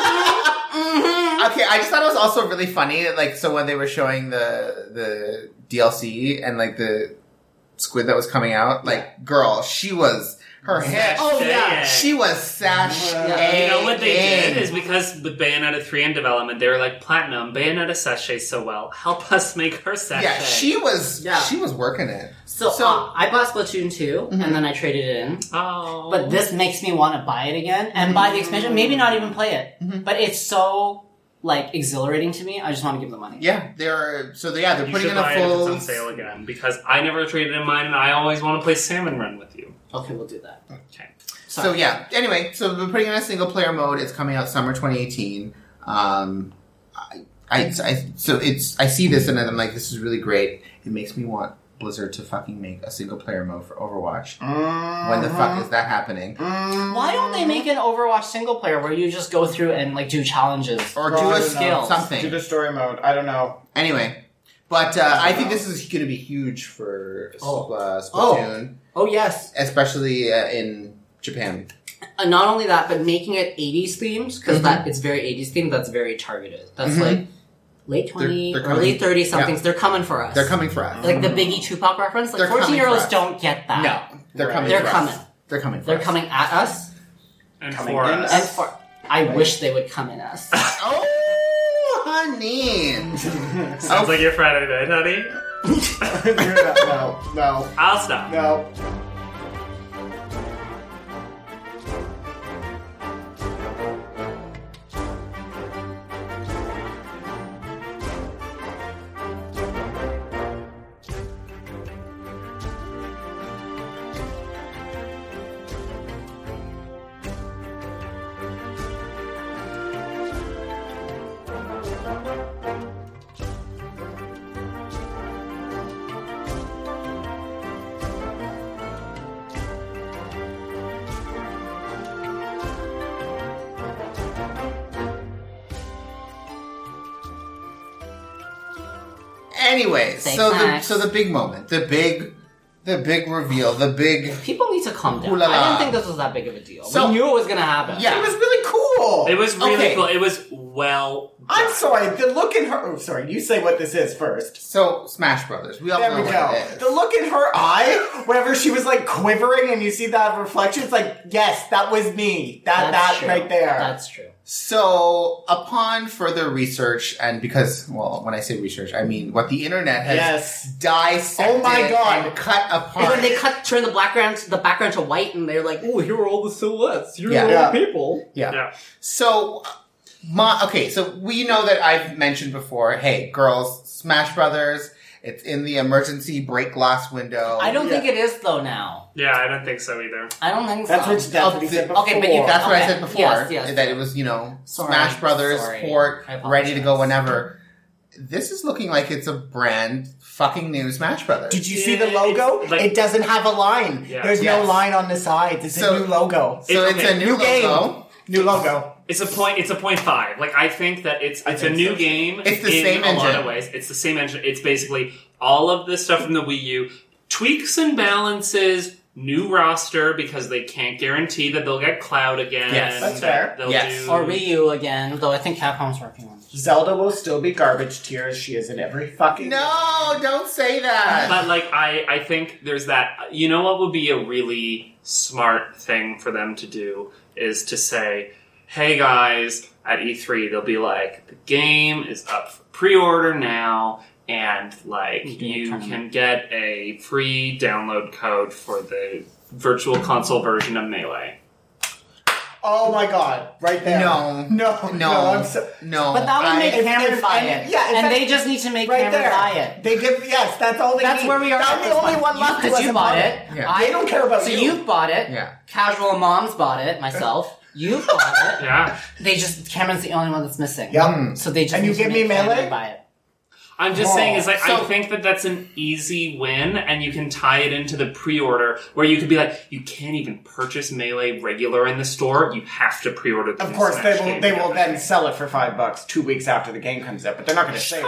Speaker 1: wow. okay, I just thought it was also really funny. Like, so when they were showing the the DLC and like the squid that was coming out, like, girl, she was her head.
Speaker 5: Oh, yeah.
Speaker 1: She was sash.
Speaker 5: Yeah.
Speaker 2: You know what they did is because with Bayonetta 3 in development, they were like, Platinum, Bayonetta sachets so well, help us make her sachet.
Speaker 1: yeah, she was.
Speaker 5: Yeah.
Speaker 1: she was working it.
Speaker 5: So,
Speaker 1: So-
Speaker 5: uh, I bought Splatoon 2
Speaker 1: Mhm.
Speaker 5: and then I traded it in.
Speaker 2: Oh.
Speaker 5: But this makes me want to buy it again and buy the expansion, maybe not even play it.
Speaker 1: Mhm.
Speaker 5: But it's so like exhilarating to me. I just want to give the money.
Speaker 1: Yeah, they're so they, yeah they're
Speaker 2: You
Speaker 1: putting
Speaker 2: should
Speaker 1: in a
Speaker 2: buy it if
Speaker 1: full.
Speaker 2: it's on sale again because I never traded in mine and I always want to play Salmon Run with you.
Speaker 5: Okay, we'll do that.
Speaker 2: Okay.
Speaker 5: Sorry.
Speaker 1: So yeah. Anyway, so we're putting in a single player mode. It's coming out summer 2018. Um, I, I, I so it's I see this and I'm like, this is really great. It makes me want Blizzard to fucking make a single player mode for Overwatch. When the fuck is that happening?
Speaker 5: Why don't they make an Overwatch single player where you just go through and like do challenges
Speaker 1: Or
Speaker 4: Well,
Speaker 1: do
Speaker 4: I
Speaker 1: a
Speaker 4: don't know.
Speaker 1: skill
Speaker 4: Do
Speaker 1: something.
Speaker 4: the story mode. I don't know.
Speaker 1: Anyway, but uh, I think this is going to be huge for
Speaker 5: Oh.
Speaker 1: uh,
Speaker 5: Oh.
Speaker 1: Splatoon,
Speaker 5: Oh yes.
Speaker 1: especially uh, in Japan.
Speaker 5: Uh, not only that, but making it 80s themed because that it's very 80s themed. That's very targeted. That's
Speaker 1: Mhm.
Speaker 5: like late 20,
Speaker 1: they're
Speaker 5: early
Speaker 1: coming.
Speaker 5: 30 somethings. They're coming for us.
Speaker 1: They're coming for us.
Speaker 5: Like the Biggie Tupac reference.
Speaker 1: They're
Speaker 5: Like
Speaker 1: coming
Speaker 5: 14 year olds
Speaker 1: for us.
Speaker 5: don't get that.
Speaker 1: No, they're
Speaker 4: Right.
Speaker 1: coming.
Speaker 5: They're
Speaker 1: for us.
Speaker 5: coming.
Speaker 1: They're coming. For
Speaker 5: They're
Speaker 1: us.
Speaker 5: coming at us
Speaker 2: And
Speaker 4: Coming
Speaker 2: for
Speaker 4: in
Speaker 2: us.
Speaker 5: and for. I wish they would come at us.
Speaker 1: Oh, honey.
Speaker 2: Sounds
Speaker 1: Oh.
Speaker 2: like your Friday night, honey.
Speaker 4: no, no,
Speaker 2: I'll stop.
Speaker 4: no.
Speaker 1: Anyway,
Speaker 5: Big
Speaker 1: so the,
Speaker 5: Macs.
Speaker 1: so the big moment, the big, the big reveal, the big.
Speaker 5: People need to calm down.
Speaker 1: Ooh la la.
Speaker 5: I didn't think this was that big of a deal.
Speaker 1: So-
Speaker 5: we knew it was gonna happen.
Speaker 1: Yeah.
Speaker 4: It was really cool.
Speaker 2: It was really
Speaker 1: Okay.
Speaker 2: cool. It was well.
Speaker 4: I'm
Speaker 2: done.
Speaker 4: sorry. The look in her. Oh, sorry. You say what this is first.
Speaker 1: So Smash Brothers, we all
Speaker 4: There
Speaker 1: know
Speaker 4: we
Speaker 1: what
Speaker 4: go.
Speaker 1: it is.
Speaker 4: The look in her eye, whenever she was like quivering, and you see that reflection. It's like, yes, that was me. That
Speaker 5: That's
Speaker 4: that
Speaker 5: true.
Speaker 4: right there.
Speaker 5: That's true.
Speaker 1: So, upon further research, and because, well, when I say research, I mean what the internet has
Speaker 4: Yes.
Speaker 1: dissected
Speaker 4: Oh my God.
Speaker 1: and cut
Speaker 5: And
Speaker 1: apart.
Speaker 5: then they cut turn the background the background to white, and they're like, "Oh, here are all the silhouettes. Here
Speaker 1: Yeah.
Speaker 5: are all
Speaker 4: Yeah.
Speaker 5: the people."
Speaker 2: Yeah.
Speaker 1: So, my okay. So we know that I've mentioned before. Hey, girls, Smash Brothers. It's in the emergency break glass window.
Speaker 5: I don't
Speaker 4: Yeah.
Speaker 5: think it is though. Now
Speaker 2: Yeah, I don't think so either.
Speaker 5: I don't think
Speaker 4: That's
Speaker 5: so.
Speaker 4: what Stephanie
Speaker 1: Of the-
Speaker 4: said before.
Speaker 5: okay, but you
Speaker 1: That's what I
Speaker 5: Okay.
Speaker 1: said before.
Speaker 5: Yes, yes.
Speaker 1: That it was you know
Speaker 5: Sorry.
Speaker 1: Smash Brothers
Speaker 5: Sorry.
Speaker 1: port
Speaker 5: I apologize.
Speaker 1: ready to go whenever. This is looking like it's a brand fucking new Smash Brothers.
Speaker 4: Did you see the
Speaker 2: It's
Speaker 4: logo?
Speaker 2: like-
Speaker 4: it doesn't have a line.
Speaker 2: Yeah.
Speaker 4: There's
Speaker 1: Yes.
Speaker 4: no line on the sides. It's
Speaker 1: So-
Speaker 4: a new logo.
Speaker 1: so
Speaker 2: It's-
Speaker 1: it's
Speaker 2: okay.
Speaker 1: a new,
Speaker 4: New game.
Speaker 1: logo.
Speaker 4: New logo.
Speaker 2: It's a point. It's a point five. Like I think that it's it's a
Speaker 4: think
Speaker 2: new
Speaker 4: so.
Speaker 2: game.
Speaker 1: It's the
Speaker 2: in
Speaker 1: same
Speaker 2: a lot
Speaker 1: engine.
Speaker 2: of ways. It's the same engine. It's basically all of the stuff from the Wii U, tweaks and balances, new roster because they can't guarantee that they'll get Cloud again.
Speaker 1: Yes.
Speaker 4: That's
Speaker 2: that
Speaker 4: fair.
Speaker 2: They'll
Speaker 1: Yes.
Speaker 2: do
Speaker 5: or Ryu again, though I think Capcom's working on it.
Speaker 4: Zelda will still be garbage tier as she is in every fucking.
Speaker 1: No, don't say that.
Speaker 2: But like I, I think there's that. You know what would be a really smart thing for them to do is to say, "Hey guys, at E3 they'll be like, the game is up for pre-order now." And like
Speaker 5: You can get a
Speaker 2: you
Speaker 5: tournament."
Speaker 2: can get a free download code for the virtual console version of Melee.
Speaker 4: Oh my god! Right there.
Speaker 1: No.
Speaker 4: No. No.
Speaker 1: No,
Speaker 4: I'm so,
Speaker 1: no.
Speaker 5: But that would
Speaker 1: I-
Speaker 5: make
Speaker 4: if-
Speaker 5: Cameron
Speaker 4: if-
Speaker 5: buy
Speaker 4: and-
Speaker 5: it.
Speaker 4: yeah, if
Speaker 5: and
Speaker 4: that-
Speaker 5: they just need to make
Speaker 4: right
Speaker 5: Cameron
Speaker 4: there.
Speaker 5: buy it.
Speaker 4: They give. Yes, that's all they
Speaker 5: That's
Speaker 4: need.
Speaker 5: where we are.
Speaker 4: That's
Speaker 5: at
Speaker 4: the
Speaker 5: this
Speaker 4: only
Speaker 5: point.
Speaker 4: one left.
Speaker 5: because
Speaker 4: was
Speaker 5: you
Speaker 4: a
Speaker 5: bought
Speaker 4: bug.
Speaker 5: it.
Speaker 1: Yeah.
Speaker 5: I
Speaker 4: They don't care about
Speaker 5: So
Speaker 4: you.
Speaker 5: you've bought it.
Speaker 1: Yeah.
Speaker 5: Casual moms bought it. Myself. You've bought it.
Speaker 2: Yeah,
Speaker 5: They just Cameron's the only one that's missing.
Speaker 4: Yep.
Speaker 1: Mm.
Speaker 5: So they just
Speaker 4: And you
Speaker 5: need to
Speaker 4: give me
Speaker 5: make Cameron
Speaker 4: melee?
Speaker 5: Buy it.
Speaker 2: I'm just saying is like I
Speaker 1: So-
Speaker 2: think that that's an easy win, and you can tie it into the pre-order where you could be like, you can't even purchase Melee regular in the store; you have to pre-order. The
Speaker 4: Of
Speaker 2: new
Speaker 4: course,
Speaker 2: Smash
Speaker 4: they will.
Speaker 2: game
Speaker 4: They
Speaker 2: to get
Speaker 4: will
Speaker 2: that.
Speaker 4: then sell it for five bucks two weeks after the game comes out. But they're not going to say that.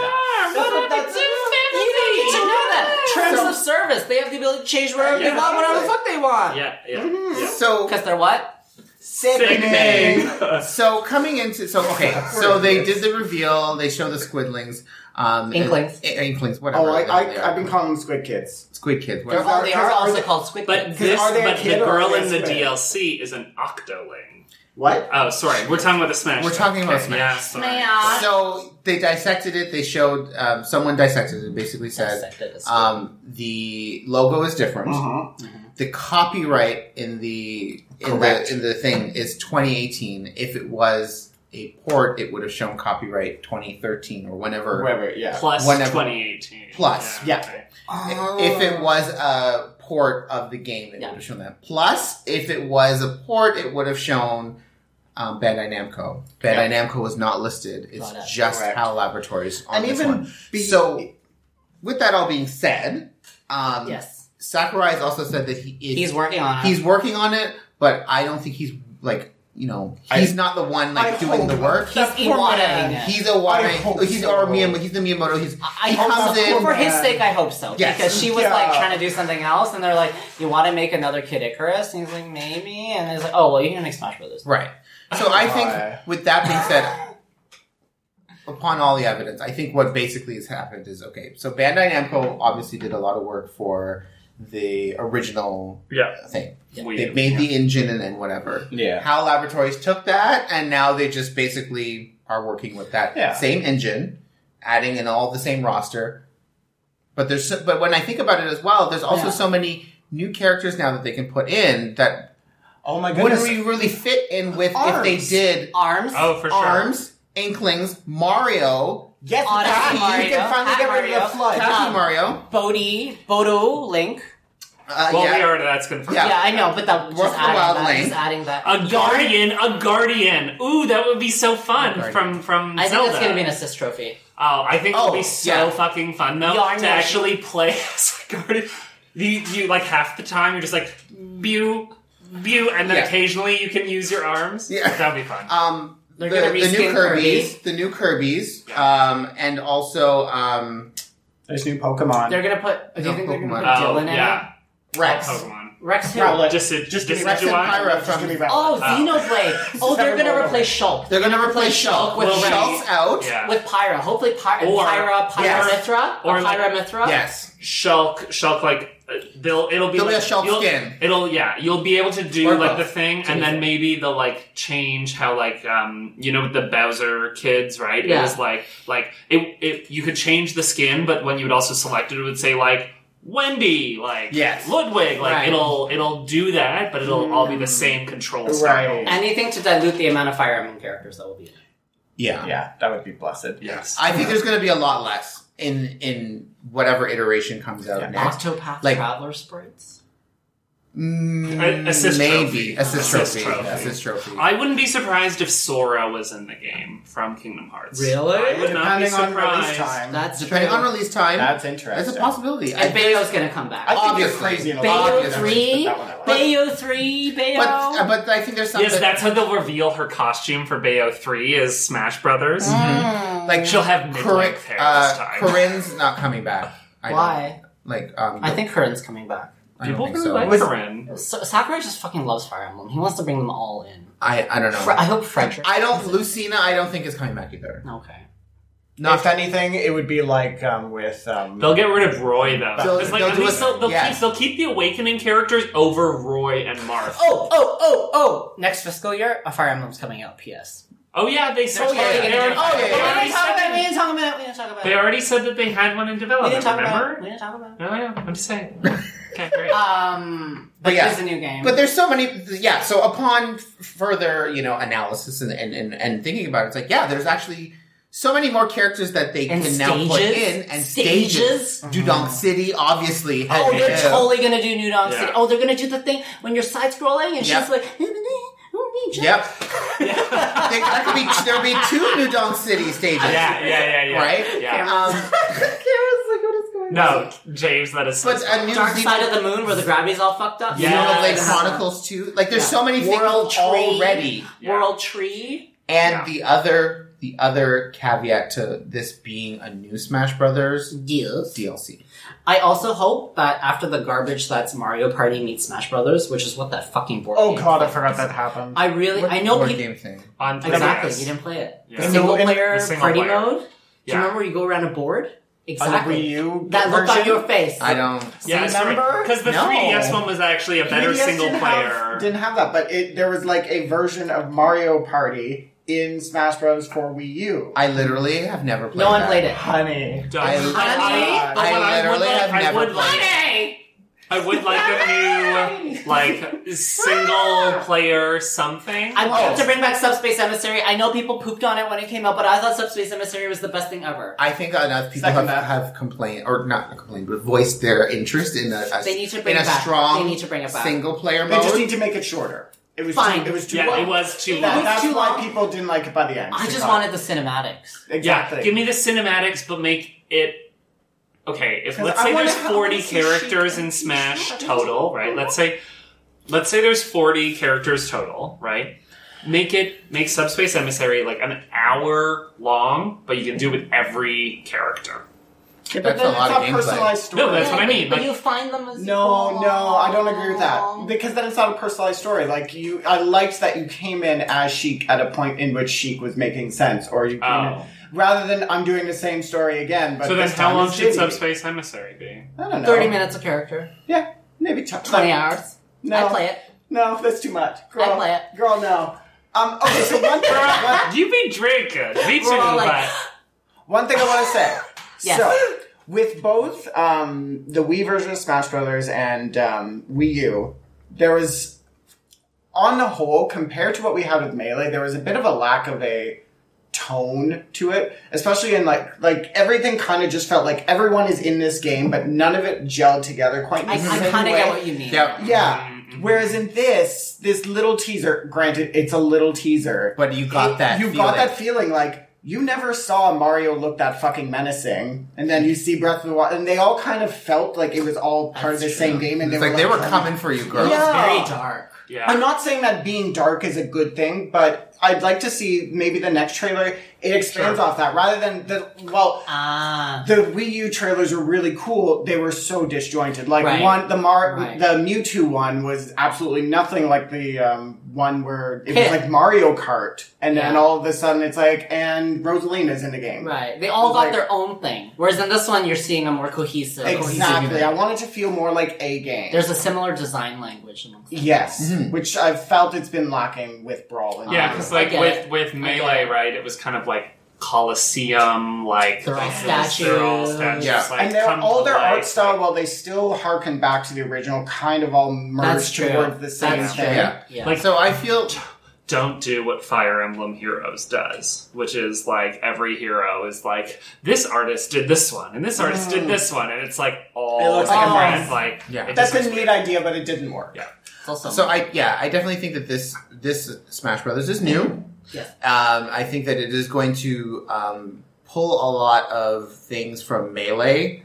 Speaker 2: what
Speaker 4: That's-
Speaker 5: You don't need to know that. Terms
Speaker 1: So-
Speaker 5: of service. They have the ability to change wherever
Speaker 2: Yeah.
Speaker 5: they want, whatever the fuck they want.
Speaker 2: Yeah, yeah.
Speaker 1: Mm. Mm-hmm. so
Speaker 5: Because they're what?
Speaker 4: Sickening.
Speaker 1: So coming into so okay, so they did the reveal. They show the squidlings, um,
Speaker 5: Inklings.
Speaker 1: and- i- inklings, whatever.
Speaker 4: Oh, I,
Speaker 1: they
Speaker 4: I,
Speaker 1: are.
Speaker 4: I've been calling them Squid Kids.
Speaker 1: squid kids.
Speaker 5: They're
Speaker 1: Whatever.
Speaker 5: all, they
Speaker 4: Because
Speaker 5: are
Speaker 4: are
Speaker 5: also
Speaker 4: they-
Speaker 5: called squid
Speaker 2: But
Speaker 5: kids.
Speaker 2: this,
Speaker 4: are they a
Speaker 2: but the
Speaker 4: kid or
Speaker 2: girl
Speaker 4: are they
Speaker 2: in
Speaker 4: a
Speaker 2: the
Speaker 4: squid?
Speaker 2: DLC is an Octoling.
Speaker 4: What?
Speaker 2: Oh, sorry, we're talking about the Smash.
Speaker 1: We're
Speaker 2: though.
Speaker 1: talking about
Speaker 2: Okay,
Speaker 1: Smash.
Speaker 2: Yeah, sorry.
Speaker 7: Smash.
Speaker 1: So they dissected it. They showed um, someone dissected it. Basically said um, the logo is different.
Speaker 4: Mhm.
Speaker 1: The copyright in the in
Speaker 4: Correct.
Speaker 1: the in the thing is 2018. If it was a port, it would have shown copyright 2013 or whenever.
Speaker 4: Whatever. Yeah.
Speaker 2: Plus
Speaker 1: Whenever.
Speaker 2: 2018.
Speaker 1: Plus,
Speaker 4: yeah.
Speaker 2: okay.
Speaker 1: If it
Speaker 4: Oh.
Speaker 1: was a port of the game, it
Speaker 5: Yeah.
Speaker 1: would have shown that. Plus, if it was a port, it would have shown um, Bandai Namco. Bandai Namco was not listed. It's
Speaker 5: Got it.
Speaker 1: just
Speaker 4: Correct.
Speaker 1: HAL Laboratories on
Speaker 4: And
Speaker 1: this
Speaker 4: even
Speaker 1: one.
Speaker 4: be-
Speaker 1: so, with that all being said, um,
Speaker 5: yes,
Speaker 1: Sakurai has also said that he is
Speaker 5: he's working on it.
Speaker 1: he's working on it, but I don't think he's like you know he's not the one like
Speaker 4: I
Speaker 1: doing the
Speaker 4: hope-
Speaker 1: work.
Speaker 5: He's
Speaker 4: That poor
Speaker 5: Iwata.
Speaker 4: man.
Speaker 5: Yeah.
Speaker 1: He's a water.
Speaker 4: I hope
Speaker 1: He's
Speaker 4: so.
Speaker 1: our Miyamoto. He's the Miyamoto. He's
Speaker 5: I
Speaker 1: he
Speaker 5: hope
Speaker 1: comes
Speaker 5: so.
Speaker 1: in
Speaker 5: for his
Speaker 4: man.
Speaker 5: sake. I hope so
Speaker 1: Yes.
Speaker 5: because she was like
Speaker 4: Yeah.
Speaker 5: trying to do something else, and they're like, "You want to make another Kid Icarus?" And he's like, "Maybe," and he's like, "Oh well, you can make Smash Brothers."
Speaker 1: Right. So I
Speaker 4: Why?
Speaker 1: think, with that being said, upon all the evidence, I think what basically has happened is okay. So Bandai Namco obviously did a lot of work for the original
Speaker 2: Yeah.
Speaker 1: thing.
Speaker 2: We-
Speaker 1: They made the engine and then whatever.
Speaker 4: Yeah.
Speaker 1: HAL Laboratories took that, and now they just basically are working with that
Speaker 4: Yeah.
Speaker 1: same engine, adding in all the same roster. But there's so, but when I think about it as well, there's also
Speaker 5: Yeah.
Speaker 1: so many new characters now that they can put in that
Speaker 4: Oh my
Speaker 1: wouldn't
Speaker 4: goodness.
Speaker 1: we really fit in with if they
Speaker 4: Arms.
Speaker 1: did
Speaker 5: Arms.
Speaker 2: Oh, for sure.
Speaker 1: Arms, Inklings, Mario,
Speaker 4: Yes,
Speaker 5: Honestly,
Speaker 4: Taki,
Speaker 5: Mario.
Speaker 4: you can finally
Speaker 5: Hi,
Speaker 4: get rid of
Speaker 5: Mario.
Speaker 4: the flood.
Speaker 5: Taki.
Speaker 1: Happy
Speaker 5: Um,
Speaker 1: Mario.
Speaker 5: Bodhi, Bodo, Link.
Speaker 1: Uh,
Speaker 2: Well,
Speaker 1: yeah.
Speaker 2: we already that's confirmed.
Speaker 1: Yeah.
Speaker 5: Yeah, I know, but that
Speaker 1: Worth
Speaker 5: just
Speaker 1: the
Speaker 5: adding
Speaker 1: Wild
Speaker 5: that,
Speaker 1: Link.
Speaker 5: just adding that.
Speaker 2: A guardian, a guardian. Ooh, that would be so fun
Speaker 1: Guardian.
Speaker 2: from from
Speaker 5: I think
Speaker 2: Zelda.
Speaker 5: that's gonna be an assist trophy.
Speaker 2: Oh, I think
Speaker 1: Oh,
Speaker 2: it'll be so
Speaker 1: yeah.
Speaker 2: fucking fun though
Speaker 5: Yarn
Speaker 2: to
Speaker 5: yarn.
Speaker 2: actually play as a guardian. You, you like half the time you're just like pew pew, and then
Speaker 1: Yeah.
Speaker 2: occasionally you can use your arms.
Speaker 1: Yeah.
Speaker 2: that'd be fun.
Speaker 1: Um, the,
Speaker 5: They're gonna
Speaker 1: the new
Speaker 5: reskin
Speaker 1: Kirby's,
Speaker 5: Kirby.
Speaker 1: the new Kirby's, um, and also um,
Speaker 4: There's new Pokemon.
Speaker 5: They're gonna put. Do you
Speaker 1: No,
Speaker 5: think they're gonna
Speaker 1: Pokemon.
Speaker 5: put
Speaker 2: oh
Speaker 5: Dylan in
Speaker 2: yeah,
Speaker 1: Rex.
Speaker 2: Pokemon.
Speaker 5: Rex who?
Speaker 4: Rowlet.
Speaker 2: Just to just
Speaker 4: Just give me
Speaker 2: to
Speaker 1: Rex and
Speaker 2: Decidueye?
Speaker 1: Pyra
Speaker 4: Just give me
Speaker 1: from
Speaker 4: Rowlet.
Speaker 5: Oh,
Speaker 2: Ah.
Speaker 5: Xenoblade. oh, they're gonna
Speaker 4: Seven
Speaker 5: replace
Speaker 2: oh.
Speaker 5: Shulk.
Speaker 1: they're gonna replace Shulk with
Speaker 5: Rex.
Speaker 1: Shulk's out.
Speaker 2: Yeah.
Speaker 5: with Pyra. Hopefully, Pyra,
Speaker 2: Or-
Speaker 5: Pyra, Pyra
Speaker 1: Yes.
Speaker 5: Mithra,
Speaker 2: Or
Speaker 5: or
Speaker 2: like-
Speaker 5: Pyra Mithra.
Speaker 1: Yes.
Speaker 2: Shulk, Shulk, like uh, they'll it'll be
Speaker 1: There'll be
Speaker 2: like,
Speaker 1: a Shulk
Speaker 2: you'll-
Speaker 1: skin.
Speaker 2: It'll yeah, you'll be able to do
Speaker 1: Or
Speaker 2: like the
Speaker 1: both.
Speaker 2: thing,
Speaker 5: To
Speaker 2: and
Speaker 5: be
Speaker 2: then
Speaker 5: fair.
Speaker 2: maybe they'll like change how like um you know the Bowser kids right? It
Speaker 5: Yeah.
Speaker 2: was like like it it you could change the skin, but when you would also select it, it would say like Wendy, like
Speaker 1: Yes.
Speaker 2: Ludwig, like
Speaker 5: Right.
Speaker 2: it'll it'll do that, but it'll all be the same control style.
Speaker 4: Right.
Speaker 5: Anything to dilute the amount of Fire Emblem characters that will be in it.
Speaker 1: Yeah.
Speaker 4: Yeah, that would be blessed.
Speaker 2: Yes.
Speaker 1: I think there's gonna be a lot less in in whatever iteration comes out
Speaker 4: Yeah.
Speaker 1: next.
Speaker 5: Octopath
Speaker 1: Like-
Speaker 5: Traveler sprites.
Speaker 1: Mm,
Speaker 2: A- assist
Speaker 1: maybe
Speaker 2: trophy.
Speaker 1: assist
Speaker 2: Assist
Speaker 1: trophy.
Speaker 2: trophy.
Speaker 1: Assist trophy.
Speaker 2: I wouldn't be surprised if Sora was in the game from Kingdom Hearts.
Speaker 5: Really?
Speaker 2: I would not be
Speaker 4: Depending on
Speaker 2: surprised.
Speaker 4: release time.
Speaker 5: That's
Speaker 1: Depending on release time,
Speaker 4: That's interesting.
Speaker 1: that's a possibility. I
Speaker 5: And
Speaker 1: think,
Speaker 5: Bayo's gonna come back.
Speaker 4: I think you're
Speaker 1: Obviously.
Speaker 4: crazy in a
Speaker 5: Bayo
Speaker 4: lot of ways,
Speaker 5: three?
Speaker 4: but that one I like.
Speaker 5: Bayo three, Bayo.
Speaker 1: but uh, but I think there's something.
Speaker 2: Yes, that's how they'll reveal her costume for Bayo 3 is Smash Brothers.
Speaker 1: Mm. like
Speaker 2: She'll have
Speaker 1: Corin,
Speaker 2: midlife hair this
Speaker 1: uh,
Speaker 2: time.
Speaker 1: Corinne's not coming back. I don't-
Speaker 5: Why?
Speaker 1: Like um,
Speaker 5: I think Corinne's coming back.
Speaker 1: I don't
Speaker 2: People
Speaker 1: think
Speaker 2: really
Speaker 1: so.
Speaker 2: like Corinne.
Speaker 5: So, Sakurai just fucking loves Fire Emblem. He wants to bring them all in.
Speaker 1: I I don't know.
Speaker 5: Fre- I hope Frederick.
Speaker 1: I don't. Lucina, I don't think is coming back either.
Speaker 5: Okay.
Speaker 1: Not
Speaker 4: if anything, it would be like um, with um,
Speaker 2: They'll get rid of Roy though.
Speaker 1: They'll-
Speaker 2: It's like,
Speaker 1: they'll
Speaker 2: at
Speaker 1: do
Speaker 2: least
Speaker 1: a-
Speaker 2: they'll, they'll
Speaker 1: yes.
Speaker 2: keep, they'll keep the Awakening characters over Roy and Marth. Oh,
Speaker 5: Oh, oh, oh, oh! Next fiscal year, a Fire Emblem's coming out. P.S.
Speaker 2: yeah, they said
Speaker 5: Oh, yeah,
Speaker 2: they
Speaker 5: yeah,
Speaker 2: already-
Speaker 5: yeah.
Speaker 1: Oh, yeah,
Speaker 2: they
Speaker 1: yeah.
Speaker 7: We're
Speaker 2: already
Speaker 7: gonna talk
Speaker 2: said
Speaker 7: about it. We didn't talk about it. We didn't talk about
Speaker 2: They
Speaker 7: it.
Speaker 2: already said that they had one in
Speaker 5: We
Speaker 2: development,
Speaker 5: didn't talk about.
Speaker 2: remember?
Speaker 5: We didn't talk about.
Speaker 2: Oh yeah, I'm just saying. Okay, great.
Speaker 5: Um, but
Speaker 1: But yeah.
Speaker 5: it's a new game.
Speaker 1: But there's so many. Yeah. So upon f- further, you know, analysis and and and, and thinking about it, it's like yeah, there's actually. So many more characters that they
Speaker 5: And
Speaker 1: can now put
Speaker 5: stages?
Speaker 1: in and
Speaker 5: Stages? Mm-hmm.
Speaker 1: stages. Dudong City, obviously.
Speaker 5: oh,
Speaker 1: had-
Speaker 5: they're totally gonna do New Dawn
Speaker 2: Yeah.
Speaker 5: City. Oh, they're gonna do the thing when you're side scrolling and
Speaker 1: Yep.
Speaker 5: she's like, "Oh, me, Jack."
Speaker 1: Yep. There there could be there'll be two New Dawn City stages.
Speaker 2: yeah, yeah, yeah, yeah.
Speaker 1: Right?
Speaker 2: Yeah.
Speaker 1: Um,
Speaker 2: No, James, that is so
Speaker 1: but a New
Speaker 5: Dark
Speaker 1: Zealand
Speaker 5: side of the moon where the gravity's all fucked up.
Speaker 2: Yeah.
Speaker 1: Xenoblade
Speaker 2: Yes.
Speaker 1: Chronicles 2. Like there's
Speaker 5: Yeah.
Speaker 1: so many things
Speaker 5: World Tree.
Speaker 1: already.
Speaker 2: Yeah.
Speaker 5: World tree.
Speaker 1: And
Speaker 2: Yeah.
Speaker 1: the other the other caveat to this being a new Smash Brothers
Speaker 5: Yes.
Speaker 1: DLC.
Speaker 5: I also hope that after the garbage that's Mario Party meets Smash Brothers, which is what that fucking board.
Speaker 4: Oh
Speaker 5: game
Speaker 4: god, I
Speaker 5: is.
Speaker 4: forgot that happened.
Speaker 5: I really, I know
Speaker 1: board
Speaker 5: people.
Speaker 1: game thing.
Speaker 2: on 3DS.
Speaker 5: Exactly, you didn't play it.
Speaker 2: Yeah.
Speaker 5: The single
Speaker 4: In the-
Speaker 5: player
Speaker 2: the single
Speaker 5: party
Speaker 2: player.
Speaker 5: mode. Do you
Speaker 2: Yeah.
Speaker 5: remember where you go around a board?
Speaker 4: On the Wii
Speaker 5: Exactly.
Speaker 4: U
Speaker 5: That look on
Speaker 4: version?
Speaker 5: your face.
Speaker 1: I don't
Speaker 2: Yeah,
Speaker 4: Remember?
Speaker 2: Because the
Speaker 1: No.
Speaker 2: 3DS one was actually a better
Speaker 4: 3DS
Speaker 2: single
Speaker 4: didn't
Speaker 2: player.
Speaker 4: have, didn't have that, but it there was like a version of Mario Party in Smash Bros for Wii U.
Speaker 1: I literally have never played
Speaker 5: no one
Speaker 1: that.
Speaker 5: played it.
Speaker 4: Honey,
Speaker 2: Don't-
Speaker 1: I-
Speaker 2: I-
Speaker 1: I
Speaker 2: but what would
Speaker 1: literally
Speaker 2: like-
Speaker 1: have never
Speaker 2: I would like,
Speaker 7: Hey!
Speaker 2: I would like a new like single player something.
Speaker 5: I want to bring back Subspace Emissary. I know people pooped on it when it came out, but I thought Subspace Emissary was the best thing ever.
Speaker 1: I think enough people have,
Speaker 4: Second that.
Speaker 1: have complained or not complained, but voiced their interest in a, a-
Speaker 5: They need to bring
Speaker 1: in a
Speaker 5: it back.
Speaker 1: strong
Speaker 5: They need to bring it back.
Speaker 1: single player
Speaker 4: they
Speaker 1: mode.
Speaker 4: just need to make it shorter. It was
Speaker 5: Fine.
Speaker 4: Too, it was too
Speaker 2: yeah,
Speaker 4: long.
Speaker 2: it was too
Speaker 4: That-
Speaker 5: was
Speaker 2: long.
Speaker 4: that's
Speaker 5: too
Speaker 4: why
Speaker 5: long.
Speaker 4: people didn't like it by the end.
Speaker 5: I just
Speaker 4: Forgot.
Speaker 5: wanted the cinematics.
Speaker 4: exactly.
Speaker 2: Yeah, give me the cinematics, but make it okay. If
Speaker 4: 'Cause
Speaker 2: let's
Speaker 4: I
Speaker 2: say
Speaker 4: wanna
Speaker 2: there's
Speaker 4: have- I
Speaker 2: 40
Speaker 4: wanna see she-
Speaker 2: characters in Smash total, right? Let's say let's say there's 40 characters total, right? Make it make Subspace Emissary like an hour long, but you can do it with every character.
Speaker 4: Yeah, but
Speaker 1: That's
Speaker 4: then
Speaker 1: a lot of
Speaker 4: it's not
Speaker 1: gameplay.
Speaker 4: personalized story.
Speaker 2: No, that's what I mean.
Speaker 5: But
Speaker 2: Like,
Speaker 5: you find them as
Speaker 4: No, no, I don't agree with that because then it's not a personalized story. Like you, I liked that you came in as Sheik at a point in which Sheik was making sense, or you came
Speaker 2: Oh.
Speaker 4: in, rather than I'm doing the same story again. But
Speaker 2: so then,
Speaker 4: this time
Speaker 2: how long
Speaker 4: it's
Speaker 2: should
Speaker 4: shitty.
Speaker 2: Subspace Emissary be?
Speaker 4: I don't know,
Speaker 5: Thirty minutes a character.
Speaker 4: Yeah, maybe t-
Speaker 5: Twenty hours.
Speaker 4: No,
Speaker 5: I play it.
Speaker 4: No, that's too much. Girl,
Speaker 5: play it.
Speaker 4: Girl, no. Um, okay, so one thing, one,
Speaker 2: You be drinking. Me too,
Speaker 5: We're all like-
Speaker 4: one thing I want to say.
Speaker 5: Yes.
Speaker 4: So, with both um, the Wii version of Smash Brothers and um, Wii U, there was, on the whole, compared to what we had with Melee, there was a bit of a lack of a tone to it, especially in like like everything kind of just felt like everyone is in this game, but none of it gelled together quite. in
Speaker 5: I,
Speaker 4: the
Speaker 5: I
Speaker 4: same
Speaker 5: kind of
Speaker 4: way.
Speaker 5: get what you mean.
Speaker 1: yeah,
Speaker 4: Yeah. Whereas in this, this little teaser, granted, it's a little teaser.
Speaker 1: but you got that.
Speaker 4: you
Speaker 1: feeling.
Speaker 4: got that feeling like you never saw Mario look that fucking menacing, and then you see Breath of the Wild, and they all kind of felt like it was all part of the
Speaker 5: That's
Speaker 4: same
Speaker 5: true.
Speaker 4: game, and
Speaker 1: It's
Speaker 4: they
Speaker 1: like
Speaker 4: were
Speaker 1: they were
Speaker 4: like,
Speaker 1: coming for you, girl.
Speaker 5: Oh.
Speaker 4: Yeah.
Speaker 5: It's very dark.
Speaker 2: Yeah.
Speaker 4: I'm not saying that being dark is a good thing, but I'd like to see maybe the next trailer it expands
Speaker 2: Sure.
Speaker 4: off that rather than the well.
Speaker 5: Ah.
Speaker 4: The Wii U trailers were really cool. They were so disjointed. Like
Speaker 5: Right.
Speaker 4: one, the Mar,
Speaker 5: Right.
Speaker 4: the Mewtwo one was absolutely nothing like the um, one where it
Speaker 5: Hit.
Speaker 4: was like Mario Kart, and then
Speaker 5: Yeah.
Speaker 4: all of a sudden it's like, and Rosalina's in the game.
Speaker 5: Right. They all got
Speaker 4: Like-
Speaker 5: their own thing. Whereas in this one, you're seeing a more cohesive. cohesive
Speaker 4: Exactly. I
Speaker 5: unit.
Speaker 4: wanted to feel more like a game.
Speaker 5: There's a similar design language. Amongst them.
Speaker 4: yes,
Speaker 1: Mhm.
Speaker 4: which I've felt it's been lacking with Brawl. And
Speaker 2: Mm-hmm. Yeah,
Speaker 5: Um,
Speaker 2: because
Speaker 5: I
Speaker 2: like
Speaker 5: get
Speaker 2: with
Speaker 5: it.
Speaker 2: with melee,
Speaker 5: get it.
Speaker 2: right? It was kind of like Colosseum, like
Speaker 5: They're all
Speaker 2: things, they're all
Speaker 5: statues.
Speaker 2: statues,
Speaker 1: Yeah.
Speaker 2: like,
Speaker 4: and they're,
Speaker 2: come
Speaker 4: all
Speaker 2: to
Speaker 4: their art
Speaker 2: life,
Speaker 4: style,
Speaker 2: like-
Speaker 4: while they still harken back to the original, kind of all
Speaker 5: That's
Speaker 4: merged
Speaker 5: true.
Speaker 4: towards the same
Speaker 5: That's true.
Speaker 4: thing.
Speaker 1: Yeah.
Speaker 5: Yeah.
Speaker 2: Like-
Speaker 1: So I feel
Speaker 2: don't do what Fire Emblem Heroes does, which is like every hero is like this artist did this one and this artist
Speaker 4: Mm.
Speaker 2: did this one, and it's like all
Speaker 4: It looks like a
Speaker 2: different,
Speaker 4: mess.
Speaker 2: Like
Speaker 1: Yeah.
Speaker 2: it
Speaker 4: That's
Speaker 2: just
Speaker 4: a
Speaker 2: looks
Speaker 4: neat idea, but it didn't work.
Speaker 2: Yeah.
Speaker 5: It's also
Speaker 1: So I yeah, I definitely think that this this Smash Brothers is new.
Speaker 5: Yes.
Speaker 1: Um, I think that it is going to um, pull a lot of things from Melee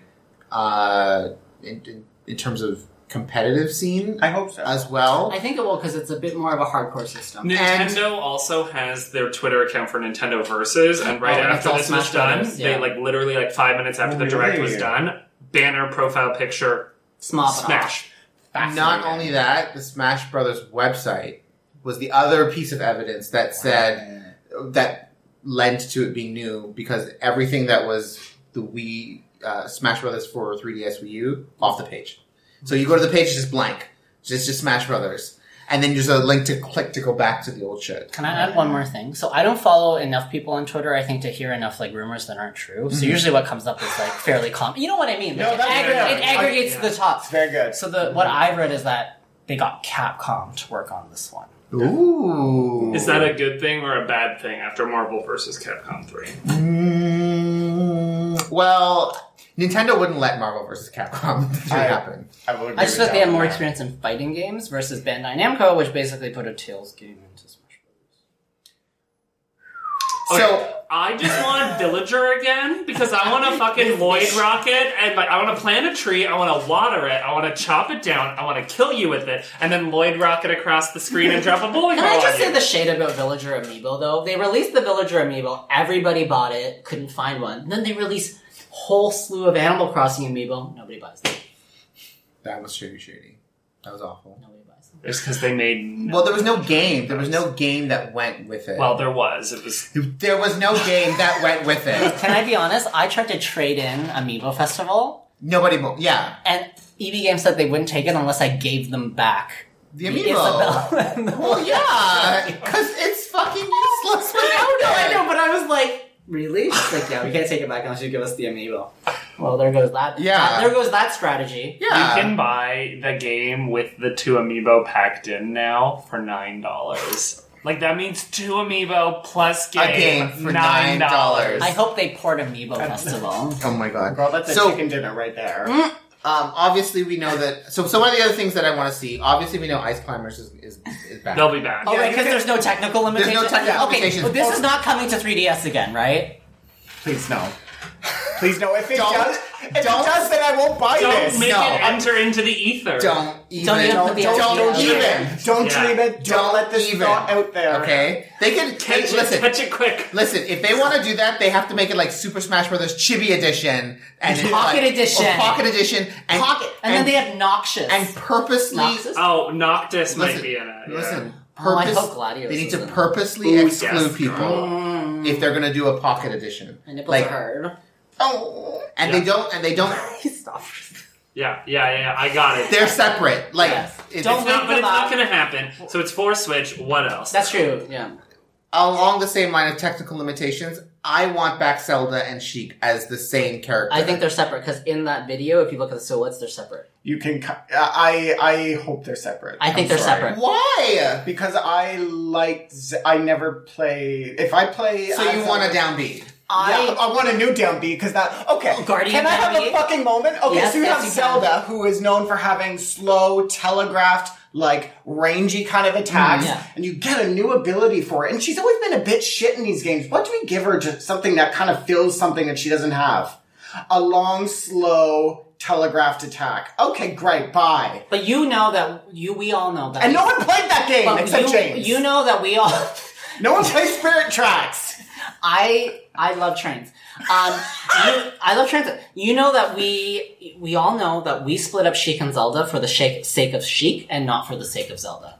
Speaker 1: uh, in, in, in terms of competitive scene
Speaker 4: I hope so.
Speaker 1: as well.
Speaker 5: I think it will because it's a bit more of a hardcore system.
Speaker 2: Nintendo also has their Twitter account for Nintendo Versus, and right
Speaker 5: Oh, and it's
Speaker 2: after
Speaker 5: all
Speaker 2: this was
Speaker 5: Smash
Speaker 2: done,
Speaker 5: Brothers, yeah.
Speaker 2: they like literally like five minutes after the direct was
Speaker 4: Really?
Speaker 2: done, banner profile picture
Speaker 5: Smop it
Speaker 2: smash.
Speaker 1: Not only that, the Smash Brothers website was the other piece of evidence that said that lent to it being new because everything that was the Wii uh, Smash Brothers for 3DS Wii U off the page. So you go to the page, it's just blank, just just Smash Brothers, and then there's a link to click to go back to the old shit.
Speaker 3: Can I add one more thing? So I don't follow enough people on Twitter, I think, to hear enough like rumors that aren't true. So usually what comes up is like fairly common. You know what I mean? Like,
Speaker 4: No,
Speaker 3: it,
Speaker 4: that's
Speaker 3: aggr-
Speaker 2: fair.
Speaker 3: it aggregates
Speaker 2: I-
Speaker 3: to the top.
Speaker 4: It's very good.
Speaker 3: So the what I read is that they got Capcom to work on this one.
Speaker 1: Ooh,
Speaker 2: Is that a good thing or a bad thing after Marvel versus Capcom 3?
Speaker 1: Mm, well, Nintendo wouldn't let Marvel vs. Capcom 3
Speaker 4: I-
Speaker 1: happen.
Speaker 4: I, will agree
Speaker 3: I just
Speaker 4: with
Speaker 3: thought they had more
Speaker 4: one.
Speaker 3: experience in fighting games versus Bandai Namco, which basically put a Tails game into Smash Bros.
Speaker 2: Okay,
Speaker 1: So
Speaker 2: I just want Villager again because I want a fucking Lloyd rocket and like I want to plant a tree, I want to water it, I want to chop it down, I want to kill you with it, and then Lloyd rocket across the screen and drop a bowling
Speaker 5: Can
Speaker 2: ball
Speaker 5: I just
Speaker 2: on
Speaker 5: say
Speaker 2: you.
Speaker 5: the shade about Villager Amiibo though? They released the Villager Amiibo, everybody bought it, couldn't find one. Then they released whole slew of Animal Crossing Amiibo, nobody buys them.
Speaker 1: that was shady, shady. That was awful.
Speaker 5: Nobody buys them.
Speaker 2: It's because they made
Speaker 1: Well, there was no game. There was no game that went with it.
Speaker 2: well, there was it was
Speaker 1: there was no game that went with it.
Speaker 3: Can I be honest? I tried to trade in Amiibo Festival,
Speaker 1: Nobody, mo- yeah.
Speaker 3: and EB Games said they wouldn't take it unless I gave them back.
Speaker 1: The
Speaker 3: Isabel
Speaker 1: Amiibo.
Speaker 3: and the-
Speaker 1: Well, yeah, because it's fucking useless.
Speaker 5: I know, I know, but I was like, really? She's like, yeah, we can't take it back unless you give us the Amiibo. Well, there goes that.
Speaker 1: Yeah.
Speaker 5: there goes that strategy.
Speaker 1: Yeah,
Speaker 2: you can buy the game with the two amiibo packed in now for nine dollars. Like that means two amiibo plus game,
Speaker 1: game for
Speaker 2: nine
Speaker 1: $9.
Speaker 2: dollars.
Speaker 3: I hope they poured Amiibo Festival.
Speaker 1: Oh my god.
Speaker 4: Girl, that's a
Speaker 1: So-
Speaker 4: chicken dinner right there.
Speaker 3: Mm.
Speaker 1: Um, obviously, we know that. So, so one of the other things that I want to see. Obviously, we know Ice Climbers is is, is back.
Speaker 2: They'll be back.
Speaker 3: Oh,
Speaker 4: Yeah,
Speaker 3: right,
Speaker 4: you
Speaker 3: because
Speaker 4: can-
Speaker 3: there's no technical
Speaker 1: There's
Speaker 3: limitations.
Speaker 1: no technical
Speaker 3: okay,
Speaker 1: limitations.
Speaker 3: but this is not coming to 3DS again, right?
Speaker 4: Please no. Please no. If it
Speaker 1: Don't-
Speaker 4: does, if it
Speaker 1: don't-
Speaker 4: does, then I won't buy
Speaker 2: Don't
Speaker 4: this.
Speaker 2: make
Speaker 1: No,
Speaker 2: it
Speaker 1: I'm-
Speaker 2: enter into the ether.
Speaker 1: Don't even.
Speaker 5: Don't even
Speaker 1: don't
Speaker 5: put the
Speaker 1: don't,
Speaker 5: idea out there.
Speaker 1: even.
Speaker 4: Don't
Speaker 2: Yeah.
Speaker 4: dream it. Don't,
Speaker 1: Don't
Speaker 4: let this
Speaker 1: even.
Speaker 4: thought out there.
Speaker 1: Okay, they can they,
Speaker 2: Catch it,
Speaker 1: listen.
Speaker 2: catch it quick.
Speaker 1: Listen, if they want to do that, they have to make it like Super Smash Brothers Chibi Edition and
Speaker 5: Pocket
Speaker 1: like-
Speaker 5: Edition.
Speaker 1: or Pocket Edition, and
Speaker 5: Pocket, and, then they have Noxious.
Speaker 1: and purposely.
Speaker 5: Noxus?
Speaker 2: Oh, Noctis might
Speaker 1: Listen,
Speaker 2: be in it. yeah.
Speaker 1: Listen,
Speaker 5: Oh, I
Speaker 1: purpose.
Speaker 5: hope Gladius
Speaker 1: they need
Speaker 5: is
Speaker 1: to
Speaker 5: in it.
Speaker 1: purposely
Speaker 2: Ooh,
Speaker 1: exclude
Speaker 2: yes, Mm.
Speaker 1: people if they're going to do a pocket edition.
Speaker 5: My nipples
Speaker 1: Like,
Speaker 5: are hard.
Speaker 1: oh, and
Speaker 2: Yeah.
Speaker 1: they don't, and they don't.
Speaker 5: Stop.
Speaker 2: Yeah, yeah, yeah, yeah. I got it.
Speaker 1: They're separate. Like,
Speaker 5: Yes.
Speaker 1: it-
Speaker 2: it's
Speaker 5: Don't
Speaker 1: it's
Speaker 2: not,
Speaker 5: link
Speaker 2: but
Speaker 5: them
Speaker 2: it's not
Speaker 5: up.
Speaker 2: going to happen. So it's for Switch. What else?
Speaker 5: That's true. Yeah.
Speaker 1: along the same line of technical limitations. I want back Zelda and Sheik as the same character.
Speaker 5: I think they're separate because in that video, if you look at the silhouettes, they're separate.
Speaker 4: You can. cu- I I hope they're separate.
Speaker 5: I think
Speaker 4: I'm
Speaker 5: they're
Speaker 4: sorry.
Speaker 5: separate.
Speaker 1: why.
Speaker 4: Because I like, Z- I never play. If I play,
Speaker 1: So you
Speaker 4: as
Speaker 1: want
Speaker 4: a
Speaker 1: a downbeat?
Speaker 4: Yeah,
Speaker 5: I
Speaker 4: I want a new downbeat because that. Okay,
Speaker 5: Guardian
Speaker 4: can I have
Speaker 5: downbeat?
Speaker 4: a fucking moment? Okay,
Speaker 5: Yes,
Speaker 4: so you
Speaker 5: yes,
Speaker 4: have
Speaker 5: you can.
Speaker 4: Zelda, who is known for having slow, telegraphed, like rangy kind of attacks,
Speaker 5: Mm, yeah.
Speaker 4: and you get a new ability for it. And she's always been a bit shit in these games. What do we give her to something that kind of fills something that she doesn't have? A long, slow, telegraphed attack. Okay, great, bye.
Speaker 3: But you know that you we all know that.
Speaker 4: And no one played that game
Speaker 3: But
Speaker 4: except
Speaker 3: you,
Speaker 4: James.
Speaker 3: you know that we all.
Speaker 4: no one played Spirit Tracks.
Speaker 3: I I love trains. Um, you, I love trains. You know that we we all know that we split up Sheik and Zelda for the shake, sake of Sheik and not for the sake of Zelda.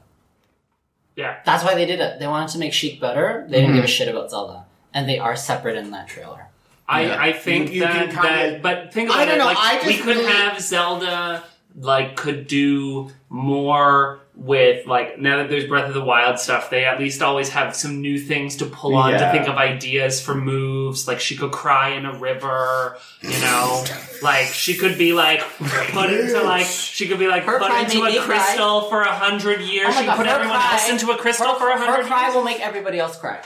Speaker 2: Yeah.
Speaker 3: That's why they did it. They wanted to make Sheik better. They didn't give a shit about Zelda, and they are separate in that trailer.
Speaker 2: I,
Speaker 1: Yeah.
Speaker 2: I think
Speaker 4: You- you
Speaker 2: that,
Speaker 4: can kinda-
Speaker 2: that but think
Speaker 1: I
Speaker 2: about
Speaker 1: don't
Speaker 2: it,
Speaker 1: know,
Speaker 2: like
Speaker 1: I just
Speaker 2: we could
Speaker 1: really-
Speaker 2: have Zelda like could do more with like now that there's Breath of the Wild stuff, they at least always have some new things to pull on to
Speaker 4: Yeah.
Speaker 2: think of ideas for moves. Like she could cry in a river, you know. like she could be like put into like she could be like
Speaker 3: Her
Speaker 2: put
Speaker 3: cry
Speaker 2: into
Speaker 3: made me
Speaker 2: a
Speaker 3: cry.
Speaker 2: crystal for a hundred years.
Speaker 3: Oh my
Speaker 2: she
Speaker 3: God,
Speaker 2: put
Speaker 3: her
Speaker 2: everyone
Speaker 3: cry-
Speaker 2: else into a crystal for a
Speaker 3: Her
Speaker 2: hundred
Speaker 3: cry
Speaker 2: years.
Speaker 3: will make everybody else cry.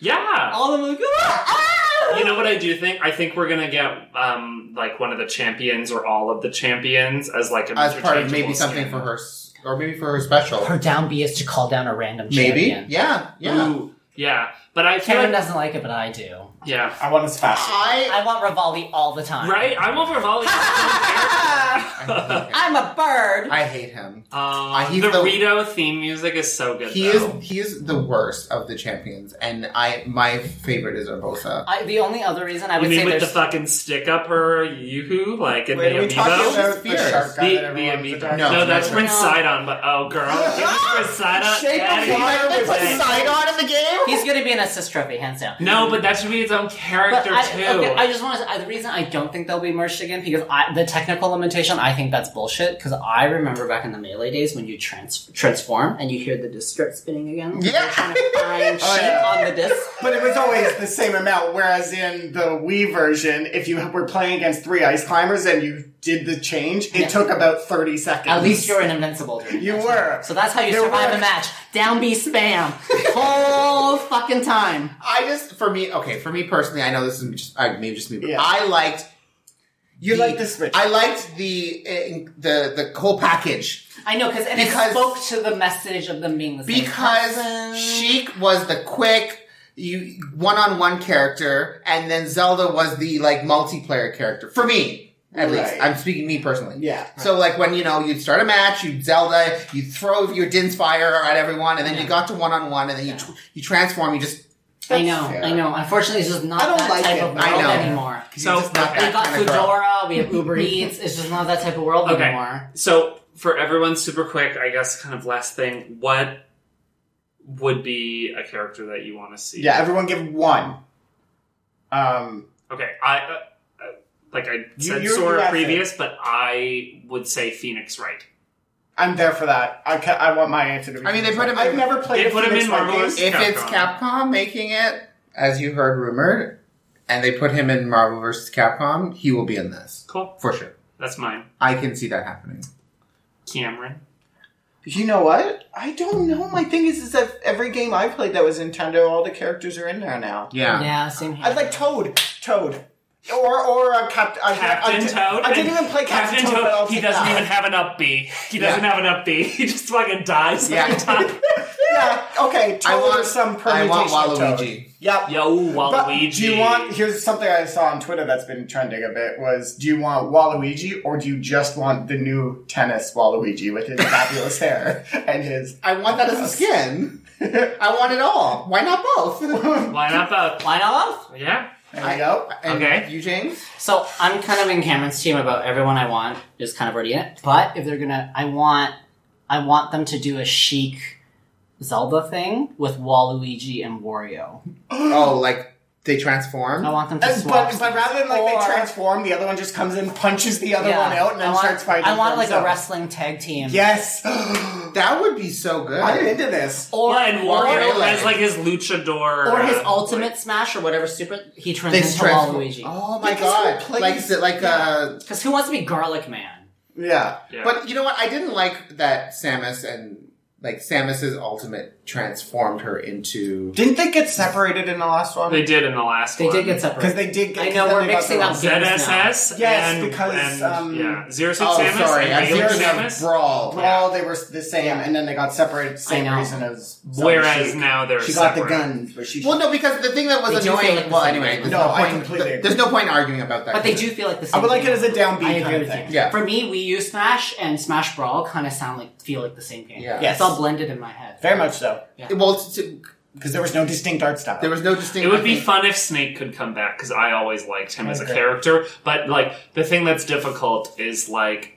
Speaker 2: Yeah.
Speaker 3: All of them will go. "Ah!"
Speaker 2: You know what I do think? I think we're gonna get um like one of the champions or all of the champions as like an
Speaker 1: as part of maybe
Speaker 2: interchangeable
Speaker 1: something
Speaker 2: skin.
Speaker 1: for her, s- or maybe for her special.
Speaker 3: Her down B is to call down a random
Speaker 1: maybe,
Speaker 3: champion.
Speaker 1: yeah, yeah.
Speaker 2: Ooh, yeah. But I feel
Speaker 3: Cameron
Speaker 2: like,
Speaker 3: doesn't like it, but I do.
Speaker 2: yeah.
Speaker 4: I want us fast.
Speaker 1: I,
Speaker 3: I want Rivali all the time.
Speaker 2: Right? I'm over volley.
Speaker 1: I,
Speaker 3: I'm a bird.
Speaker 1: I hate him.
Speaker 2: um,
Speaker 1: he's
Speaker 2: the
Speaker 1: the-
Speaker 2: Rito theme music is so good.
Speaker 1: He
Speaker 2: though.
Speaker 1: is he is the worst of the champions, and I my favorite is Urbosa.
Speaker 3: I, the only other reason I
Speaker 2: You
Speaker 3: would say
Speaker 2: mean with
Speaker 3: there's
Speaker 2: the fucking stick up her yoo-hoo like in
Speaker 4: Wait,
Speaker 2: the
Speaker 4: are we talking
Speaker 2: amiibo?
Speaker 1: about
Speaker 4: about the
Speaker 1: Fierce.
Speaker 4: shark
Speaker 2: The,
Speaker 4: guy
Speaker 2: the
Speaker 4: that everyone's
Speaker 2: amiibo.
Speaker 4: attacking?
Speaker 1: No,
Speaker 2: No, that's
Speaker 1: no.
Speaker 2: Prince Sidon. But oh, girl, give me Prince Sidon.
Speaker 4: Shape of
Speaker 2: Daddy.
Speaker 4: Water
Speaker 1: They
Speaker 4: was
Speaker 1: put
Speaker 4: in.
Speaker 1: Sidon in the game.
Speaker 3: he's going to be an assist trophy hands down.
Speaker 2: No, but that should be its own
Speaker 3: But
Speaker 2: character
Speaker 3: I,
Speaker 2: too.
Speaker 3: okay, I just want to. The reason I don't think they'll be merged again because I, the technical limitation, I think that's bullshit. Because I remember back in the melee days when you trans, transform and you hear the disc start spinning again.
Speaker 1: Yeah.
Speaker 3: They're trying to find
Speaker 4: Oh,
Speaker 3: sheep
Speaker 4: yeah.
Speaker 3: on the disc.
Speaker 4: But it was always the same amount, whereas in the Wii version, if you were playing against three ice climbers and you did the change, it
Speaker 3: Yeah.
Speaker 4: took about 30 seconds.
Speaker 3: At least you're an invincible. during
Speaker 4: You
Speaker 3: that
Speaker 4: were.
Speaker 3: time. So that's how you
Speaker 4: There
Speaker 3: survive
Speaker 4: were-
Speaker 3: a match. Down B spam whole fucking time.
Speaker 1: I just for me, okay, for me personally, I know this is just I, maybe just me, but
Speaker 4: Yeah.
Speaker 1: I liked
Speaker 4: You
Speaker 1: the-
Speaker 4: like the Switch.
Speaker 1: I liked the uh, the the whole package
Speaker 3: I know because and
Speaker 1: Because-
Speaker 3: it spoke to the message of them being the same person.
Speaker 1: because Sheik was the quick you one-on-one character and then Zelda was the like multiplayer character for me at least
Speaker 4: Right.
Speaker 1: I'm speaking me personally
Speaker 4: Yeah.
Speaker 1: so like when you know you'd start a match you'd Zelda you'd throw your Din's fire at everyone and then you
Speaker 3: Yeah.
Speaker 1: got to one-on-one and then you tr- you transform you just
Speaker 3: I know,
Speaker 4: That's fair.
Speaker 3: I know. Unfortunately, it's just not
Speaker 4: I don't
Speaker 3: that
Speaker 4: like
Speaker 3: type
Speaker 4: it.
Speaker 3: of world
Speaker 1: I know.
Speaker 3: anymore.
Speaker 2: So,
Speaker 1: you're just not
Speaker 2: okay.
Speaker 3: We
Speaker 1: that
Speaker 3: got
Speaker 1: kind of girl.
Speaker 3: Foodora, we have Uber Eats. It's just not that type of world
Speaker 2: Okay.
Speaker 3: anymore.
Speaker 2: So for everyone, super quick, I guess, kind of last thing. What would be a character that you want to see?
Speaker 4: yeah, everyone give one. Um,
Speaker 2: Okay. I uh, uh, like I
Speaker 4: You-
Speaker 2: said
Speaker 4: you-
Speaker 2: Sora
Speaker 4: you have
Speaker 2: previous, but I would say Phoenix Wright.
Speaker 4: I'm there for that. I, ca- I want my answer to be.
Speaker 1: I mean, they put him
Speaker 4: I've
Speaker 1: in-
Speaker 4: never played.
Speaker 2: They put him
Speaker 4: Phoenix
Speaker 2: in
Speaker 4: Wright
Speaker 2: Marvelous.
Speaker 4: games.
Speaker 1: if it's
Speaker 2: Capcom.
Speaker 1: Capcom making it as you heard rumored and they put him in Marvel vs. Capcom he will be in this
Speaker 2: Cool.
Speaker 1: for sure
Speaker 2: That's mine.
Speaker 1: I can see that happening
Speaker 2: Cameron.
Speaker 4: You know what? I don't know. My thing is, is that every game I played that was Nintendo, all the characters are in there now.
Speaker 1: yeah
Speaker 3: Yeah, same here.
Speaker 4: I'd like Toad. Toad. Or or a Cap- a-
Speaker 2: Captain
Speaker 4: a-
Speaker 2: Toad.
Speaker 4: I didn't
Speaker 2: and-
Speaker 4: even play Captain, Toad, but I'll
Speaker 2: He
Speaker 4: take
Speaker 2: doesn't
Speaker 4: that.
Speaker 2: even have an up B. He doesn't have an up B. He just fucking dies
Speaker 1: Yeah.
Speaker 2: every time.
Speaker 4: Yeah, okay. Toad
Speaker 1: I want
Speaker 4: or some
Speaker 1: I
Speaker 4: permutation.
Speaker 1: want
Speaker 4: of Toad.
Speaker 1: Waluigi.
Speaker 4: Yep.
Speaker 2: Yo,
Speaker 4: But
Speaker 2: Waluigi.
Speaker 4: do you want? Here's something I saw on Twitter that's been trending a bit. Was do you want Waluigi or do you just want the new tennis Waluigi with his fabulous hair and his?
Speaker 1: I want that as a skin. I want it all. Why not both?
Speaker 2: Why not both?
Speaker 3: Why not?
Speaker 2: Yeah.
Speaker 4: There you go.
Speaker 1: And
Speaker 2: Okay.
Speaker 1: You, James?
Speaker 3: So I'm kind of in Cameron's team about everyone I want is kind of already in it. But if they're gonna, I want, I want them to do a chic Zelda thing with Waluigi and Wario.
Speaker 1: Oh, like they transform?
Speaker 3: I want them to
Speaker 4: And-
Speaker 3: swap.
Speaker 4: but, but rather than like they
Speaker 3: Or-
Speaker 4: transform, the other one just comes in, punches the other
Speaker 3: Yeah.
Speaker 4: one out, and then
Speaker 3: I want,
Speaker 4: starts fighting.
Speaker 3: I want
Speaker 4: for
Speaker 3: like a
Speaker 4: himself.
Speaker 3: wrestling tag team.
Speaker 4: Yes,
Speaker 1: that would be so good.
Speaker 4: I'm into this.
Speaker 3: Or
Speaker 2: Well, and Wario
Speaker 1: Wario.
Speaker 2: has like his luchador.
Speaker 3: or his
Speaker 2: uh,
Speaker 3: ultimate smash or whatever super he turns
Speaker 1: They
Speaker 3: into
Speaker 1: transform.
Speaker 3: Waluigi.
Speaker 1: Oh my
Speaker 4: Because
Speaker 1: god.
Speaker 4: who plays-
Speaker 1: Like is it like uh
Speaker 3: Because who wants to be Garlic Man?
Speaker 4: Yeah,
Speaker 2: like- yeah.
Speaker 1: but you know what? I didn't like that Samus and like Samus's ultimate transformed her into.
Speaker 4: Didn't they get separated in the last one?
Speaker 2: They did in the last
Speaker 3: They
Speaker 2: one.
Speaker 3: did get separated.
Speaker 4: Because they did get.
Speaker 3: I know,
Speaker 4: 'cause then
Speaker 3: we're
Speaker 4: they got
Speaker 3: mixing
Speaker 4: the
Speaker 3: up
Speaker 4: wrong-
Speaker 2: ZSS
Speaker 4: Yes,
Speaker 2: and,
Speaker 4: because,
Speaker 2: and-
Speaker 4: um,
Speaker 2: yeah, Zero Suit
Speaker 1: Oh,
Speaker 2: Samus
Speaker 1: sorry,
Speaker 2: and
Speaker 1: I'm
Speaker 2: Regular
Speaker 1: thinking of
Speaker 2: Samus.
Speaker 1: brawl.
Speaker 4: Brawl, they were the same,
Speaker 3: Yeah.
Speaker 4: and then they got separated. Same
Speaker 3: know.
Speaker 4: reason as Zelda
Speaker 2: Whereas
Speaker 4: Sheik.
Speaker 2: now they're
Speaker 4: she got
Speaker 2: separate.
Speaker 4: the guns, but she.
Speaker 1: Well, no, because the thing that was
Speaker 3: They do feel
Speaker 1: annoying.
Speaker 3: like the
Speaker 1: well,
Speaker 3: same
Speaker 1: anyway,
Speaker 3: thing.
Speaker 1: there's
Speaker 4: No,
Speaker 1: no,
Speaker 4: I
Speaker 1: point.
Speaker 4: completely agree.
Speaker 1: There's no point arguing about that.
Speaker 3: but they do feel like the same.
Speaker 4: I would like it
Speaker 3: game.
Speaker 4: as a downbeat
Speaker 3: I
Speaker 4: kind
Speaker 3: agree
Speaker 4: of
Speaker 3: with
Speaker 4: thing.
Speaker 3: you.
Speaker 1: Yeah.
Speaker 3: For me, Wii U Smash and Smash Brawl kind of sound like feel like the same game.
Speaker 1: Yeah.
Speaker 4: Yes.
Speaker 3: it's all blended in my head.
Speaker 4: Very much so,
Speaker 1: Well, t- t-
Speaker 4: because there was no distinct art style.
Speaker 1: there was no distinct.
Speaker 2: It would
Speaker 1: I
Speaker 2: be
Speaker 1: think-
Speaker 2: fun if Snake could come back because I always liked him
Speaker 4: I
Speaker 2: as a
Speaker 4: agree.
Speaker 2: character. But like the thing that's difficult is like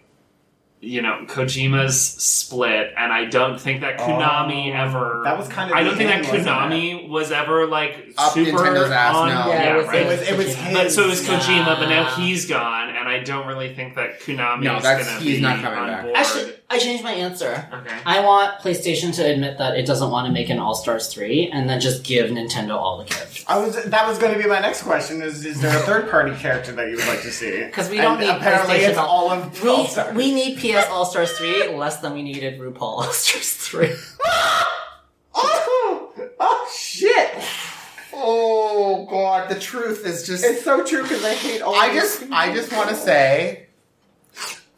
Speaker 2: you know Kojima's split, and I don't think that Konami ever.
Speaker 4: that was kind of
Speaker 2: I
Speaker 4: the
Speaker 2: don't think that
Speaker 4: thing, wasn't
Speaker 2: Konami was like,
Speaker 1: Up
Speaker 2: super
Speaker 1: Nintendo's ass,
Speaker 2: on.
Speaker 1: no.
Speaker 2: Yeah,
Speaker 3: it was,
Speaker 2: right.
Speaker 4: It was- it was
Speaker 3: Kojima.
Speaker 4: his-
Speaker 2: But so it was Kojima, but now
Speaker 3: Nah.
Speaker 2: he's gone, and I don't really think that Konami
Speaker 1: No,
Speaker 2: is
Speaker 1: that's-
Speaker 2: gonna
Speaker 1: he's
Speaker 2: be
Speaker 1: not coming
Speaker 2: on
Speaker 1: back.
Speaker 2: board.
Speaker 3: Actually, I changed my answer.
Speaker 2: okay.
Speaker 3: I want PlayStation to admit that it doesn't want to make an All Stars three, and then just give Nintendo all the characters.
Speaker 4: I was that was going to be my next question. Is is there a third party character that you would like to see?
Speaker 3: 'Cause we
Speaker 4: And
Speaker 3: don't need
Speaker 4: apparently
Speaker 3: PlayStation
Speaker 4: it's
Speaker 3: All-
Speaker 4: all of
Speaker 3: We,
Speaker 4: Pulsar.
Speaker 3: we need PS All Stars three less than we needed RuPaul All Stars three.
Speaker 4: Oh, oh shit!
Speaker 1: Oh God, the truth is just.
Speaker 4: It's so true because I hate all.
Speaker 1: I
Speaker 4: these
Speaker 1: just,
Speaker 4: people.
Speaker 1: I just want to say,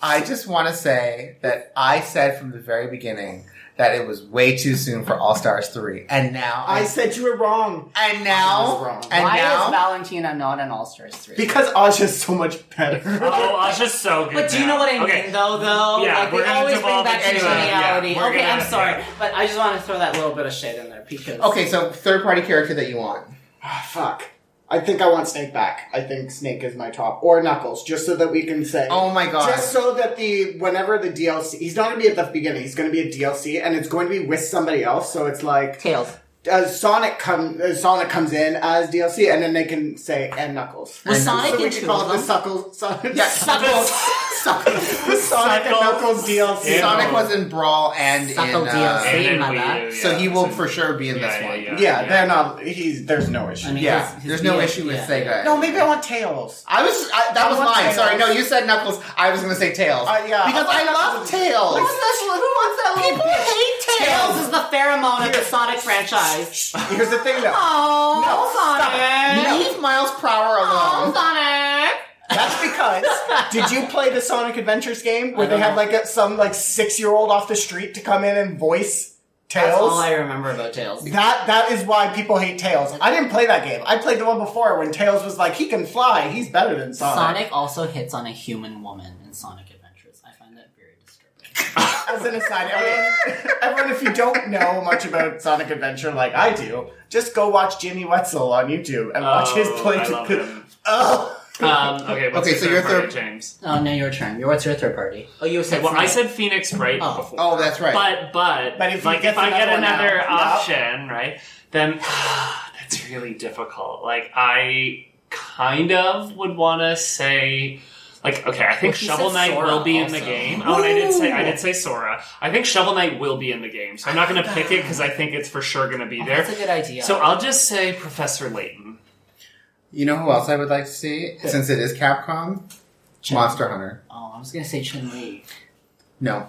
Speaker 1: I just want to say that I said from the very beginning that it was way too soon for All Stars three, and now
Speaker 4: I said you were wrong
Speaker 1: and
Speaker 4: I was
Speaker 1: now,
Speaker 4: wrong.
Speaker 1: and
Speaker 3: Why is
Speaker 1: now,
Speaker 3: Valentina not an All Stars three?
Speaker 4: because Asha's so much better.
Speaker 2: Oh, Asha's so good.
Speaker 3: But do you know
Speaker 2: now.
Speaker 3: what I mean,
Speaker 2: okay.
Speaker 3: though? Though,
Speaker 2: Yeah,
Speaker 3: like
Speaker 2: we're
Speaker 3: they
Speaker 2: gonna
Speaker 3: always bring
Speaker 2: devolve
Speaker 3: back
Speaker 2: it
Speaker 3: to
Speaker 2: anyway. Yeah,
Speaker 3: geniality.
Speaker 2: we're
Speaker 3: okay,
Speaker 2: gonna-
Speaker 3: I'm sorry,
Speaker 2: yeah.
Speaker 3: but I just want to throw that little bit of shade in there because
Speaker 1: okay, so third party character that you want.
Speaker 4: Ah, fuck. I think I want Snake back. I think Snake is my top, or Knuckles, just so that we can say.
Speaker 1: Oh my God,
Speaker 4: Just so that the whenever the DLC, he's not going to be at the beginning. He's going to be a DLC, and it's going to be with somebody else. So it's like
Speaker 3: Tails.
Speaker 4: uh, Sonic come uh, Sonic comes in as DLC, and then they can say and Knuckles.
Speaker 3: Was
Speaker 1: And-
Speaker 3: Sonic
Speaker 4: so we
Speaker 3: in
Speaker 4: can
Speaker 3: two
Speaker 4: call
Speaker 3: of
Speaker 4: it the
Speaker 3: them?
Speaker 4: Suckle Sonic.
Speaker 1: yeah,
Speaker 3: Suckles.
Speaker 1: Suckles.
Speaker 4: the Sonic and
Speaker 2: Suckles.
Speaker 4: Knuckles DLC.
Speaker 2: Yeah.
Speaker 1: Sonic was in Brawl and in,
Speaker 3: Suckle
Speaker 1: uh,
Speaker 3: DLC.
Speaker 2: And then
Speaker 3: my
Speaker 2: we,
Speaker 3: bad.
Speaker 1: so he
Speaker 2: yeah,
Speaker 1: will
Speaker 2: so-
Speaker 1: for sure be in
Speaker 2: Yeah,
Speaker 1: this
Speaker 2: yeah,
Speaker 1: one.
Speaker 2: yeah,
Speaker 4: Yeah, they're not. He's there's no issue.
Speaker 3: I mean,
Speaker 1: Yeah,
Speaker 3: his- his
Speaker 1: there's no
Speaker 3: beard-
Speaker 1: issue with
Speaker 3: yeah.
Speaker 1: Sega.
Speaker 4: no, maybe I want Tails.
Speaker 1: I was I, that
Speaker 4: I
Speaker 1: was
Speaker 4: want
Speaker 1: mine.
Speaker 4: Tails.
Speaker 1: Sorry, no, you said Knuckles. I was gonna say Tails.
Speaker 4: Uh, yeah,
Speaker 1: because
Speaker 4: I
Speaker 1: I,
Speaker 4: want
Speaker 1: love
Speaker 4: Knuckles.
Speaker 1: Tails.
Speaker 4: Like,
Speaker 3: Who wants that little
Speaker 1: People
Speaker 3: bitch?
Speaker 1: hate Tails.
Speaker 3: Tails is the pheromone of the Sonic franchise.
Speaker 4: Here's the thing, though.
Speaker 3: Oh, Sonic!
Speaker 1: Leave Miles Prower
Speaker 3: Oh,
Speaker 1: alone.
Speaker 3: Sonic!
Speaker 4: That's because did you play the Sonic Adventures game where they had like a, some like six year old off the street to come in and voice
Speaker 3: That's all I
Speaker 4: Tails?
Speaker 3: remember about Tails.
Speaker 4: That that is why people hate Tails. I didn't play that game. I played the one before when Tails was like, he can fly, he's better than Sonic.
Speaker 3: Sonic also hits on a human woman in Sonic Adventures. I find that very disturbing.
Speaker 4: As an aside, everyone, everyone, if you don't know much about Sonic Adventure like I do, just go watch Jimmy Wetzel on YouTube and watch his
Speaker 2: Oh,
Speaker 4: play.
Speaker 2: I love him.
Speaker 4: Oh,
Speaker 2: Um, okay, what's
Speaker 1: Okay,
Speaker 2: your
Speaker 1: so your
Speaker 2: third party,
Speaker 1: third-
Speaker 2: James.
Speaker 3: Oh, no, your turn. Your- What's your third party? Oh, you said.
Speaker 2: Well, I
Speaker 3: Sonic.
Speaker 2: said Phoenix right
Speaker 3: Oh.
Speaker 2: before.
Speaker 1: Oh, that's right.
Speaker 2: But but
Speaker 4: But if he
Speaker 2: like if
Speaker 4: gets
Speaker 2: I get
Speaker 4: another one
Speaker 2: another
Speaker 4: out, yeah.
Speaker 2: option, right? Then that's really difficult. Like I kind of would want to say. Like okay, I think
Speaker 3: Well, she
Speaker 2: Shovel
Speaker 3: said
Speaker 2: Knight
Speaker 3: Sora
Speaker 2: will be in
Speaker 3: also.
Speaker 2: the game. Oh, and I did say I did say Sora. I think Shovel Knight will be in the game, so I'm not going to pick it because I think it's for sure going to be there.
Speaker 3: Oh, That's a good idea.
Speaker 2: So I'll just say Professor Layton.
Speaker 1: You know who else I would like to see? Since it is Capcom,
Speaker 3: Chun-
Speaker 1: Monster Hunter.
Speaker 3: Oh, I was gonna say Chun Li.
Speaker 1: No,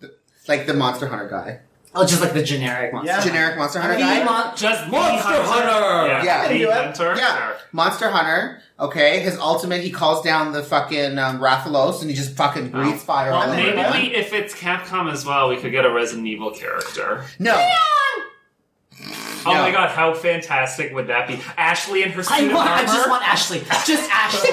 Speaker 1: The- like the Monster Hunter guy,
Speaker 3: Oh, just like the generic monster.
Speaker 4: Yeah.
Speaker 1: generic Monster Hunter
Speaker 4: mean,
Speaker 1: guy.
Speaker 2: Just the
Speaker 3: Monster Hunter!
Speaker 2: Yeah,
Speaker 1: Yeah.
Speaker 2: the
Speaker 4: Do it.
Speaker 2: Hunter.
Speaker 1: Yeah, Monster Hunter. Okay, his ultimate, he calls down the fucking um, Rathalos, and he just fucking breathes fire on
Speaker 2: Well,
Speaker 1: over
Speaker 2: maybe
Speaker 1: him.
Speaker 2: we, if it's Capcom as well, we could get a Resident Evil character.
Speaker 1: No,
Speaker 2: Oh
Speaker 1: No.
Speaker 2: my god, how fantastic would that be? Ashley and her
Speaker 3: I
Speaker 2: suit of
Speaker 3: want. I
Speaker 2: armor.
Speaker 3: just want Ashley. Just Ashley.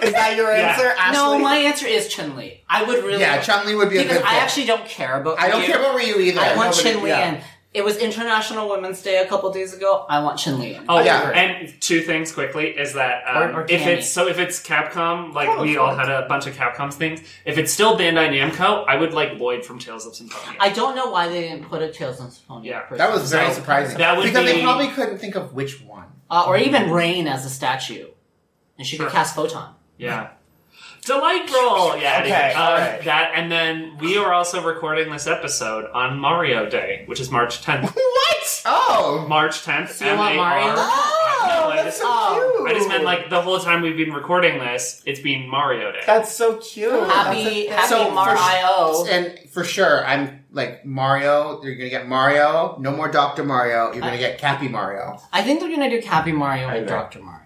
Speaker 4: is that your
Speaker 2: Yeah.
Speaker 4: answer, Ashley?
Speaker 3: No, my answer is Chun Li. I would really.
Speaker 1: yeah, Chun Li would be a
Speaker 3: because
Speaker 1: good.
Speaker 3: I
Speaker 1: pick.
Speaker 3: actually don't care about.
Speaker 1: I don't
Speaker 3: Ryu.
Speaker 1: care about Ryu either.
Speaker 3: I want
Speaker 1: Nobody-
Speaker 3: Chun Li
Speaker 1: yeah.
Speaker 3: in. It was International Women's Day a couple days ago. I want Chun Li in.
Speaker 2: Oh
Speaker 1: Yeah.
Speaker 2: and two things quickly is that
Speaker 3: Or-
Speaker 2: um,
Speaker 3: or
Speaker 2: if
Speaker 3: Cammy.
Speaker 2: it's so if it's Capcom, like we all had a bunch of Capcom things. If it's still Bandai Namco, I would like Lloyd from Tales of Symphonia.
Speaker 3: I don't know why they didn't put a Tales and Symphonia.
Speaker 2: Yeah.
Speaker 3: person.
Speaker 1: That was very
Speaker 2: So,
Speaker 1: surprising.
Speaker 2: that would
Speaker 1: because
Speaker 2: be-
Speaker 1: they probably couldn't think of which one.
Speaker 3: Uh, or even Rain as a statue, and she
Speaker 2: Sure.
Speaker 3: could cast photon.
Speaker 2: yeah. Delight roll, yeah.
Speaker 4: Okay,
Speaker 2: anyway, um,
Speaker 4: all right.
Speaker 2: That and then we are also recording this episode on Mario Day, which is March 10th.
Speaker 1: What? Oh,
Speaker 2: March 10th.
Speaker 3: So you want Mario?
Speaker 2: M A R- no, I
Speaker 4: that's
Speaker 2: just,
Speaker 4: so
Speaker 3: oh,
Speaker 4: cute.
Speaker 2: I just meant like the whole time we've been recording this, it's been Mario Day.
Speaker 4: That's so cute.
Speaker 3: Happy, happy
Speaker 1: So, for
Speaker 3: Mario.
Speaker 1: And for sure, I'm like Mario. You're gonna get Mario. No more Doctor Mario. You're gonna get Cappy Mario.
Speaker 3: I think they're gonna do Happy Mario
Speaker 4: I
Speaker 3: and
Speaker 4: know.
Speaker 3: Doctor Mario.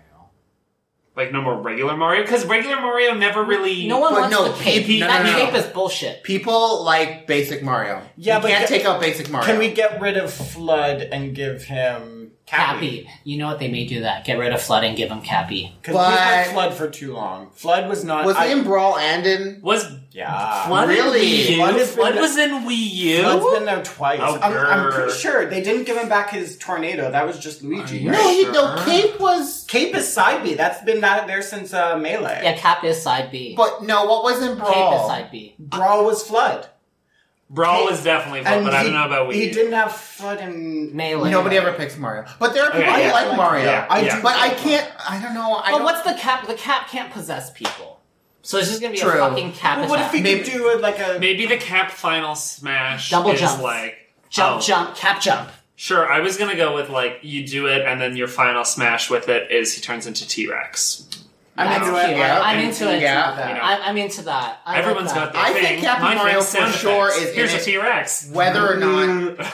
Speaker 2: like no more regular Mario because regular Mario never really.
Speaker 3: No one
Speaker 1: But
Speaker 3: wants
Speaker 1: no,
Speaker 3: the cape.
Speaker 1: he- no,
Speaker 3: that
Speaker 1: no, no.
Speaker 3: cape is bullshit.
Speaker 1: People like basic Mario.
Speaker 4: Yeah,
Speaker 1: you
Speaker 4: but
Speaker 1: can't
Speaker 4: ca-
Speaker 1: take out basic Mario.
Speaker 4: Can we get rid of Flood and give him Cappy?
Speaker 3: Cappy. You know what? They may do that. Get rid of Flood and give him Cappy.
Speaker 4: Because we've had
Speaker 1: But-
Speaker 4: Flood for too long. Flood was not.
Speaker 1: Was
Speaker 4: I-
Speaker 1: he in Brawl and in?
Speaker 2: was
Speaker 4: Yeah.
Speaker 2: Flood
Speaker 1: Really?
Speaker 2: in Wii
Speaker 4: Flood
Speaker 2: U?
Speaker 4: has been
Speaker 2: Flood
Speaker 4: the-
Speaker 2: was in Wii U.
Speaker 4: Flood's been there twice.
Speaker 2: Oh,
Speaker 4: I'm, I'm
Speaker 2: grr.
Speaker 4: pretty sure they didn't give him back his tornado. That was just Luigi.
Speaker 2: Are you
Speaker 1: No, he,
Speaker 2: sure?
Speaker 1: no. Cape was.
Speaker 4: Cape is side B. That's been not there since uh, Melee.
Speaker 3: Yeah, Cap is side B.
Speaker 1: But no, what was in
Speaker 3: Cape is
Speaker 1: Brawl?
Speaker 3: side B.
Speaker 4: Brawl was Flood.
Speaker 2: Brawl was definitely Flood,
Speaker 4: And
Speaker 2: but
Speaker 4: he,
Speaker 2: I don't know about Wii.
Speaker 4: He
Speaker 2: U.
Speaker 4: didn't have Flood in
Speaker 3: Melee.
Speaker 1: Nobody ever picks Mario, but there are people
Speaker 2: Okay,
Speaker 1: who
Speaker 2: yeah,
Speaker 1: like
Speaker 4: like-
Speaker 1: Mario.
Speaker 2: yeah,
Speaker 1: I
Speaker 2: yeah.
Speaker 1: do, but I can't. I don't know. I
Speaker 3: But
Speaker 1: don't-
Speaker 3: what's the cap? The cap can't possess people. So it's just gonna be
Speaker 1: True.
Speaker 3: a fucking cap
Speaker 4: Well, what if
Speaker 3: attack.
Speaker 4: he
Speaker 1: Maybe-
Speaker 4: could do it like a.
Speaker 2: Maybe the Cap Final Smash
Speaker 3: Double
Speaker 2: is
Speaker 3: jumps.
Speaker 2: like
Speaker 3: jump,
Speaker 2: oh,
Speaker 3: jump, cap, jump.
Speaker 2: Sure, I was gonna go with like you do it, and then your final smash with it is he turns into T Rex.
Speaker 4: I'm
Speaker 3: That's
Speaker 4: into it.
Speaker 3: cute.
Speaker 1: yeah.
Speaker 3: I'm into it.
Speaker 1: Yeah.
Speaker 3: too.
Speaker 2: You know.
Speaker 3: I, I'm into that. I
Speaker 2: Everyone's got
Speaker 3: like that.
Speaker 2: their
Speaker 1: I
Speaker 2: thing.
Speaker 1: think Captain
Speaker 2: My
Speaker 1: Mario
Speaker 2: thing's
Speaker 1: for
Speaker 2: sound
Speaker 1: sure
Speaker 2: effects.
Speaker 1: is in
Speaker 2: here's a
Speaker 1: it.
Speaker 2: T Rex.
Speaker 1: whether or not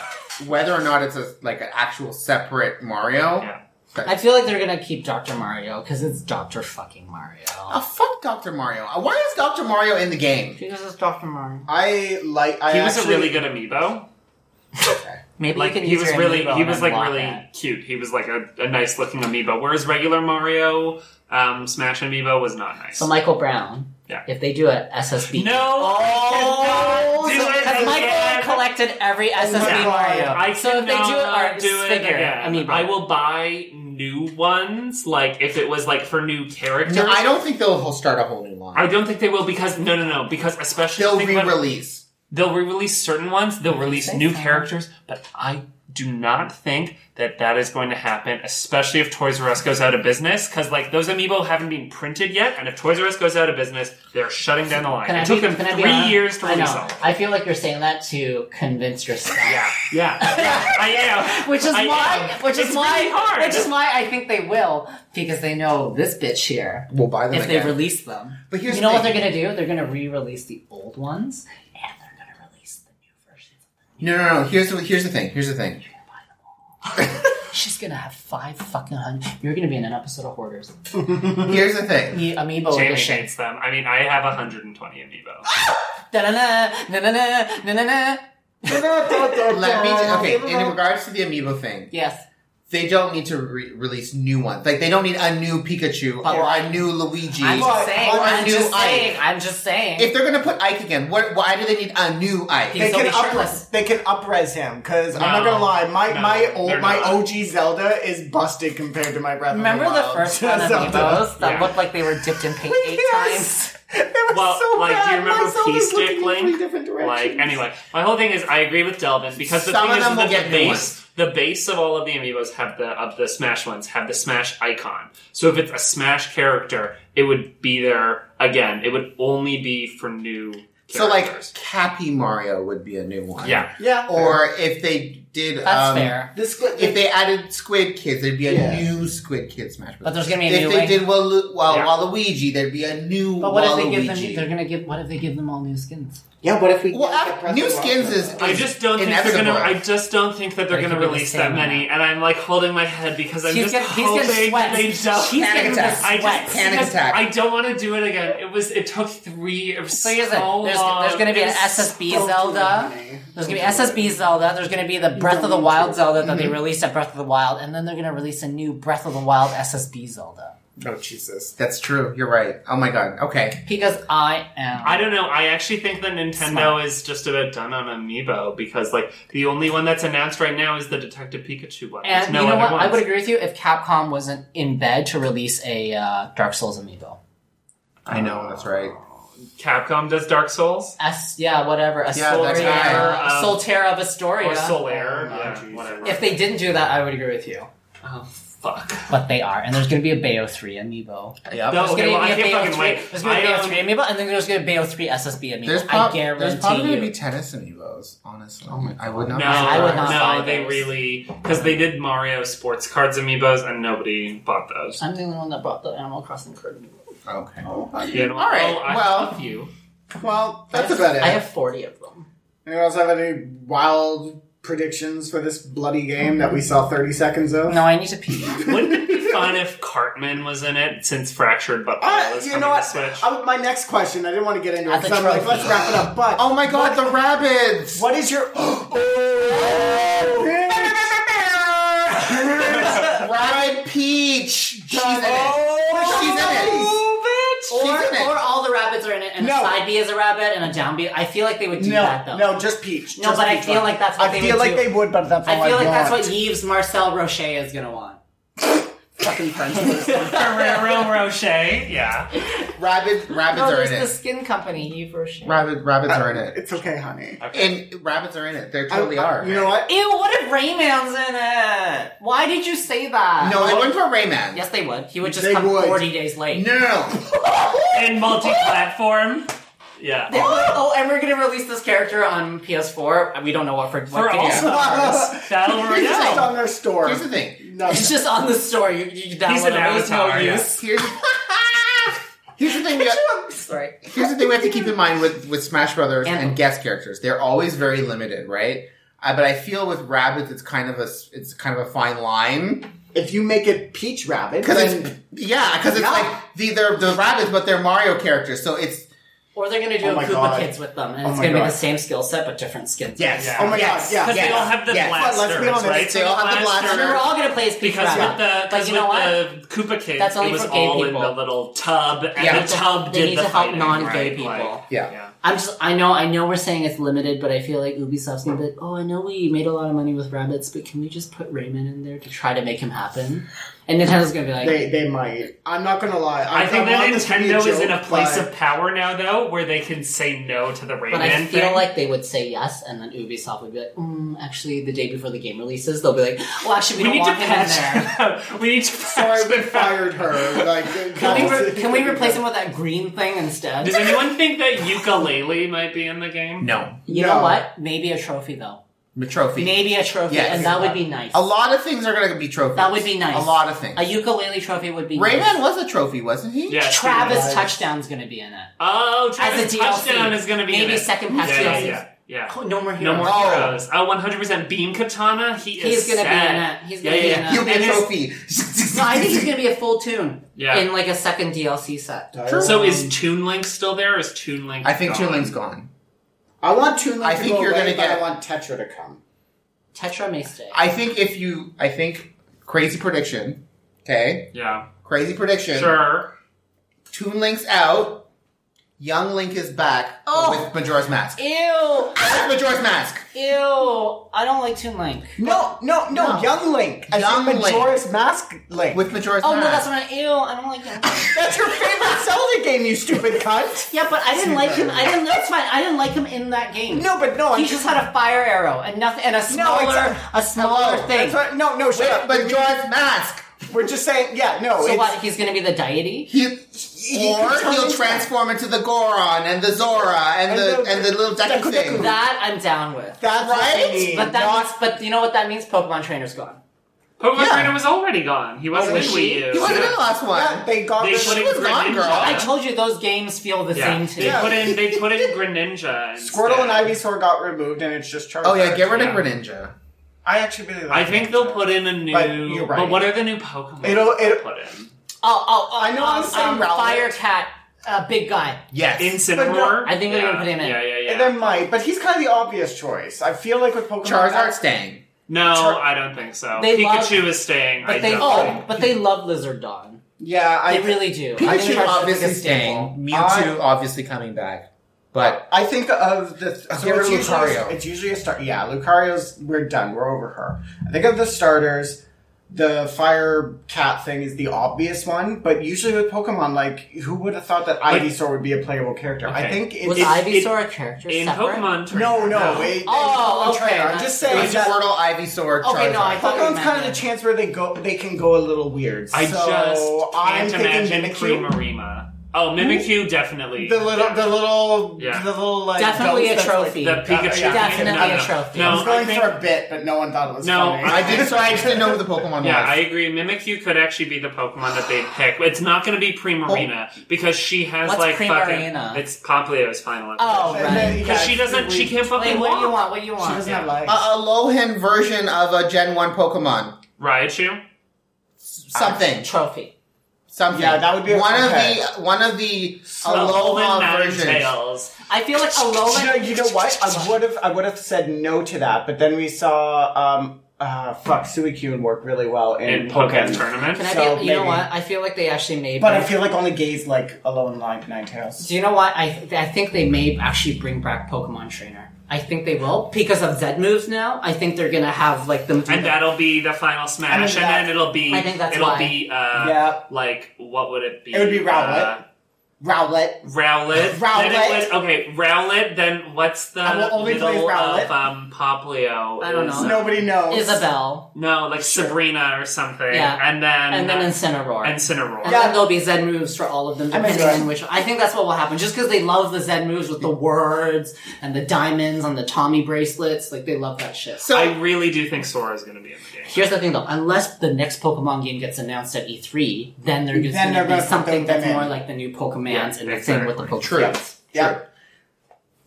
Speaker 1: whether or not it's a, like an actual separate Mario?
Speaker 2: Yeah.
Speaker 3: I feel like they're gonna keep Doctor Mario because it's Doctor fucking Mario.
Speaker 1: Oh, fuck Dr. Mario. Uh, Why is Dr. Mario in the game?
Speaker 3: Because it's Doctor Mario.
Speaker 4: I like. I
Speaker 2: he was
Speaker 4: actually-
Speaker 2: a really good amiibo.
Speaker 3: Maybe
Speaker 2: Like
Speaker 3: you can
Speaker 2: he
Speaker 3: use
Speaker 2: was
Speaker 3: your
Speaker 2: really,
Speaker 3: amiibo
Speaker 2: he
Speaker 3: and
Speaker 2: was like
Speaker 3: unlock
Speaker 2: really
Speaker 3: it.
Speaker 2: cute. He was like a, a nice looking amiibo. Whereas regular Mario um, Smash amiibo was not nice.
Speaker 3: So Michael Brown.
Speaker 2: Yeah.
Speaker 3: If they do it, SSB.
Speaker 2: no, I cannot do it
Speaker 3: Because
Speaker 2: again.
Speaker 3: Oh, Michael collected every SSB
Speaker 2: Yeah.
Speaker 3: Mario.
Speaker 2: I
Speaker 3: so if they do it,
Speaker 2: cannot
Speaker 3: or
Speaker 2: do it
Speaker 3: figure,
Speaker 2: again.
Speaker 3: amiibo.
Speaker 2: I will buy new ones. Like if it was like for new characters,
Speaker 1: No, I don't think they'll ho- start a whole new
Speaker 2: I
Speaker 1: line.
Speaker 2: don't think they will because no, no, no. Because especially
Speaker 1: They'll
Speaker 2: think about-
Speaker 1: re-release.
Speaker 2: they'll re-release certain ones. They'll release
Speaker 3: think
Speaker 2: new
Speaker 3: so.
Speaker 2: characters, but I do not think that that is going to happen. Especially if Toys R Us goes out of business, because like those amiibo haven't been printed yet, and if Toys R Us goes out of business, they're shutting down the line.
Speaker 3: Can I
Speaker 2: it took
Speaker 3: be-
Speaker 2: them
Speaker 3: can I be
Speaker 2: three
Speaker 3: honest?
Speaker 2: years to
Speaker 3: I
Speaker 2: release
Speaker 3: know.
Speaker 2: them.
Speaker 3: I feel like you're saying that to convince yourself.
Speaker 2: Yeah, yeah, I am.
Speaker 3: Which is
Speaker 2: I
Speaker 3: why,
Speaker 2: am.
Speaker 3: which is
Speaker 2: It's
Speaker 3: why,
Speaker 2: really hard.
Speaker 3: which is why I think they will because they know this bitch here.
Speaker 1: We'll buy them
Speaker 3: If they
Speaker 1: again.
Speaker 3: release them,
Speaker 1: But here's
Speaker 3: you
Speaker 1: the
Speaker 3: know what
Speaker 1: thing.
Speaker 3: they're gonna do? They're gonna re-release the old ones, and they're gonna release the new versions.
Speaker 1: no, no, no. Here's the, here's the thing. Here's the thing.
Speaker 3: She's gonna have five fucking hundred. You're gonna be in an episode of Hoarders.
Speaker 1: Here's the thing.
Speaker 3: Ami- Amiibo
Speaker 2: Jamie
Speaker 3: edition.
Speaker 2: hates them. I mean, I have 120 amiibo.
Speaker 3: Da-na-na, na-na-na, na-na-na.
Speaker 1: Let me t- okay. In regards to the amiibo thing,
Speaker 3: Yes.
Speaker 1: they don't need to re- release new ones. Like they don't need a new Pikachu
Speaker 3: But
Speaker 1: or
Speaker 3: why?
Speaker 1: a new Luigi.
Speaker 3: I'm
Speaker 4: Well,
Speaker 3: just saying.
Speaker 1: or a
Speaker 3: Oh, I'm
Speaker 1: new
Speaker 3: just
Speaker 1: Ike.
Speaker 3: saying. I'm just saying.
Speaker 1: If they're gonna put Ike again, what, why do they need a new Ike?
Speaker 3: He's
Speaker 4: They can,
Speaker 3: always
Speaker 4: up,
Speaker 3: shirtless.
Speaker 4: they can upres him because I'm not
Speaker 2: No.
Speaker 4: gonna lie, my
Speaker 2: No,
Speaker 4: my
Speaker 2: they're
Speaker 4: old my
Speaker 2: not.
Speaker 4: OG Zelda is busted compared to my Breath.
Speaker 3: Remember
Speaker 4: of the,
Speaker 3: the
Speaker 4: Wild.
Speaker 3: first one
Speaker 4: Zelda.
Speaker 3: Amiibos that
Speaker 2: Yeah.
Speaker 3: looked like they were dipped in paint eight times?
Speaker 4: Yes. It was
Speaker 2: Well,
Speaker 4: so
Speaker 2: like,
Speaker 4: bad.
Speaker 2: do you remember
Speaker 4: my Zelda's
Speaker 2: Peace
Speaker 4: looking
Speaker 2: Stick
Speaker 4: in
Speaker 2: Link?
Speaker 4: three different
Speaker 2: Like
Speaker 4: directions.
Speaker 2: anyway, my whole thing is I agree with Delvin because the
Speaker 1: Some
Speaker 2: thing
Speaker 1: of
Speaker 2: is
Speaker 1: them
Speaker 2: that
Speaker 1: will get
Speaker 2: the
Speaker 1: new
Speaker 2: base the base of all of the amiibos have the of the Smash ones have the Smash icon. So if it's a Smash character, it would be there again. It would only be for new.
Speaker 1: So like
Speaker 2: characters.
Speaker 1: Cappy Mario would be a new one.
Speaker 2: yeah,
Speaker 4: yeah,
Speaker 1: Or if they did
Speaker 3: That's
Speaker 1: um,
Speaker 3: fair.
Speaker 4: this
Speaker 1: If they added Squid Kids, there'd be a
Speaker 4: Yeah.
Speaker 1: new Squid Kids Smash Bros.
Speaker 3: But there's gonna be a
Speaker 1: if
Speaker 3: new
Speaker 1: they
Speaker 3: way.
Speaker 1: did Walu- Wa-
Speaker 2: Yeah.
Speaker 1: Waluigi, there'd be a new
Speaker 3: But what if they give them?
Speaker 1: Waluigi.
Speaker 3: They're gonna give. What if they give them all new skins?
Speaker 4: yeah. What if we
Speaker 1: well,
Speaker 4: get the
Speaker 1: af-
Speaker 4: Breath
Speaker 1: new
Speaker 4: of the Wild
Speaker 1: skins
Speaker 4: Zelda?
Speaker 1: is.
Speaker 2: I just don't think they're
Speaker 1: inevitable.
Speaker 2: gonna. I just don't think that
Speaker 3: But
Speaker 2: they're
Speaker 3: it
Speaker 2: gonna
Speaker 3: could be the
Speaker 2: release
Speaker 3: same
Speaker 2: that many.
Speaker 3: amount.
Speaker 2: And I'm like holding my head because I'm
Speaker 3: She's
Speaker 2: just
Speaker 3: getting- he's
Speaker 2: hoping
Speaker 3: getting sweats.
Speaker 2: they don't.
Speaker 3: She's
Speaker 1: Panic
Speaker 3: getting the
Speaker 1: attack.
Speaker 2: I
Speaker 3: sweats.
Speaker 2: just
Speaker 1: Panic
Speaker 2: because
Speaker 1: attack.
Speaker 2: I don't want to do it again. It was. It took three. It was
Speaker 3: So
Speaker 2: so,
Speaker 3: here's the- there's-
Speaker 2: long.
Speaker 3: there's gonna be
Speaker 2: It
Speaker 3: an
Speaker 2: was
Speaker 3: SSB
Speaker 2: so
Speaker 3: Zelda.
Speaker 2: long.
Speaker 3: There's gonna be SSB Zelda. There's gonna be the Breath of the Wild Zelda
Speaker 2: Mm-hmm.
Speaker 3: that they released at Breath of the Wild, and then they're gonna release a new Breath of the Wild SSB Zelda.
Speaker 4: Oh Jesus!
Speaker 1: That's true. You're right. Oh my god. Okay.
Speaker 3: Because I am.
Speaker 2: I don't know. I actually think that Nintendo
Speaker 3: Smart.
Speaker 2: is just about done on Amiibo because, like, the only one that's announced right now is the Detective Pikachu one. There's
Speaker 3: And
Speaker 2: no
Speaker 3: you know
Speaker 2: other
Speaker 3: what?
Speaker 2: ones.
Speaker 3: I would agree with you if Capcom wasn't in bed to release a uh, Dark Souls amiibo.
Speaker 1: I know. That's right.
Speaker 2: Capcom does Dark Souls
Speaker 3: S yeah, whatever. A
Speaker 1: Yeah, that's
Speaker 3: Solera,
Speaker 2: right. Um,
Speaker 3: a Solterra of
Speaker 2: or
Speaker 3: Astoria.
Speaker 2: Solaire.
Speaker 4: Oh,
Speaker 2: yeah,
Speaker 4: geez.
Speaker 2: whatever.
Speaker 3: If they didn't do that, I would agree with you.
Speaker 2: oh, Fuck.
Speaker 3: but they are. And there's going to be a Bayo 3 amiibo.
Speaker 1: Yep.
Speaker 2: No,
Speaker 3: There's
Speaker 2: okay,
Speaker 3: going
Speaker 2: well, I
Speaker 3: to be
Speaker 2: can't
Speaker 3: a Bayo
Speaker 2: fucking
Speaker 3: 3.
Speaker 2: wait.
Speaker 3: There's going to be a
Speaker 2: I
Speaker 3: Bayo
Speaker 2: am-
Speaker 3: 3 amiibo, and then there's going to be a Bayo 3 SSB amiibo.
Speaker 1: There's,
Speaker 3: I
Speaker 1: prob-
Speaker 3: guarantee
Speaker 1: there's probably
Speaker 3: you.
Speaker 1: to be tennis amiibos, honestly. Oh my I would
Speaker 2: No,
Speaker 1: not.
Speaker 3: I would not buy
Speaker 2: no, they
Speaker 3: those.
Speaker 2: really because they did Mario sports cards amiibos and nobody bought those.
Speaker 3: I'm the only one that brought the Animal Crossing card amiibo.
Speaker 1: Okay.
Speaker 2: You know,
Speaker 1: All right,
Speaker 2: oh, I
Speaker 1: well-
Speaker 2: love you.
Speaker 4: Well, that's
Speaker 3: I have-
Speaker 4: about it.
Speaker 3: I have 40 of them.
Speaker 4: Anyone else have any wild predictions for this bloody game that we saw 30 seconds of?
Speaker 2: Uh,
Speaker 3: No, I need to pee.
Speaker 2: Wouldn't it be fun if Cartman was in it since Fractured But
Speaker 4: I-
Speaker 2: is
Speaker 4: you
Speaker 2: coming
Speaker 4: know what?
Speaker 2: to Switch?
Speaker 4: I, my next question, I didn't want to get into it
Speaker 3: At the
Speaker 4: because I'm like,
Speaker 3: trophy.
Speaker 4: let's wrap it up. But
Speaker 1: Oh my god, the rabbits!
Speaker 4: what is your?
Speaker 1: Rabbit Peach! She's in
Speaker 3: Oh.
Speaker 1: it. She's in it.
Speaker 4: Oh,
Speaker 1: She's
Speaker 3: Or,
Speaker 1: in it.
Speaker 3: or all the rabbits are in it, and
Speaker 4: No.
Speaker 3: a side B is a rabbit, and a down B. I feel like they would do that
Speaker 4: No,
Speaker 3: though.
Speaker 4: no, just Peach.
Speaker 3: No,
Speaker 4: Just
Speaker 3: but I
Speaker 4: Peach
Speaker 3: feel
Speaker 4: one.
Speaker 3: like that's what
Speaker 4: I
Speaker 3: they
Speaker 4: feel
Speaker 3: would
Speaker 4: like
Speaker 3: do.
Speaker 4: they would, but that's all
Speaker 3: I feel like that's
Speaker 4: want.
Speaker 3: what Yves Marcel Roche is gonna want.
Speaker 4: fucking French person.
Speaker 2: Ferrero Rocher, yeah.
Speaker 1: Rabbit, rabbits
Speaker 3: No,
Speaker 1: are
Speaker 3: there's
Speaker 1: in
Speaker 3: the
Speaker 1: it.
Speaker 3: skin company Yves Roche.
Speaker 1: Rabbit, rabbits are in it.
Speaker 4: It's okay, honey.
Speaker 1: And rabbits are in it. They totally
Speaker 4: I-
Speaker 1: are.
Speaker 4: You know what?
Speaker 3: Ew! What if Rayman's in it? Why did you say that?
Speaker 1: No, they went for Rayman.
Speaker 3: Yes, they would. He would just
Speaker 4: They
Speaker 3: come
Speaker 4: would.
Speaker 3: forty days late.
Speaker 1: No, no, no.
Speaker 2: And multi-platform, yeah.
Speaker 3: They would- oh, and we're gonna release this character on PS4. We don't know what for. What
Speaker 2: For
Speaker 3: video.
Speaker 2: all stars, Battle
Speaker 4: It's just
Speaker 2: Royale.
Speaker 4: on their store.
Speaker 1: Here's the thing.
Speaker 4: No.
Speaker 3: It's just on the store. You, you download
Speaker 2: He's an
Speaker 3: it. There's
Speaker 2: avatar,
Speaker 3: no
Speaker 2: yeah.
Speaker 3: use.
Speaker 1: Here's here's the thing. We
Speaker 3: Sorry.
Speaker 1: here's the thing we have to keep in mind with with Smash Brothers and,
Speaker 3: Animal.
Speaker 1: guest characters. They're always very limited, right? Uh, but I feel with rabbits, it's kind of a s- it's kind of a fine line
Speaker 4: If you make it Peach Rabbit,
Speaker 1: because
Speaker 4: then
Speaker 1: it's yeah because it's
Speaker 4: Yeah.
Speaker 1: like the, they're the rabbits but they're Mario characters, so it's
Speaker 3: Or they're gonna do
Speaker 4: Oh
Speaker 3: a
Speaker 4: my
Speaker 3: Koopa
Speaker 4: God.
Speaker 3: Kids with them, and
Speaker 4: Oh
Speaker 3: it's
Speaker 4: my
Speaker 3: gonna
Speaker 4: God.
Speaker 3: be the same skill set but different skins.
Speaker 1: yes,
Speaker 2: Yeah.
Speaker 4: Oh my
Speaker 1: yes,
Speaker 4: God, yeah.
Speaker 2: Because
Speaker 1: yes.
Speaker 2: they all have the
Speaker 1: Yes.
Speaker 4: But let's
Speaker 2: blasters,
Speaker 4: be honest,
Speaker 2: right?
Speaker 1: they all have the
Speaker 3: So we're
Speaker 1: blaster.
Speaker 3: all gonna play as Pikachu.
Speaker 2: Because with the,
Speaker 3: but
Speaker 2: because
Speaker 3: you know what?
Speaker 2: with the Koopa kids,
Speaker 3: That's only
Speaker 2: it was
Speaker 3: for gay
Speaker 2: all in
Speaker 3: people.
Speaker 2: the little tub, and
Speaker 1: Yeah.
Speaker 2: the tub
Speaker 3: they
Speaker 2: did
Speaker 3: need
Speaker 2: the
Speaker 3: to help
Speaker 2: fighting,
Speaker 3: non-gay
Speaker 2: right?
Speaker 3: people.
Speaker 2: Like,
Speaker 1: Yeah.
Speaker 3: I'm just I know I know we're saying it's limited, but I feel like Ubisoft's gonna be like, oh, I know we made a lot of money with rabbits, but can we just put Rayman in there to try to make him happen? And Nintendo's gonna be like,
Speaker 4: they they might. I'm not gonna lie. I,
Speaker 2: I think
Speaker 4: I
Speaker 2: that
Speaker 4: want this to be a
Speaker 2: Nintendo is in a
Speaker 4: joke,
Speaker 2: place
Speaker 4: but-
Speaker 2: of power now, though, where they can say no to the Rayman
Speaker 3: but I feel
Speaker 2: thing.
Speaker 3: like they would say yes, and then Ubisoft would be like, mm, actually, the day before the game releases, they'll be like, well, actually, we,
Speaker 2: we
Speaker 3: don't
Speaker 2: need to
Speaker 3: want him in
Speaker 2: patch
Speaker 3: there.
Speaker 2: it out. We need to patch
Speaker 4: Sorry, we
Speaker 2: it out.
Speaker 4: fired her. Like,
Speaker 3: Can we,
Speaker 4: that's-
Speaker 3: re- can we replace him with that green thing instead?
Speaker 2: Does anyone think that ukulele might be in the game?
Speaker 1: no
Speaker 3: You
Speaker 4: No.
Speaker 3: know what? Maybe a trophy though.
Speaker 1: the trophy.
Speaker 3: Maybe a trophy,
Speaker 1: Yes.
Speaker 3: and that would be nice.
Speaker 1: A lot of things are going to be trophies.
Speaker 3: That would be nice.
Speaker 1: A lot of things.
Speaker 3: A ukulele trophy would be
Speaker 1: Rayman
Speaker 3: nice.
Speaker 1: was a trophy, wasn't he?
Speaker 2: Yeah, she
Speaker 3: Travis
Speaker 2: was.
Speaker 3: touchdown's gonna be in it.
Speaker 2: Oh, Travis
Speaker 3: As a DLC.
Speaker 2: touchdown is going to be in
Speaker 3: Maybe
Speaker 2: it.
Speaker 3: second pass
Speaker 2: yeah, yeah,
Speaker 3: DLC.
Speaker 2: yeah, yeah.
Speaker 3: Oh, No more
Speaker 2: No
Speaker 3: heroes.
Speaker 2: more
Speaker 1: Oh.
Speaker 2: heroes. Oh, 100% Beam Katana. He
Speaker 3: He's
Speaker 2: is
Speaker 3: gonna
Speaker 2: sad.
Speaker 3: be in it. He's
Speaker 2: Yeah,
Speaker 3: gonna be
Speaker 2: yeah,
Speaker 3: in
Speaker 2: yeah.
Speaker 3: it.
Speaker 1: He'll be a
Speaker 2: And his-
Speaker 1: trophy.
Speaker 3: No, I think he's gonna be a full tune
Speaker 2: Yeah.
Speaker 3: in like a second DLC set.
Speaker 2: So is Toon Link still there? Or is Toon Link?
Speaker 1: I think
Speaker 2: gone?
Speaker 1: Toon Link's gone.
Speaker 4: I want Toon Link
Speaker 1: I
Speaker 4: to
Speaker 1: think
Speaker 4: go
Speaker 1: you're
Speaker 4: away,
Speaker 1: gonna
Speaker 4: but
Speaker 1: get-
Speaker 4: I want Tetra to come.
Speaker 3: Tetra may stay.
Speaker 1: I think if you, I think crazy prediction. Okay,
Speaker 2: Yeah.
Speaker 1: crazy prediction.
Speaker 2: Sure.
Speaker 1: Toon Link's out. Young Link is back
Speaker 3: Oh.
Speaker 1: with Majora's Mask.
Speaker 3: Ew! Ew!
Speaker 1: With Majora's Mask.
Speaker 3: I don't like Toon Link.
Speaker 4: No, no, no,
Speaker 1: No.
Speaker 4: Young Link. As
Speaker 1: Young
Speaker 4: in Majora's
Speaker 1: Link.
Speaker 4: Mask Link.
Speaker 1: With Majora's
Speaker 3: Oh no, that's
Speaker 1: Mask.
Speaker 3: what I. Ew! I don't like him.
Speaker 4: That's your favorite Zelda game, you stupid cunt.
Speaker 3: Yeah, but I didn't like him. I didn't. That's fine. I didn't like him in that game.
Speaker 4: No, but no, I'm
Speaker 3: he just had a fire arrow and nothing, and a
Speaker 4: No,
Speaker 3: smaller,
Speaker 4: it's
Speaker 3: a, smaller
Speaker 1: Hello.
Speaker 3: thing.
Speaker 4: Oh, That's right. No, no, shut up.
Speaker 1: With Majora's Mask.
Speaker 4: We're just saying, yeah, no.
Speaker 3: So
Speaker 4: it's,
Speaker 3: what? He's gonna be the deity.
Speaker 1: He,
Speaker 4: can
Speaker 1: or
Speaker 4: turn
Speaker 1: he'll
Speaker 4: into
Speaker 1: transform into the Goron and the Zora and,
Speaker 4: And
Speaker 1: the,
Speaker 4: the-
Speaker 1: and the little Deku
Speaker 4: Deku
Speaker 1: thing.
Speaker 4: Deku.
Speaker 3: That I'm down with.
Speaker 4: That's what
Speaker 1: Right?
Speaker 4: we need.
Speaker 3: But that
Speaker 4: Not-
Speaker 3: means, but you know what that means? Pokemon trainer's gone.
Speaker 2: Pokemon
Speaker 1: Yeah.
Speaker 2: Trainer was already gone. He wasn't
Speaker 3: was
Speaker 2: in
Speaker 3: Oh, she?
Speaker 2: Wii U.
Speaker 1: He wasn't in the last one.
Speaker 4: yeah, they got
Speaker 2: They
Speaker 4: rid-
Speaker 2: put
Speaker 1: She
Speaker 2: in
Speaker 1: was gone,
Speaker 2: Greninja.
Speaker 1: girl.
Speaker 3: I told you those games feel the
Speaker 2: Yeah.
Speaker 3: same to
Speaker 2: They
Speaker 3: me.
Speaker 2: put in. They put in Greninja.
Speaker 4: Squirtle and
Speaker 2: instead.
Speaker 4: Ivysaur got removed, and it's just Charizard.
Speaker 1: Oh yeah, get rid of
Speaker 2: Yeah.
Speaker 1: Greninja.
Speaker 4: I actually really like
Speaker 2: I think they'll
Speaker 4: Greninja.
Speaker 2: put in a new.
Speaker 4: But you're right.
Speaker 2: but what are the new Pokemon?
Speaker 4: It'll-
Speaker 2: they'll
Speaker 4: it'll-
Speaker 2: put in
Speaker 3: Oh, oh, oh,
Speaker 4: I know I'm
Speaker 3: um,
Speaker 4: saying
Speaker 3: um,
Speaker 4: relevant.
Speaker 3: Fire Cat, uh, big guy.
Speaker 1: Yes.
Speaker 2: Incineroar.
Speaker 4: no,
Speaker 3: I think they're
Speaker 2: yeah.
Speaker 3: gonna put him in.
Speaker 2: Yeah, yeah, yeah.
Speaker 4: They might, but he's kind of the obvious choice. I feel like with Pokemon
Speaker 1: Charizard staying.
Speaker 2: no,
Speaker 4: Char-
Speaker 2: I don't think so.
Speaker 3: They
Speaker 2: Pikachu is staying. I
Speaker 3: But they,
Speaker 2: don't
Speaker 3: oh,
Speaker 2: think.
Speaker 3: but they love Lizard Dawn.
Speaker 4: Yeah, I
Speaker 3: They really do. I think
Speaker 1: Pikachu
Speaker 3: Charizard's the
Speaker 1: obviously
Speaker 3: biggest
Speaker 1: staying.
Speaker 3: staple.
Speaker 1: Mewtwo obviously coming back. But
Speaker 4: I think of the. so
Speaker 1: rid
Speaker 4: it's
Speaker 1: of
Speaker 4: usually,
Speaker 1: Lucario.
Speaker 4: It's usually a start. Yeah, Lucario's. We're done. We're over her. I think of the starters. the fire cat thing is the obvious one, but usually with Pokemon, like who would have thought that
Speaker 2: Like-
Speaker 4: Ivysaur would be a playable character? I
Speaker 2: Okay.
Speaker 4: think it,
Speaker 3: Was
Speaker 4: it-
Speaker 3: Ivysaur a character
Speaker 2: in
Speaker 3: separate?
Speaker 2: Pokemon. Turn-
Speaker 4: no, no, wait. they
Speaker 3: Oh,
Speaker 4: call him
Speaker 3: okay,
Speaker 4: trainer. I'm
Speaker 3: that's-
Speaker 4: just
Speaker 1: It
Speaker 4: saying
Speaker 1: was
Speaker 4: that
Speaker 1: Squirtle, Ivysaur, Charger.
Speaker 3: Okay, no, I thought you
Speaker 4: Pokemon's
Speaker 3: meant
Speaker 4: kind of
Speaker 3: that.
Speaker 4: the chance where they go, they can go a little weird.
Speaker 2: I
Speaker 4: so
Speaker 2: just
Speaker 4: I'm
Speaker 2: can't
Speaker 4: thinking
Speaker 2: imagine
Speaker 4: Mimikyu.
Speaker 2: Primarima. Oh, Mimikyu definitely.
Speaker 4: The little, the little,
Speaker 2: Yeah.
Speaker 4: the little like
Speaker 3: Definitely
Speaker 4: ghost
Speaker 3: a
Speaker 4: that's like-
Speaker 3: trophy.
Speaker 2: the Pikachu.
Speaker 4: yeah.
Speaker 3: Uh, Definitely
Speaker 2: no, no,
Speaker 3: a
Speaker 2: no.
Speaker 3: trophy.
Speaker 2: No,
Speaker 4: I was going
Speaker 2: I think,
Speaker 4: for a bit, but no one thought it was
Speaker 2: No,
Speaker 4: funny.
Speaker 1: I did, so I just didn't know who the Pokemon
Speaker 2: Yeah, I
Speaker 1: was.
Speaker 2: agree. Mimikyu could actually be the Pokemon that they pick. It's not going to be Primarina
Speaker 4: Oh.
Speaker 2: because she has
Speaker 3: What's
Speaker 2: like
Speaker 3: Primarina?
Speaker 2: fucking. It's Pomplio's final episode.
Speaker 3: Oh,
Speaker 4: And then,
Speaker 3: right.
Speaker 2: because
Speaker 4: yeah,
Speaker 2: she doesn't. She can't fucking
Speaker 3: Wait, what do you
Speaker 2: walk.
Speaker 3: want? What do you
Speaker 4: She
Speaker 3: want?
Speaker 4: doesn't have legs.
Speaker 1: a, a Lohan version of a Gen 1 Pokemon.
Speaker 2: Raichu.
Speaker 1: Something.
Speaker 3: Trophy.
Speaker 1: Something.
Speaker 4: Yeah, that would be
Speaker 1: one
Speaker 4: okay.
Speaker 1: of the one of the
Speaker 2: Alolan
Speaker 1: Alolan versions.
Speaker 2: Ninetales.
Speaker 3: I feel like
Speaker 4: you, know,
Speaker 3: Alolan.
Speaker 4: Oh, you know what? I would have I would have said no to that, but then we saw um uh fuck Suicune work really well in,
Speaker 2: in Pokemon
Speaker 3: Can
Speaker 2: tournament.
Speaker 3: I be,
Speaker 4: So,
Speaker 3: you know
Speaker 4: maybe.
Speaker 3: what? I feel like they actually made.
Speaker 4: But I feel like only gays like alone like Nine Tails.
Speaker 3: Do you know what? I th- I think they may actually bring back Pokemon Trainer. I think they will because of Z moves now. I think they're gonna have like them. do
Speaker 2: And
Speaker 3: the-
Speaker 2: that'll be the final smash,
Speaker 4: I mean,
Speaker 2: and
Speaker 4: that-
Speaker 2: then it'll be
Speaker 3: I think that's
Speaker 2: it'll
Speaker 3: why.
Speaker 2: be uh,
Speaker 4: Yeah.
Speaker 2: like what would it be?
Speaker 4: It would be Rowlet.
Speaker 2: Uh,
Speaker 4: Rowlet.
Speaker 2: Rowlet.
Speaker 4: Rowlet.
Speaker 2: Then it would- okay, Rowlet. Then what's the
Speaker 4: I will only play as
Speaker 2: middle
Speaker 4: Rowlet.
Speaker 2: of um, Poplio?
Speaker 3: I don't
Speaker 2: is,
Speaker 3: know.
Speaker 2: uh,
Speaker 4: Nobody knows.
Speaker 3: Isabel,
Speaker 2: No, like Sabrina or something.
Speaker 3: Yeah.
Speaker 2: And then uh,
Speaker 3: and, then Incineroar.
Speaker 2: and Cineroar.
Speaker 3: And
Speaker 4: Yeah.
Speaker 3: then there'll be Zen moves for all of them,
Speaker 4: I mean,
Speaker 3: depending
Speaker 4: right.
Speaker 3: on which. I think that's what will happen. Just because they love the Zen moves with the words and the diamonds on the Tommy bracelets, like they love that shit.
Speaker 1: So
Speaker 2: I really do think Sora is going to be in the game.
Speaker 3: Here's the thing though, unless the next Pokemon game gets announced at E3, then they're just
Speaker 4: Then
Speaker 3: gonna
Speaker 4: they're gonna
Speaker 3: be
Speaker 4: put
Speaker 3: something
Speaker 4: them
Speaker 3: that's
Speaker 4: in.
Speaker 3: more like the new Pokemons
Speaker 2: Yeah,
Speaker 3: and the thing with the
Speaker 2: exactly.
Speaker 3: Pokemon.
Speaker 1: True.
Speaker 4: Yeah.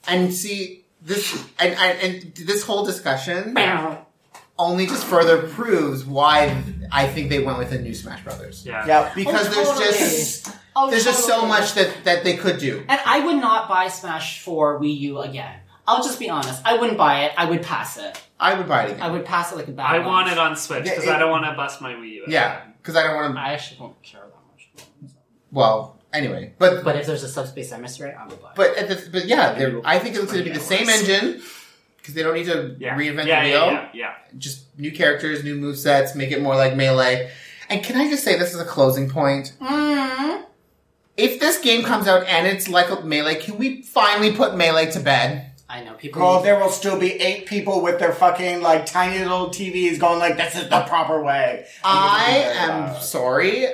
Speaker 1: And see this and, and and this whole discussion only just further proves why I think they went with a new Smash Brothers.
Speaker 2: Yeah.
Speaker 4: Yeah.
Speaker 1: Because
Speaker 3: Oh,
Speaker 1: there's
Speaker 3: totally.
Speaker 1: just
Speaker 3: Oh,
Speaker 1: there's just so much that that they could do.
Speaker 3: And I would not buy Smash for Wii U again. I'll just be honest. I wouldn't buy it. I would pass it.
Speaker 1: I would buy it again.
Speaker 3: I would pass it like a bad.
Speaker 2: I
Speaker 3: bunch.
Speaker 2: want it on Switch because
Speaker 4: Yeah, it-
Speaker 2: I don't want to bust my Wii U.
Speaker 1: Yeah, because I don't want to.
Speaker 3: I actually don't care that much.
Speaker 1: Well, anyway, but
Speaker 3: But if there's a subspace emissary, I would buy. it.
Speaker 1: but at the, but yeah, they're- I think it's going to be the same engine because they don't need to
Speaker 2: Yeah.
Speaker 1: reinvent
Speaker 2: yeah,
Speaker 1: the
Speaker 2: yeah,
Speaker 1: wheel.
Speaker 2: yeah, yeah.
Speaker 1: Just new characters, new move sets, make it more like melee. And can I just say this is a closing point? Mm-hmm.
Speaker 7: Mm.
Speaker 1: If this game comes out and it's like a melee, can we finally put melee to bed?
Speaker 3: I know people.
Speaker 4: Girl, oh, there will still be eight people with their fucking like tiny little TVs going like this is the proper way.
Speaker 1: I
Speaker 4: Because they're,
Speaker 1: am
Speaker 4: uh,
Speaker 1: sorry.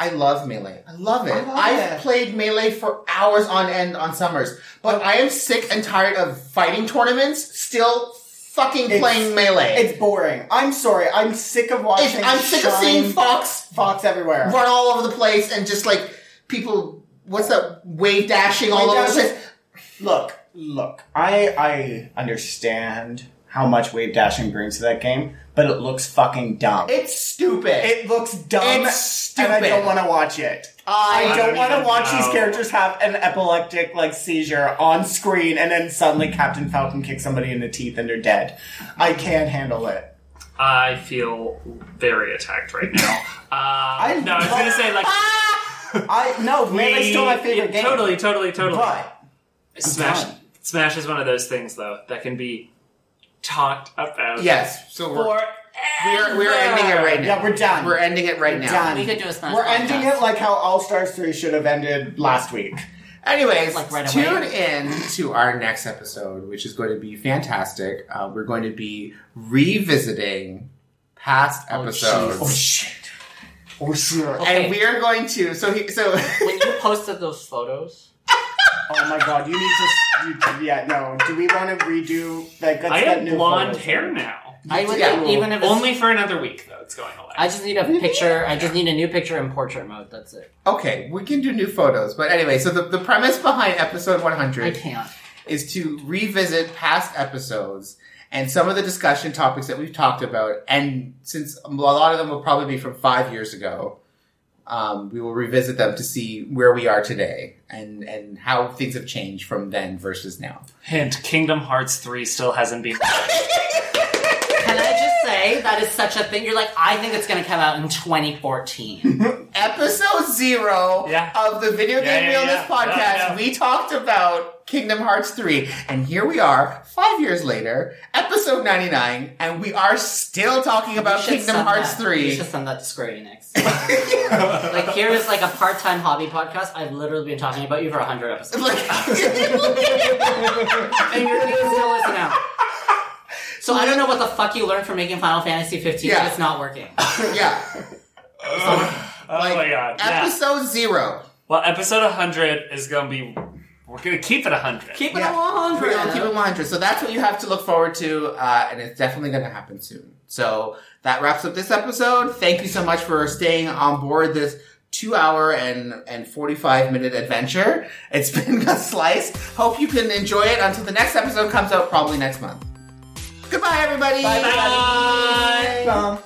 Speaker 1: I love melee. I love it.
Speaker 4: I love
Speaker 1: I've
Speaker 4: it.
Speaker 1: played melee for hours on end on summers, but I am sick and tired of fighting tournaments. Still fucking
Speaker 4: It's-
Speaker 1: playing melee.
Speaker 4: It's boring. I'm sorry. I'm sick of watching.
Speaker 1: If- I'm sick of seeing
Speaker 4: shine
Speaker 1: Fox
Speaker 4: Fox everywhere.
Speaker 1: run all over the place and just like people, what's that wave dashing all
Speaker 4: Wave
Speaker 1: over the
Speaker 4: dashing.
Speaker 1: place?
Speaker 4: Look, look. I I understand how much wave dashing brings to that game, but it looks fucking dumb.
Speaker 1: It's stupid.
Speaker 4: It looks dumb.
Speaker 1: It's
Speaker 4: And I
Speaker 1: stupid.
Speaker 4: don't want to watch it. I,
Speaker 2: I
Speaker 4: don't
Speaker 2: don't
Speaker 4: want to
Speaker 2: even
Speaker 4: watch these
Speaker 2: know.
Speaker 4: characters have an epileptic like seizure on screen, and then suddenly Captain Falcon kicks somebody in the teeth and they're dead. I can't handle it.
Speaker 2: I feel very attacked right now. Uh,
Speaker 4: I
Speaker 2: no, I was going to say like
Speaker 4: I no,
Speaker 2: we-
Speaker 4: Melee's still my favorite
Speaker 2: yeah,
Speaker 4: game.
Speaker 2: Totally, totally, totally.
Speaker 4: But
Speaker 2: Smash,
Speaker 4: done.
Speaker 2: Smash is one of those things though that can be talked about.
Speaker 1: yes. So we're, we're,
Speaker 2: Forever.
Speaker 1: we're ending it right now.
Speaker 4: Yeah, we're done.
Speaker 1: We're ending it right now.
Speaker 4: done.
Speaker 3: we could do a Smash.
Speaker 4: We're ending
Speaker 3: podcast.
Speaker 4: it like how All Stars 3 should have ended last week.
Speaker 1: Anyways,
Speaker 3: Like, right away.
Speaker 1: tune in to our next episode, which is going to be fantastic. Uh, we're going to be revisiting past
Speaker 3: Oh,
Speaker 1: episodes.
Speaker 3: jeez.
Speaker 4: shit. Oh shit.
Speaker 1: And we are going to so he, so
Speaker 3: when you posted those photos,
Speaker 4: Oh my god, you need to. You, yeah, no. Do we want to redo? Like, let's
Speaker 2: I
Speaker 4: get
Speaker 2: have
Speaker 4: new
Speaker 2: blonde
Speaker 4: photos.
Speaker 2: hair now.
Speaker 3: I would
Speaker 1: Yeah.
Speaker 3: even if it's,
Speaker 2: Only for another week though. It's going away.
Speaker 3: I just need a picture. I just need a new picture in portrait mode. That's it.
Speaker 1: okay, we can do new photos. But anyway, so the, the premise behind episode one
Speaker 3: I
Speaker 1: hundred
Speaker 3: can't.
Speaker 1: is to revisit past episodes and some of the discussion topics that we've talked about. And since a lot of them will probably be from five years ago, um, we will revisit them to see where we are today and, and how things have changed from then versus now.
Speaker 2: Hint: Kingdom Hearts three still hasn't been.
Speaker 3: Can I just say that is such a thing? You're like, I think it's going to come out in 2014.
Speaker 1: Episode zero
Speaker 2: Yeah.
Speaker 1: of the Video Game
Speaker 2: Yeah, yeah,
Speaker 1: Realness
Speaker 2: yeah.
Speaker 1: podcast,
Speaker 2: Yeah, yeah.
Speaker 1: we talked about Kingdom Hearts 3. And here we are, five years later, episode 99, and we are still talking about
Speaker 3: You should
Speaker 1: Kingdom
Speaker 3: send
Speaker 1: Hearts
Speaker 3: that. You
Speaker 1: 3.
Speaker 3: should send that to Square Enix. like here is like a part-time hobby podcast. I've literally been talking about you for hundred episodes, and you're gonna still listen out. So I don't know what the fuck you learned from making Final Fantasy 15.
Speaker 1: Yeah.
Speaker 3: It's not working.
Speaker 1: yeah.
Speaker 2: oh my god. Yeah.
Speaker 1: Episode zero.
Speaker 2: Well, episode 100 is going to be. We're going to keep it 100.
Speaker 3: Keep it
Speaker 1: Yeah.
Speaker 3: along.
Speaker 1: Pretty on keep it 100. So that's what you have to look forward to, uh, and it's definitely going to happen soon. So that wraps up this episode. Thank you so much for staying on board this two hour and, and 45 minute adventure. It's been a slice. Hope you can enjoy it until the next episode comes out probably next month. Goodbye, everybody.
Speaker 3: Bye,
Speaker 1: Bye.
Speaker 3: everybody.
Speaker 4: Bum.